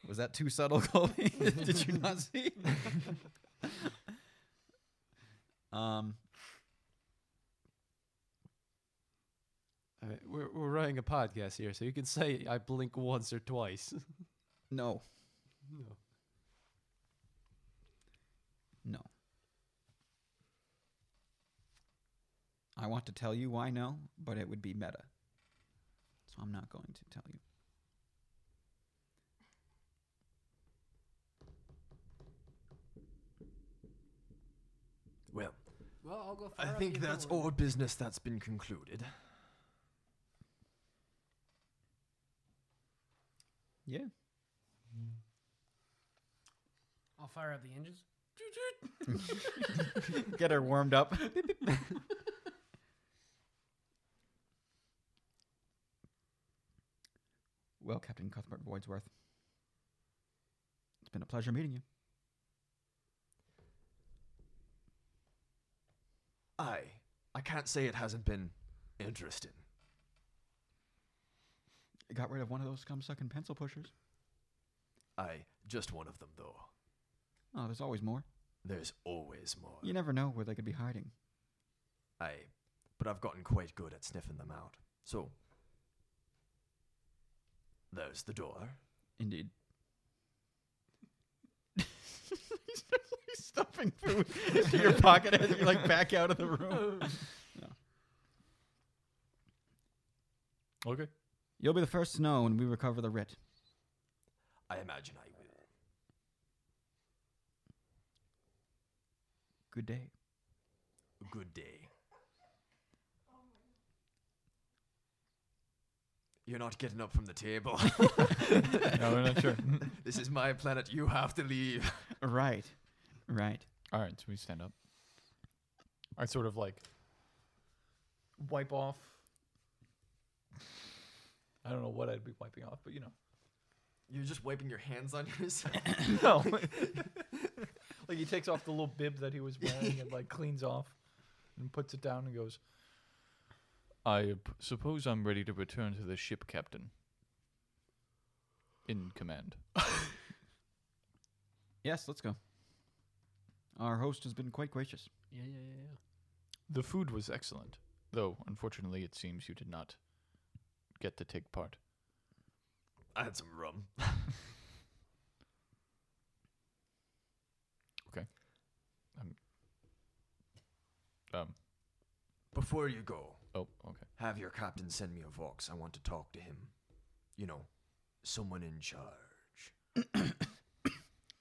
Was that too subtle, Colby? Did you not see? um, I mean, we're we're running a podcast here, so you can say I blink once or twice. no, no. no. I want to tell you why no, but it would be meta, so I'm not going to tell you. Well, Well, I'll go. I think that's all business that's been concluded. Yeah. I'll fire up the engines. Get her warmed up. well, Captain Cuthbert Boydsworth, it's been a pleasure meeting you. I I can't say it hasn't been interesting. It got rid of one of those scum sucking pencil pushers. I just one of them though. Oh, there's always more. There's always more. You never know where they could be hiding. I but I've gotten quite good at sniffing them out. So there's the door. Indeed. Stuffing food into your pocket as you like back out of the room. Okay. You'll be the first to know when we recover the writ. I imagine I will. Good day. Good day. You're not getting up from the table. No, we're not sure. this is my planet. You have to leave. Right. Right. All right, so we stand up. I sort of like wipe off. I don't know what I'd be wiping off, but you know. You're just wiping your hands on yourself. No. like he takes off the little bib that he was wearing and like cleans off and puts it down and goes, I p- suppose I'm ready to return to the ship, Captain. In command. Yes, let's go. Our host has been quite gracious. Yeah, yeah, yeah, yeah. The food was excellent, though unfortunately it seems you did not get to take part. I had some rum. Um, Before you go, oh, okay. have your captain send me a vox. I want to talk to him. You know, someone in charge.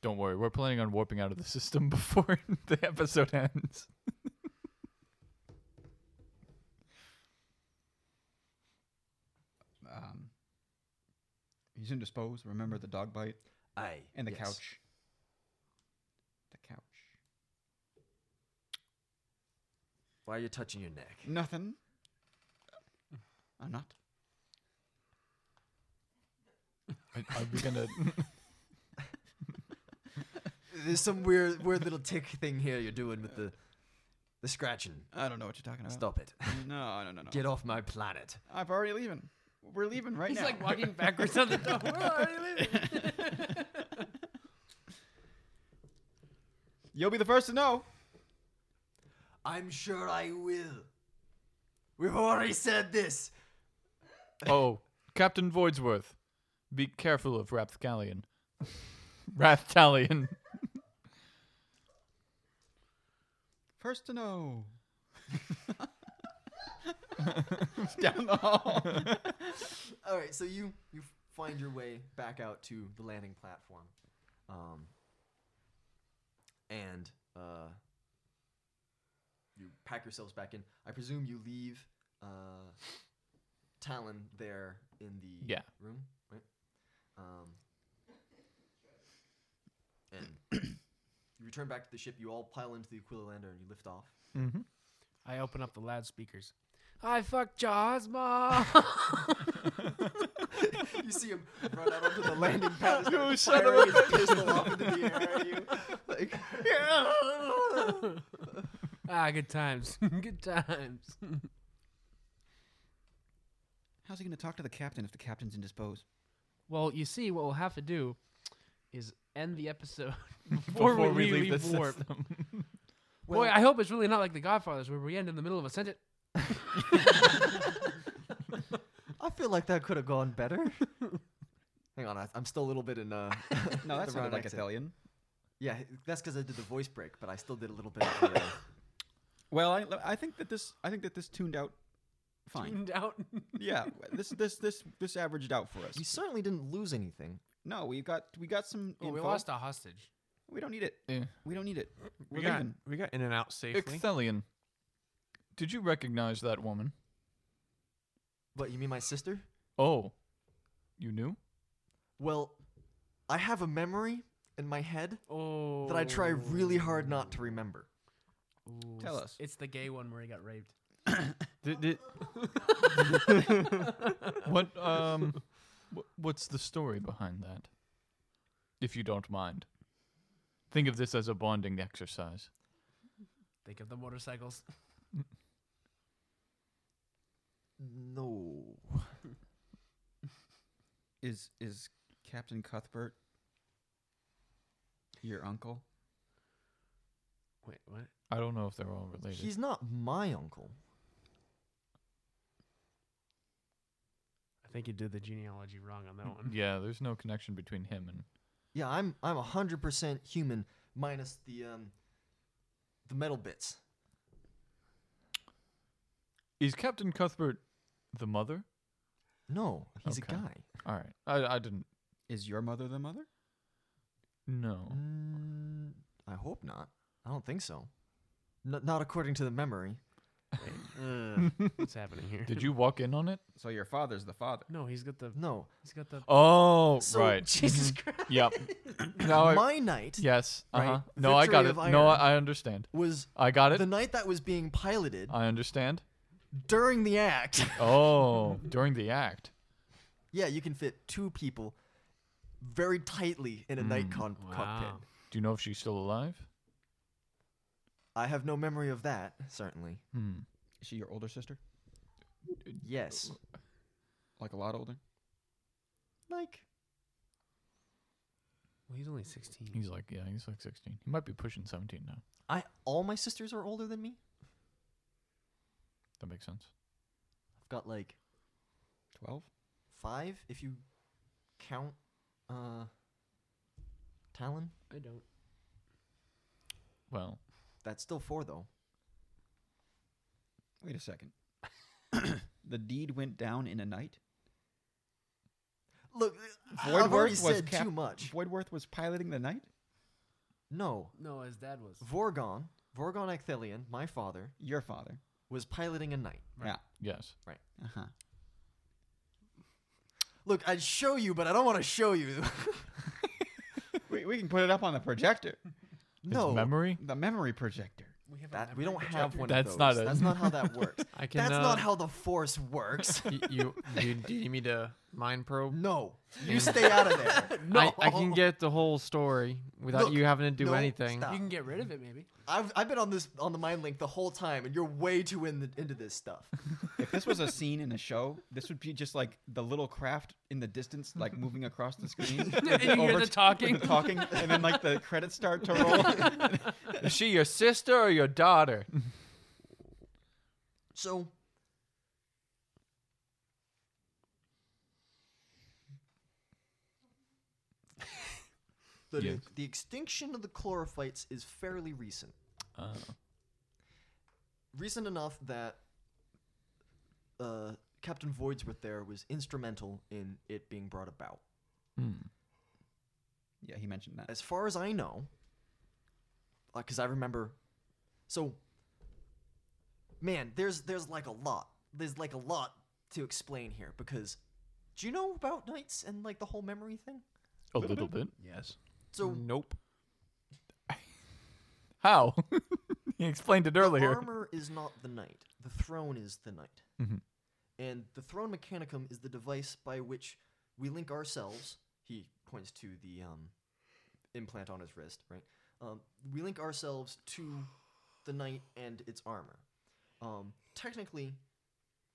Don't worry, we're planning on warping out of the system before the episode ends. Um, he's indisposed. Remember the dog bite I and the yes. couch. The couch. Why are you touching your neck? Nothing. I'm not. Are, are we gonna? There's some weird, weird little tick thing here you're doing with the, the scratching. I don't know what you're talking about. Stop it. No, no, no, no. Get off my planet. I'm already leaving. We're leaving right He's now. like walking backwards on the door. Where are you leaving? You'll be the first to know. I'm sure I will. We've already said this. oh, Captain Voidsworth, be careful of Rathgallion. Rathtalion. First to know. Down the hall. All right, so you you find your way back out to the landing platform, um, and uh, you pack yourselves back in. I presume you leave uh, Talon there in the Yeah. room, right? Um, and you return back to the ship. You all pile into the Aquila lander and you lift off. Mm-hmm. I open up the loudspeakers. I fuck Jaws, ma. you see him run out onto the landing pad. You You son son of a his pistol off into the air at you. Like, ah, good times. good times. How's he going to talk to the captain if the captain's indisposed? Well, you see, what we'll have to do is end the episode before, we, leave, the warp. system. Boy, I hope it's really not like The Godfathers, where we end in the middle of a sentence. I feel like that could have gone better. Hang on, I, I'm still a little bit in. Uh, No, that the wrong sounded like accent. Italian. Yeah, that's because I did the voice break, but I still did a little bit. Of the, uh, Well, I, I think that this I think that this tuned out fine. Tuned out. yeah, this this this this averaged out for us. we certainly didn't lose anything. No, we got we got some Well, we info. lost a hostage. We don't need it. Yeah. We don't need it. We're We got, leaving. we got in and out safely. Ixthelian, did you recognize that woman? What you mean, my sister? Oh, you knew? Well, I have a memory in my head Oh. that I try really hard not to remember. Ooh, Tell it's- us. It's the gay one where he got raped. Did- did- What um, wh- what's the story behind that? If you don't mind, think of this as a bonding exercise. Think of the motorcycles. No. Is is Captain Cuthbert your uncle? Wait, what? I don't know if they're all related. He's not my uncle. I think you did the genealogy wrong on that one. yeah, there's no connection between him and Yeah, I'm I'm hundred percent human minus the um the metal bits. Is Captain Cuthbert the mother? No, he's Okay. a guy. All right. I, I didn't Is your mother the mother? know. Mm, I hope not. I don't think so. N- not according to the memory. Wait, uh, what's happening here? Did you walk in on it? So your father's the father. No, he's got the. No. He's got the. Oh, So, right. Jesus Mhm. Yep. No, I, my night yes. right? Uh-huh. No, I got Victory it. of No, Ireland. I, I understand. was I got it. the night that was being piloted I understand. during the act. Oh, during the act. yeah, you can fit two people very tightly in a Mm, night con- Wow. cockpit. Do you know if she's still alive? I have no memory of that, certainly. Hmm. Is she your older sister? Yes. Like a lot older? Like Well, he's only 16. He's like, yeah, he's like 16. He might be pushing 17 now. I all my sisters are older than me. That makes sense. I've got like Twelve? five if you count uh Talon. I don't. Well, That's still four though. Wait a second. the deed went down in a night. Look, I've already Voidworth was said cap- too much. Voidworth was piloting the night. No, No, his dad was. Vorgon, Vorgon Acthelion, my father, Your father. was piloting a knight. Yeah. yes. Uh huh. Look, I'd show you, but I don't want to show you. we, we can put it up on the projector. no, His memory? The memory projector. We have that we don't have one. That's of those. not a- That's not how that works. I can. That's uh, not how the Force works. y- you, you, do you need me to mind probe? no, you stay out of there. No, I, I can get the whole story without Look, you having to do no, anything. stop. You can get rid of it, maybe. I've, I've been on this on the mind link the whole time, and you're way too in the, into this stuff. If this was a scene in a show, this would be just like the little craft in the distance, like moving across the screen. And you hear the Over- talking. with the talking, and then like the credits start to roll. Is she your sister or your daughter? Uh, So, the, Yes. the extinction of the chlorophytes is fairly recent. Oh. recent enough that uh, Captain Voidsworth there was instrumental in it being brought about. Hmm. yeah, he mentioned that. As far as I know, because I remember, so man, there's there's like a lot. There's like a lot to explain here because do you know about knights and like the whole memory thing? A little bit. Yes. So Nope. How? he explained it The earlier. armor is not the knight. The throne is the knight. Mhm. And the throne mechanicum is the device by which we link ourselves. He points to the um, implant on his wrist, right? Um, we link ourselves to the knight and its armor. Um, technically,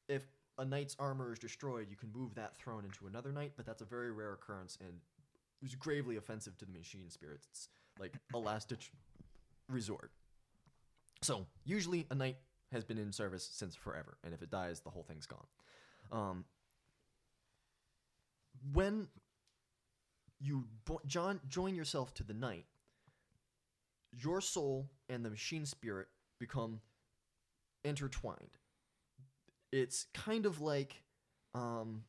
if a knight's armor is destroyed, you can move that throne into another knight, but that's a very rare occurrence and is gravely offensive to the machine spirits. It's like a last ditch resort. So, usually a knight has been in service since forever, and if it dies, the whole thing's gone. Um, when you bo- John join yourself to the knight, your soul and the machine spirit become intertwined. It's kind of like um,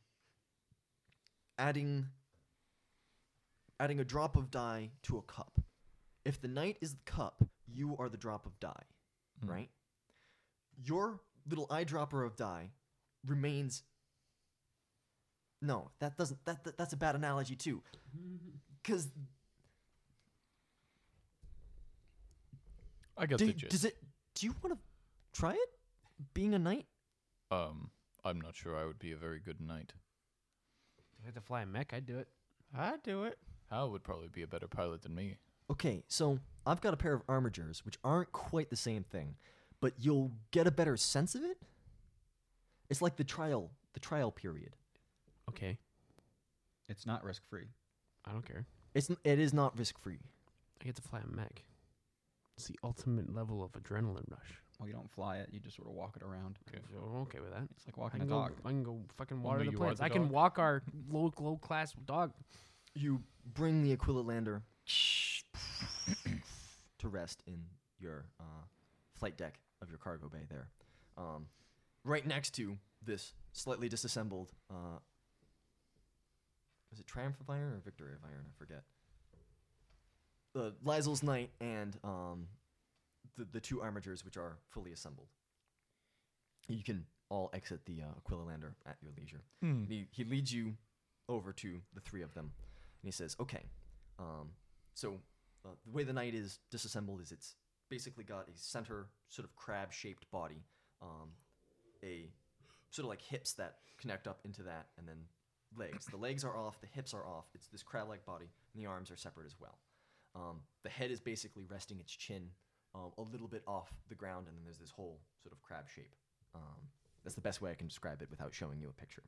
adding adding a drop of dye to a cup. If the knight is the cup, you are the drop of dye, Mm. right? Your little eyedropper of dye remains. No, that doesn't. That, that that's a bad analogy too, because I got Do, the you- gist. does it? Do you want to try it? Being a knight? um, I'm not sure I would be a very good knight. If I had to fly a mech, I'd do it. I do it. Hal would probably be a better pilot than me. Okay, so I've got a pair of armigers, which aren't quite the same thing, but you'll get a better sense of it. It's like the trial, the trial period. Okay, It's not risk free. I don't care. It's n- it is not risk free. I get to fly a mech. It's the ultimate level of adrenaline rush. Well, you don't fly it. You just sort of walk it around. Okay. So I'm okay with that. It's like I walking a can, go, dog. I can go fucking Well, water no, the you are plants. the I can dog. walk our low, low class dog. You bring the Aquila lander to rest in your uh, flight deck of your cargo bay there, um, right next to this slightly disassembled. Uh, was it Triumph of Iron or Victory of Iron? I forget. The Lysel's Knight and um, the the two armatures, which are fully assembled. You can all exit the uh, Aquila lander at your leisure. And He, he leads you over to the three of them, and he says, "Okay, um, so uh, the way the knight is disassembled is it's basically got a center sort of crab-shaped body, um, a sort of like hips that connect up into that, and then legs. the legs are off, the hips are off. It's this crab-like body, and the arms are separate as well. Um, the head is basically resting its chin um, a little bit off the ground, and then there's this whole sort of crab shape. Um, that's the best way I can describe it without showing you a picture.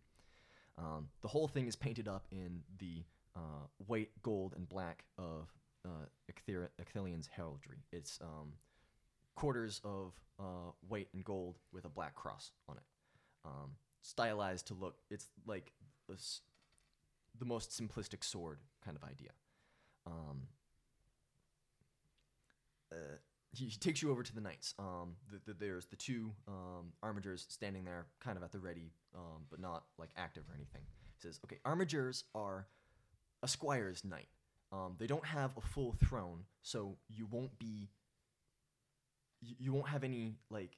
Um, the whole thing is painted up in the uh, white, gold, and black of uh, Icthira- Icthyrion's heraldry. It's um, quarters of uh, white and gold with a black cross on it. Um, stylized to look, it's like the s the most simplistic sword kind of idea. Um, uh, he, he takes you over to the knights. Um, the, the, there's the two um, armigers standing there, kind of at the ready, um, but not like active or anything. He says, "Okay, armigers are a squire's knight. Um, they don't have a full throne, so you won't be. You, you won't have any like.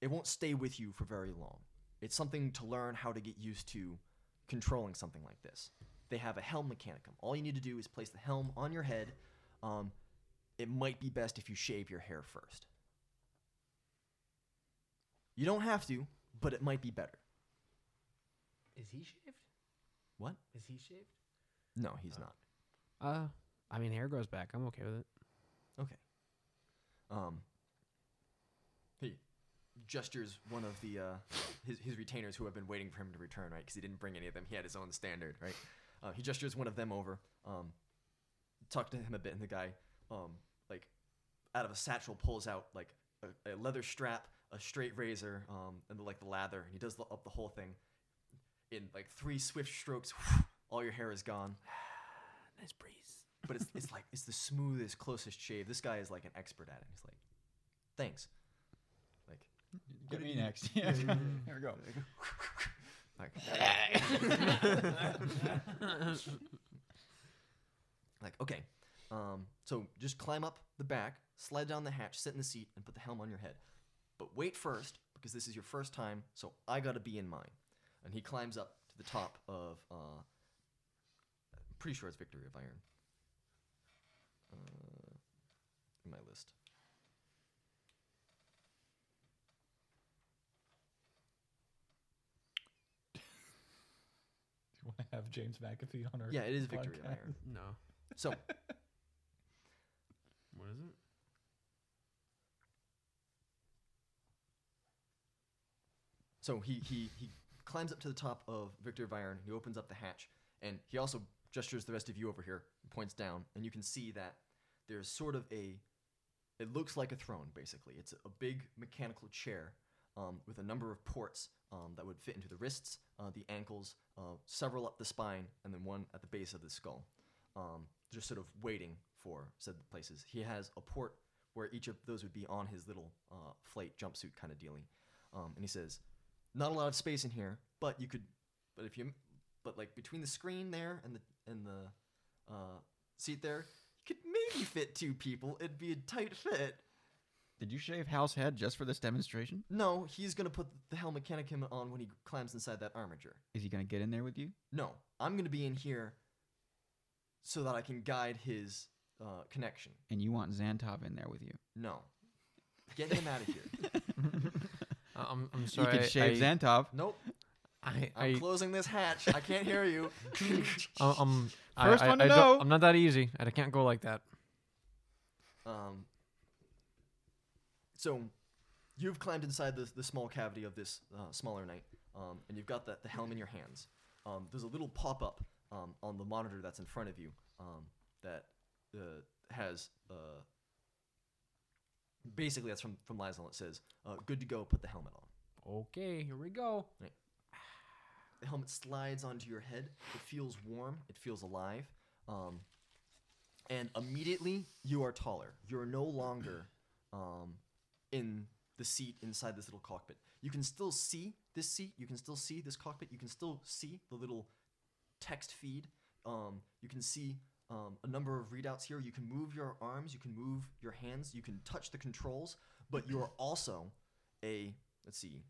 It won't stay with you for very long. It's something to learn how to get used to controlling something like this. They have a helm mechanicum. All you need to do is place the helm on your head." Um, it might be best if you shave your hair first. You don't have to, but it might be better. Is he shaved? What? Is he shaved? No, he's not. Uh, I mean, hair grows back. I'm okay with it. Um, he gestures one of the uh, his, his retainers who have been waiting for him to return, right? Because he didn't bring any of them. He had his own standard, right? Uh, he gestures one of them over. Um, talk to him a bit, and the guy, um, like, out of a satchel pulls out like a, a leather strap, a straight razor, um, and the, like the lather, and he does the, up the whole thing in like three swift strokes. all your hair is gone Nice breeze. but it's, it's like it's the smoothest, closest shave. This guy is like an expert at it. He's like, thanks. Like, Get me next. Yeah. There we go. like, like okay. Um, so just climb up the back, slide down the hatch, sit in the seat, and put the helm on your head. But wait first, because this is your first time, so I gotta be in mine. And he climbs up to the top of, uh, I'm pretty sure it's Victory of Iron. Uh, in my list. Do you want to have James McAfee on our? Yeah, it is Victory of Iron. No. So, So he, he, he climbs up to the top of Victor Viron. He opens up the hatch, and he also gestures the rest of you over here, and points down, and you can see that there's sort of a. It looks like a throne, basically. It's a big mechanical chair um, with a number of ports um, that would fit into the wrists, uh, the ankles, uh, several up the spine, and then one at the base of the skull. Um, just sort of waiting for said places. He has a port where each of those would be on his little uh, flight jumpsuit kind of dealing. Um, and he says, "Not a lot of space in here, but you could, but if you, but like between the screen there and the and the uh, seat there, you could maybe fit two people. It'd be a tight fit." Did you shave Hal's head just for this demonstration? No, he's gonna put the hell mechanicum on when he climbs inside that armature. Is he gonna get in there with you? No, I'm gonna be in here so that I can guide his uh, connection. And you want Xantov in there with you? No, get him out of here. I- I'm, I'm you sorry. can shave I, Xantov. Nope, I, I, I'm closing this hatch. I can't hear you. I, I'm First um, I, one I, to I don't- know. I'm not that easy. I can't go like that. Um, so you've climbed inside the, the small cavity of this uh, smaller knight, um, and you've got the, the helm in your hands. Um, there's a little pop up um, on the monitor that's in front of you um, that uh, has. Uh, basically, that's from, from Lysol. It says, uh, Good to go, put the helmet on. Okay, here we go. The helmet slides onto your head. It feels warm. It feels alive. Um, and immediately, you are taller. You're no longer um, in the seat inside this little cockpit. You can still see this seat. You can still see this cockpit. You can still see the little text feed. Um, you can see um, a number of readouts here. You can move your arms. You can move your hands. You can touch the controls. But you are also a, let's see,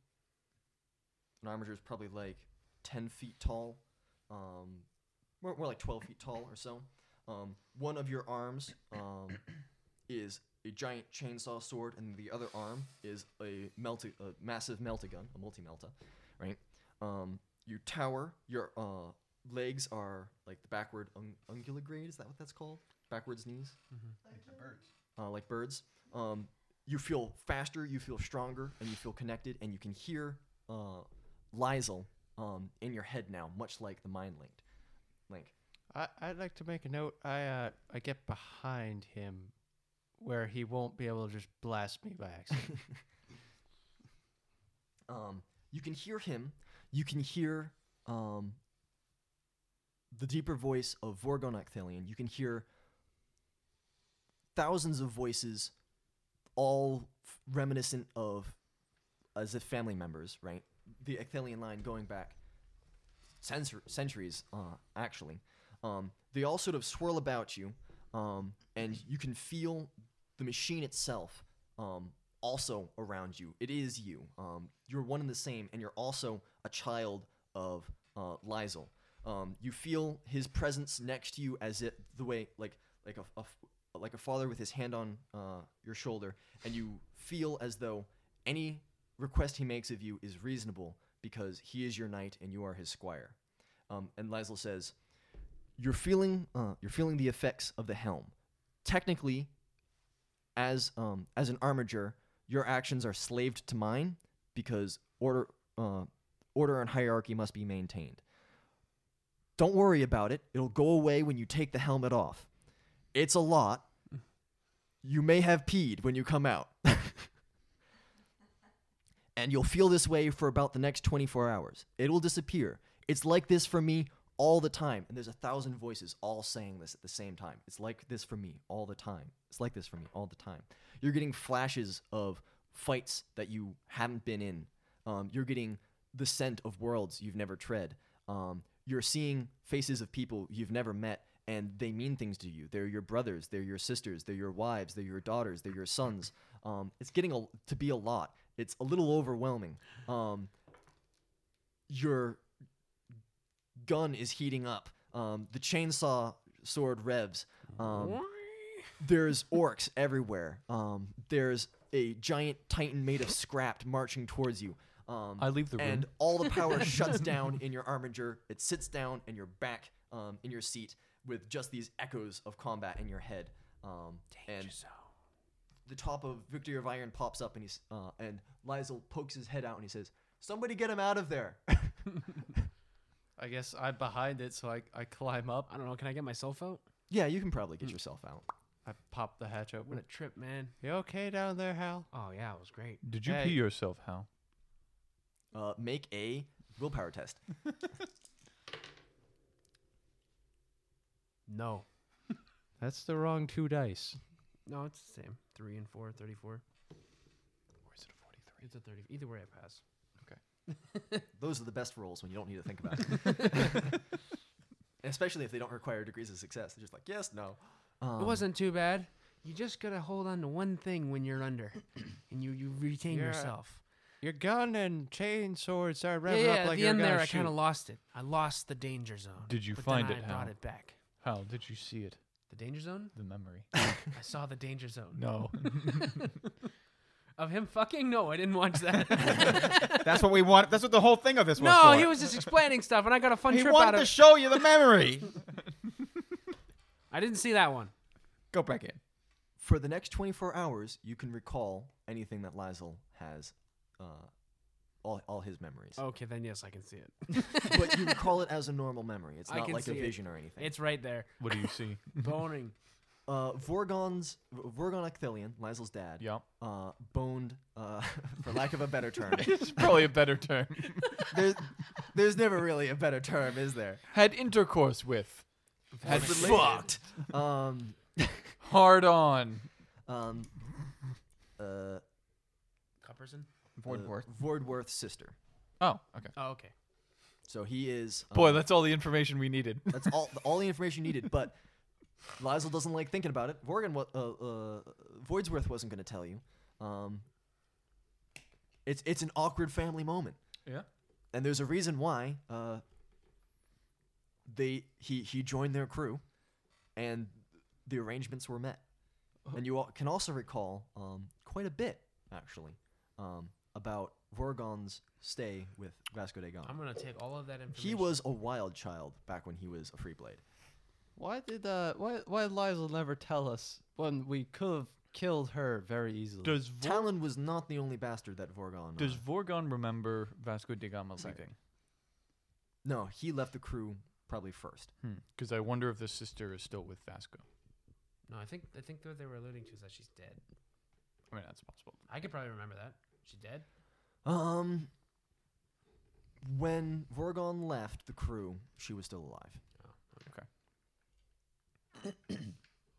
an armature is probably like 10 feet tall, um, more, more like 12 feet tall or so. Um, one of your arms um, is a giant chainsaw sword, and the other arm is a, melti- a massive melta gun, a multi melta, right? Um, you tower, your uh, legs are like the backward un- unguligrade, is that what that's called? Backwards knees? uh, like birds. Um, you feel faster, you feel stronger, and you feel connected, and you can hear uh, Lysel um, in your head now, much like the mind linked link. I, I'd like to make a note. I uh, I get behind him, where he won't be able to just blast me by accident. Um, you can hear him. You can hear um, the deeper voice of Vorgon Octhalion. You can hear thousands of voices, all f- reminiscent of as if family members, right? The Octhalion line going back censor- centuries, uh, actually. Um, they all sort of swirl about you, um, and you can feel the machine itself um, also around you. It is you. Um, you're one and the same, and you're also a child of uh, Lysel. Um, you feel his presence next to you as it the way like like a, a f- like a father with his hand on uh, your shoulder, and you feel as though any request he makes of you is reasonable because he is your knight and you are his squire. Um, and Lysel says, "You're feeling uh, you're feeling the effects of the helm. Technically, as um, as an armiger, your actions are slaved to mine because order uh, order and hierarchy must be maintained. Don't worry about it; it'll go away when you take the helmet off. It's a lot. You may have peed when you come out. and you'll feel this way for about the next 24 hours. It'll disappear. It's like this for me all the time. And there's a thousand voices all saying this at the same time. It's like this for me all the time. It's like this for me all the time. You're getting flashes of fights that you haven't been in. Um, you're getting the scent of worlds you've never tread. Um, you're seeing faces of people you've never met, and they mean things to you. They're your brothers, they're your sisters, they're your wives, they're your daughters, they're your sons. Um, it's getting a, to be a lot. It's a little overwhelming. Um, your gun is heating up. Um, the chainsaw sword revs. Um, there's orcs everywhere. Um, there's a giant titan made of scrap marching towards you. Um, I leave the room. and all the power shuts down in your armature. It sits down, and you're back um, in your seat with just these echoes of combat in your head. Um, and the top of Victor of Iron pops up, and he's uh, and Lysel pokes his head out, and he says, Somebody get him out of there. I guess I behind it, so I, I climb up. I don't know. Can I get myself out? yeah, you can probably get yourself out. I pop the hatch What open. a trip, man. You okay down there, Hal? Oh yeah, it was great. Did you pee yourself, Hal? Uh, make a willpower test. No, That's the wrong two dice. no, it's the same. Three and four, 34. Or is it a 43? It's a 30. Either way, I pass. Those are the best rolls when you don't need to think about it. Especially if they don't require degrees of success. They're just like, yes, no. Um, it wasn't too bad. You just gotta hold on to one thing when you're under, and you you retain You're a- yourself. Your gun and chainsaws are Yeah, revving yeah. up At like the you're end gonna there, I shoot. kind of lost it. I lost the danger zone. Did you but find then it, I brought Hal? it back. Hal, did you see it? The danger zone? The memory. I saw the danger zone. No. Of him fucking? No, I didn't watch that. That's what we want. That's what the whole thing of this was. no, for. he was just explaining stuff, and I got a fun He trip out wanted of to it. show you the memory. I didn't see that one. Go back in. For the next 24 hours, you can recall anything that Lizel has, uh, all, all his memories. Okay, then yes, I can see it. but you recall it as a normal memory. It's I not can like a see it. vision or anything. It's right there. what do you see? Boning. uh, Vorgon's V- Vorgon Acthelion, Lizel's dad, Yup. uh, boned, uh, for lack of a better term. It's probably a better term. there's, there's never really a better term, is there? Had intercourse with. Had fucked. Um, Hard on. um, uh, Cupperson? Voidworth. Uh, Voidworth's sister. Oh, okay. Oh, okay. So he is. um, Boy, that's all the information we needed. that's all all the information needed. But Lizel doesn't like thinking about it. Vorgan, wa- uh, uh, Voidsworth wasn't going to tell you. Um, it's it's an awkward family moment, Yeah. and there's a reason why. Uh, they he he joined their crew, and the arrangements were met. Oh. And you all can also recall um, quite a bit actually um, about Vorgon's stay with Vasco da Gama. I'm gonna take all of that information. He was a wild child back when he was a free blade. Why did uh why why did Liza never tell us when we could have killed her very easily? Does Vor- Talon was not the only bastard that Vorgon. Does uh, Vorgon remember Vasco da Gama leaving? no, he left the crew probably first. Because Hmm. I wonder if the sister is still with Vasco. No, I think I think what they were alluding to is that she's dead. I mean, that's possible. I could probably remember that. She dead? Um, when Vorgon left the crew, she was still alive. Oh,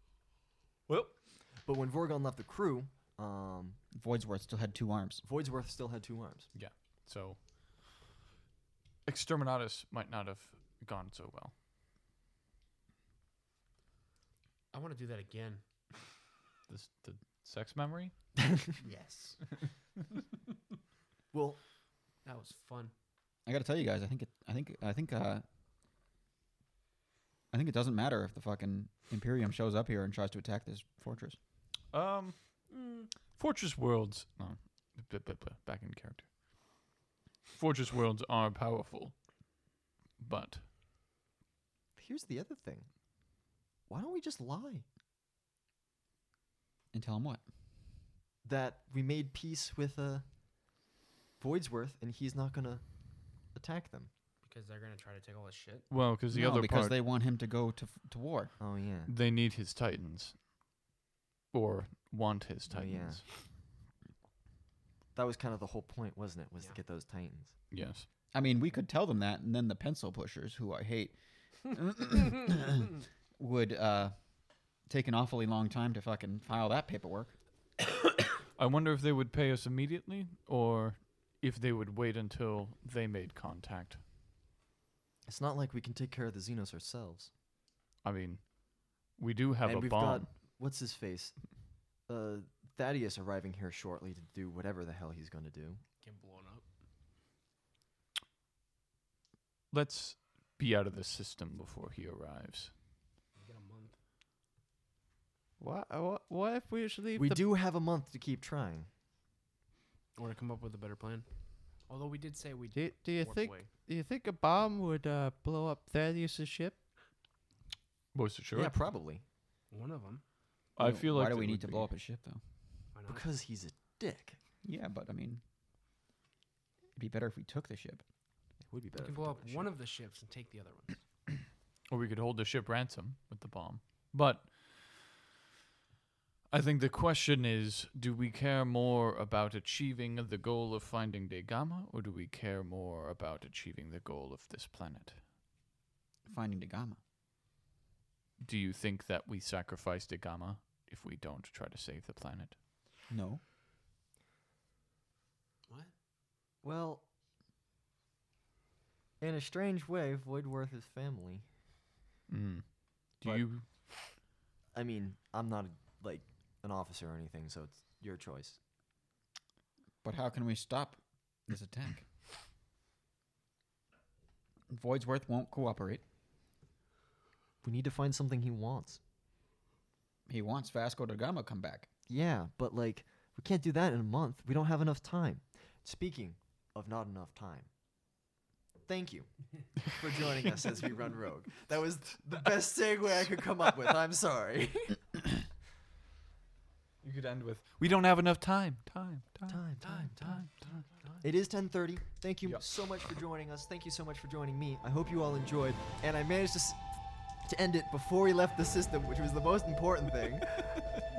Well, But when Vorgon left the crew, um, Voidsworth still had two arms. Voidsworth still had two arms. so Exterminatus might not have gone so well. I want to do that again. This the sex memory. yes. Well, That was fun. I got to tell you guys, I think it, I think I think uh, I think it doesn't matter if the fucking Imperium shows up here and tries to attack this fortress. Um, Mm. Fortress worlds. No, b- b- b- back in character. Fortress worlds are powerful, but here's the other thing. Why don't we just lie And tell them what? that we made peace with uh, Voidsworth and he's not gonna attack them? Because they're gonna try to take all this shit. well, because the No, other because part, they, they want him to go to f- to war. Oh yeah. need his titans, or want his Oh, yeah. titans. That was kind of the whole point, wasn't it? Was to Yeah. get those titans. Yes. I mean, we could tell them that, and then the pencil pushers, who I hate, would uh, take an awfully long time to fucking file that paperwork. I wonder if they would pay us immediately, or if they would wait until they made contact. It's not like we can take care of the Xenos ourselves. I mean, we do have and a we've bomb. got what's his face, uh, Thaddeus arriving here shortly to do whatever the hell he's going to do. Get blown up. Let's be out of the system before he arrives. Get a month. Why what, what if we just leave We the do have a month to keep trying. Or to come up with a better plan. Although we did say we do, you- do you warp think away. do you think a bomb would uh blow up Thaddeus' ship? Most assured. Yeah, probably one of them. I Well, feel why like do it we would need to be. blow up a ship though? Why not? because he's a dick. Yeah, but I mean, be better if we took the ship. It would be We better. can if blow took up the ship. one of the ships and take the other ones. Or we could hold the ship ransom with the bomb. But I think the question is do we care more about achieving the goal of finding De Gama, or do we care more about achieving the goal of this planet? Finding Da Gama. Do you think that we sacrifice De Gama if we don't try to save the planet? No. Well, in a strange way, Voidworth is family. Mm. Do But- you I mean, I'm not like an officer or anything, so it's your choice. But how can we stop this attack? Voidsworth won't cooperate. We need to find something he wants. He wants Vasco da Gama come back. Yeah, but like we can't do that in a month. We don't have enough time. Speaking of not enough time. Thank you for joining us as we run rogue. That was the best segue I could come up with. I'm sorry. you could end with we don't have enough time, time, time, Time, time, time, time. It is 10:30. Thank you Yep. so much for joining us. Thank you so much for joining me. I hope you all enjoyed, and I managed to s- to end it before we left the system, which was the most important thing.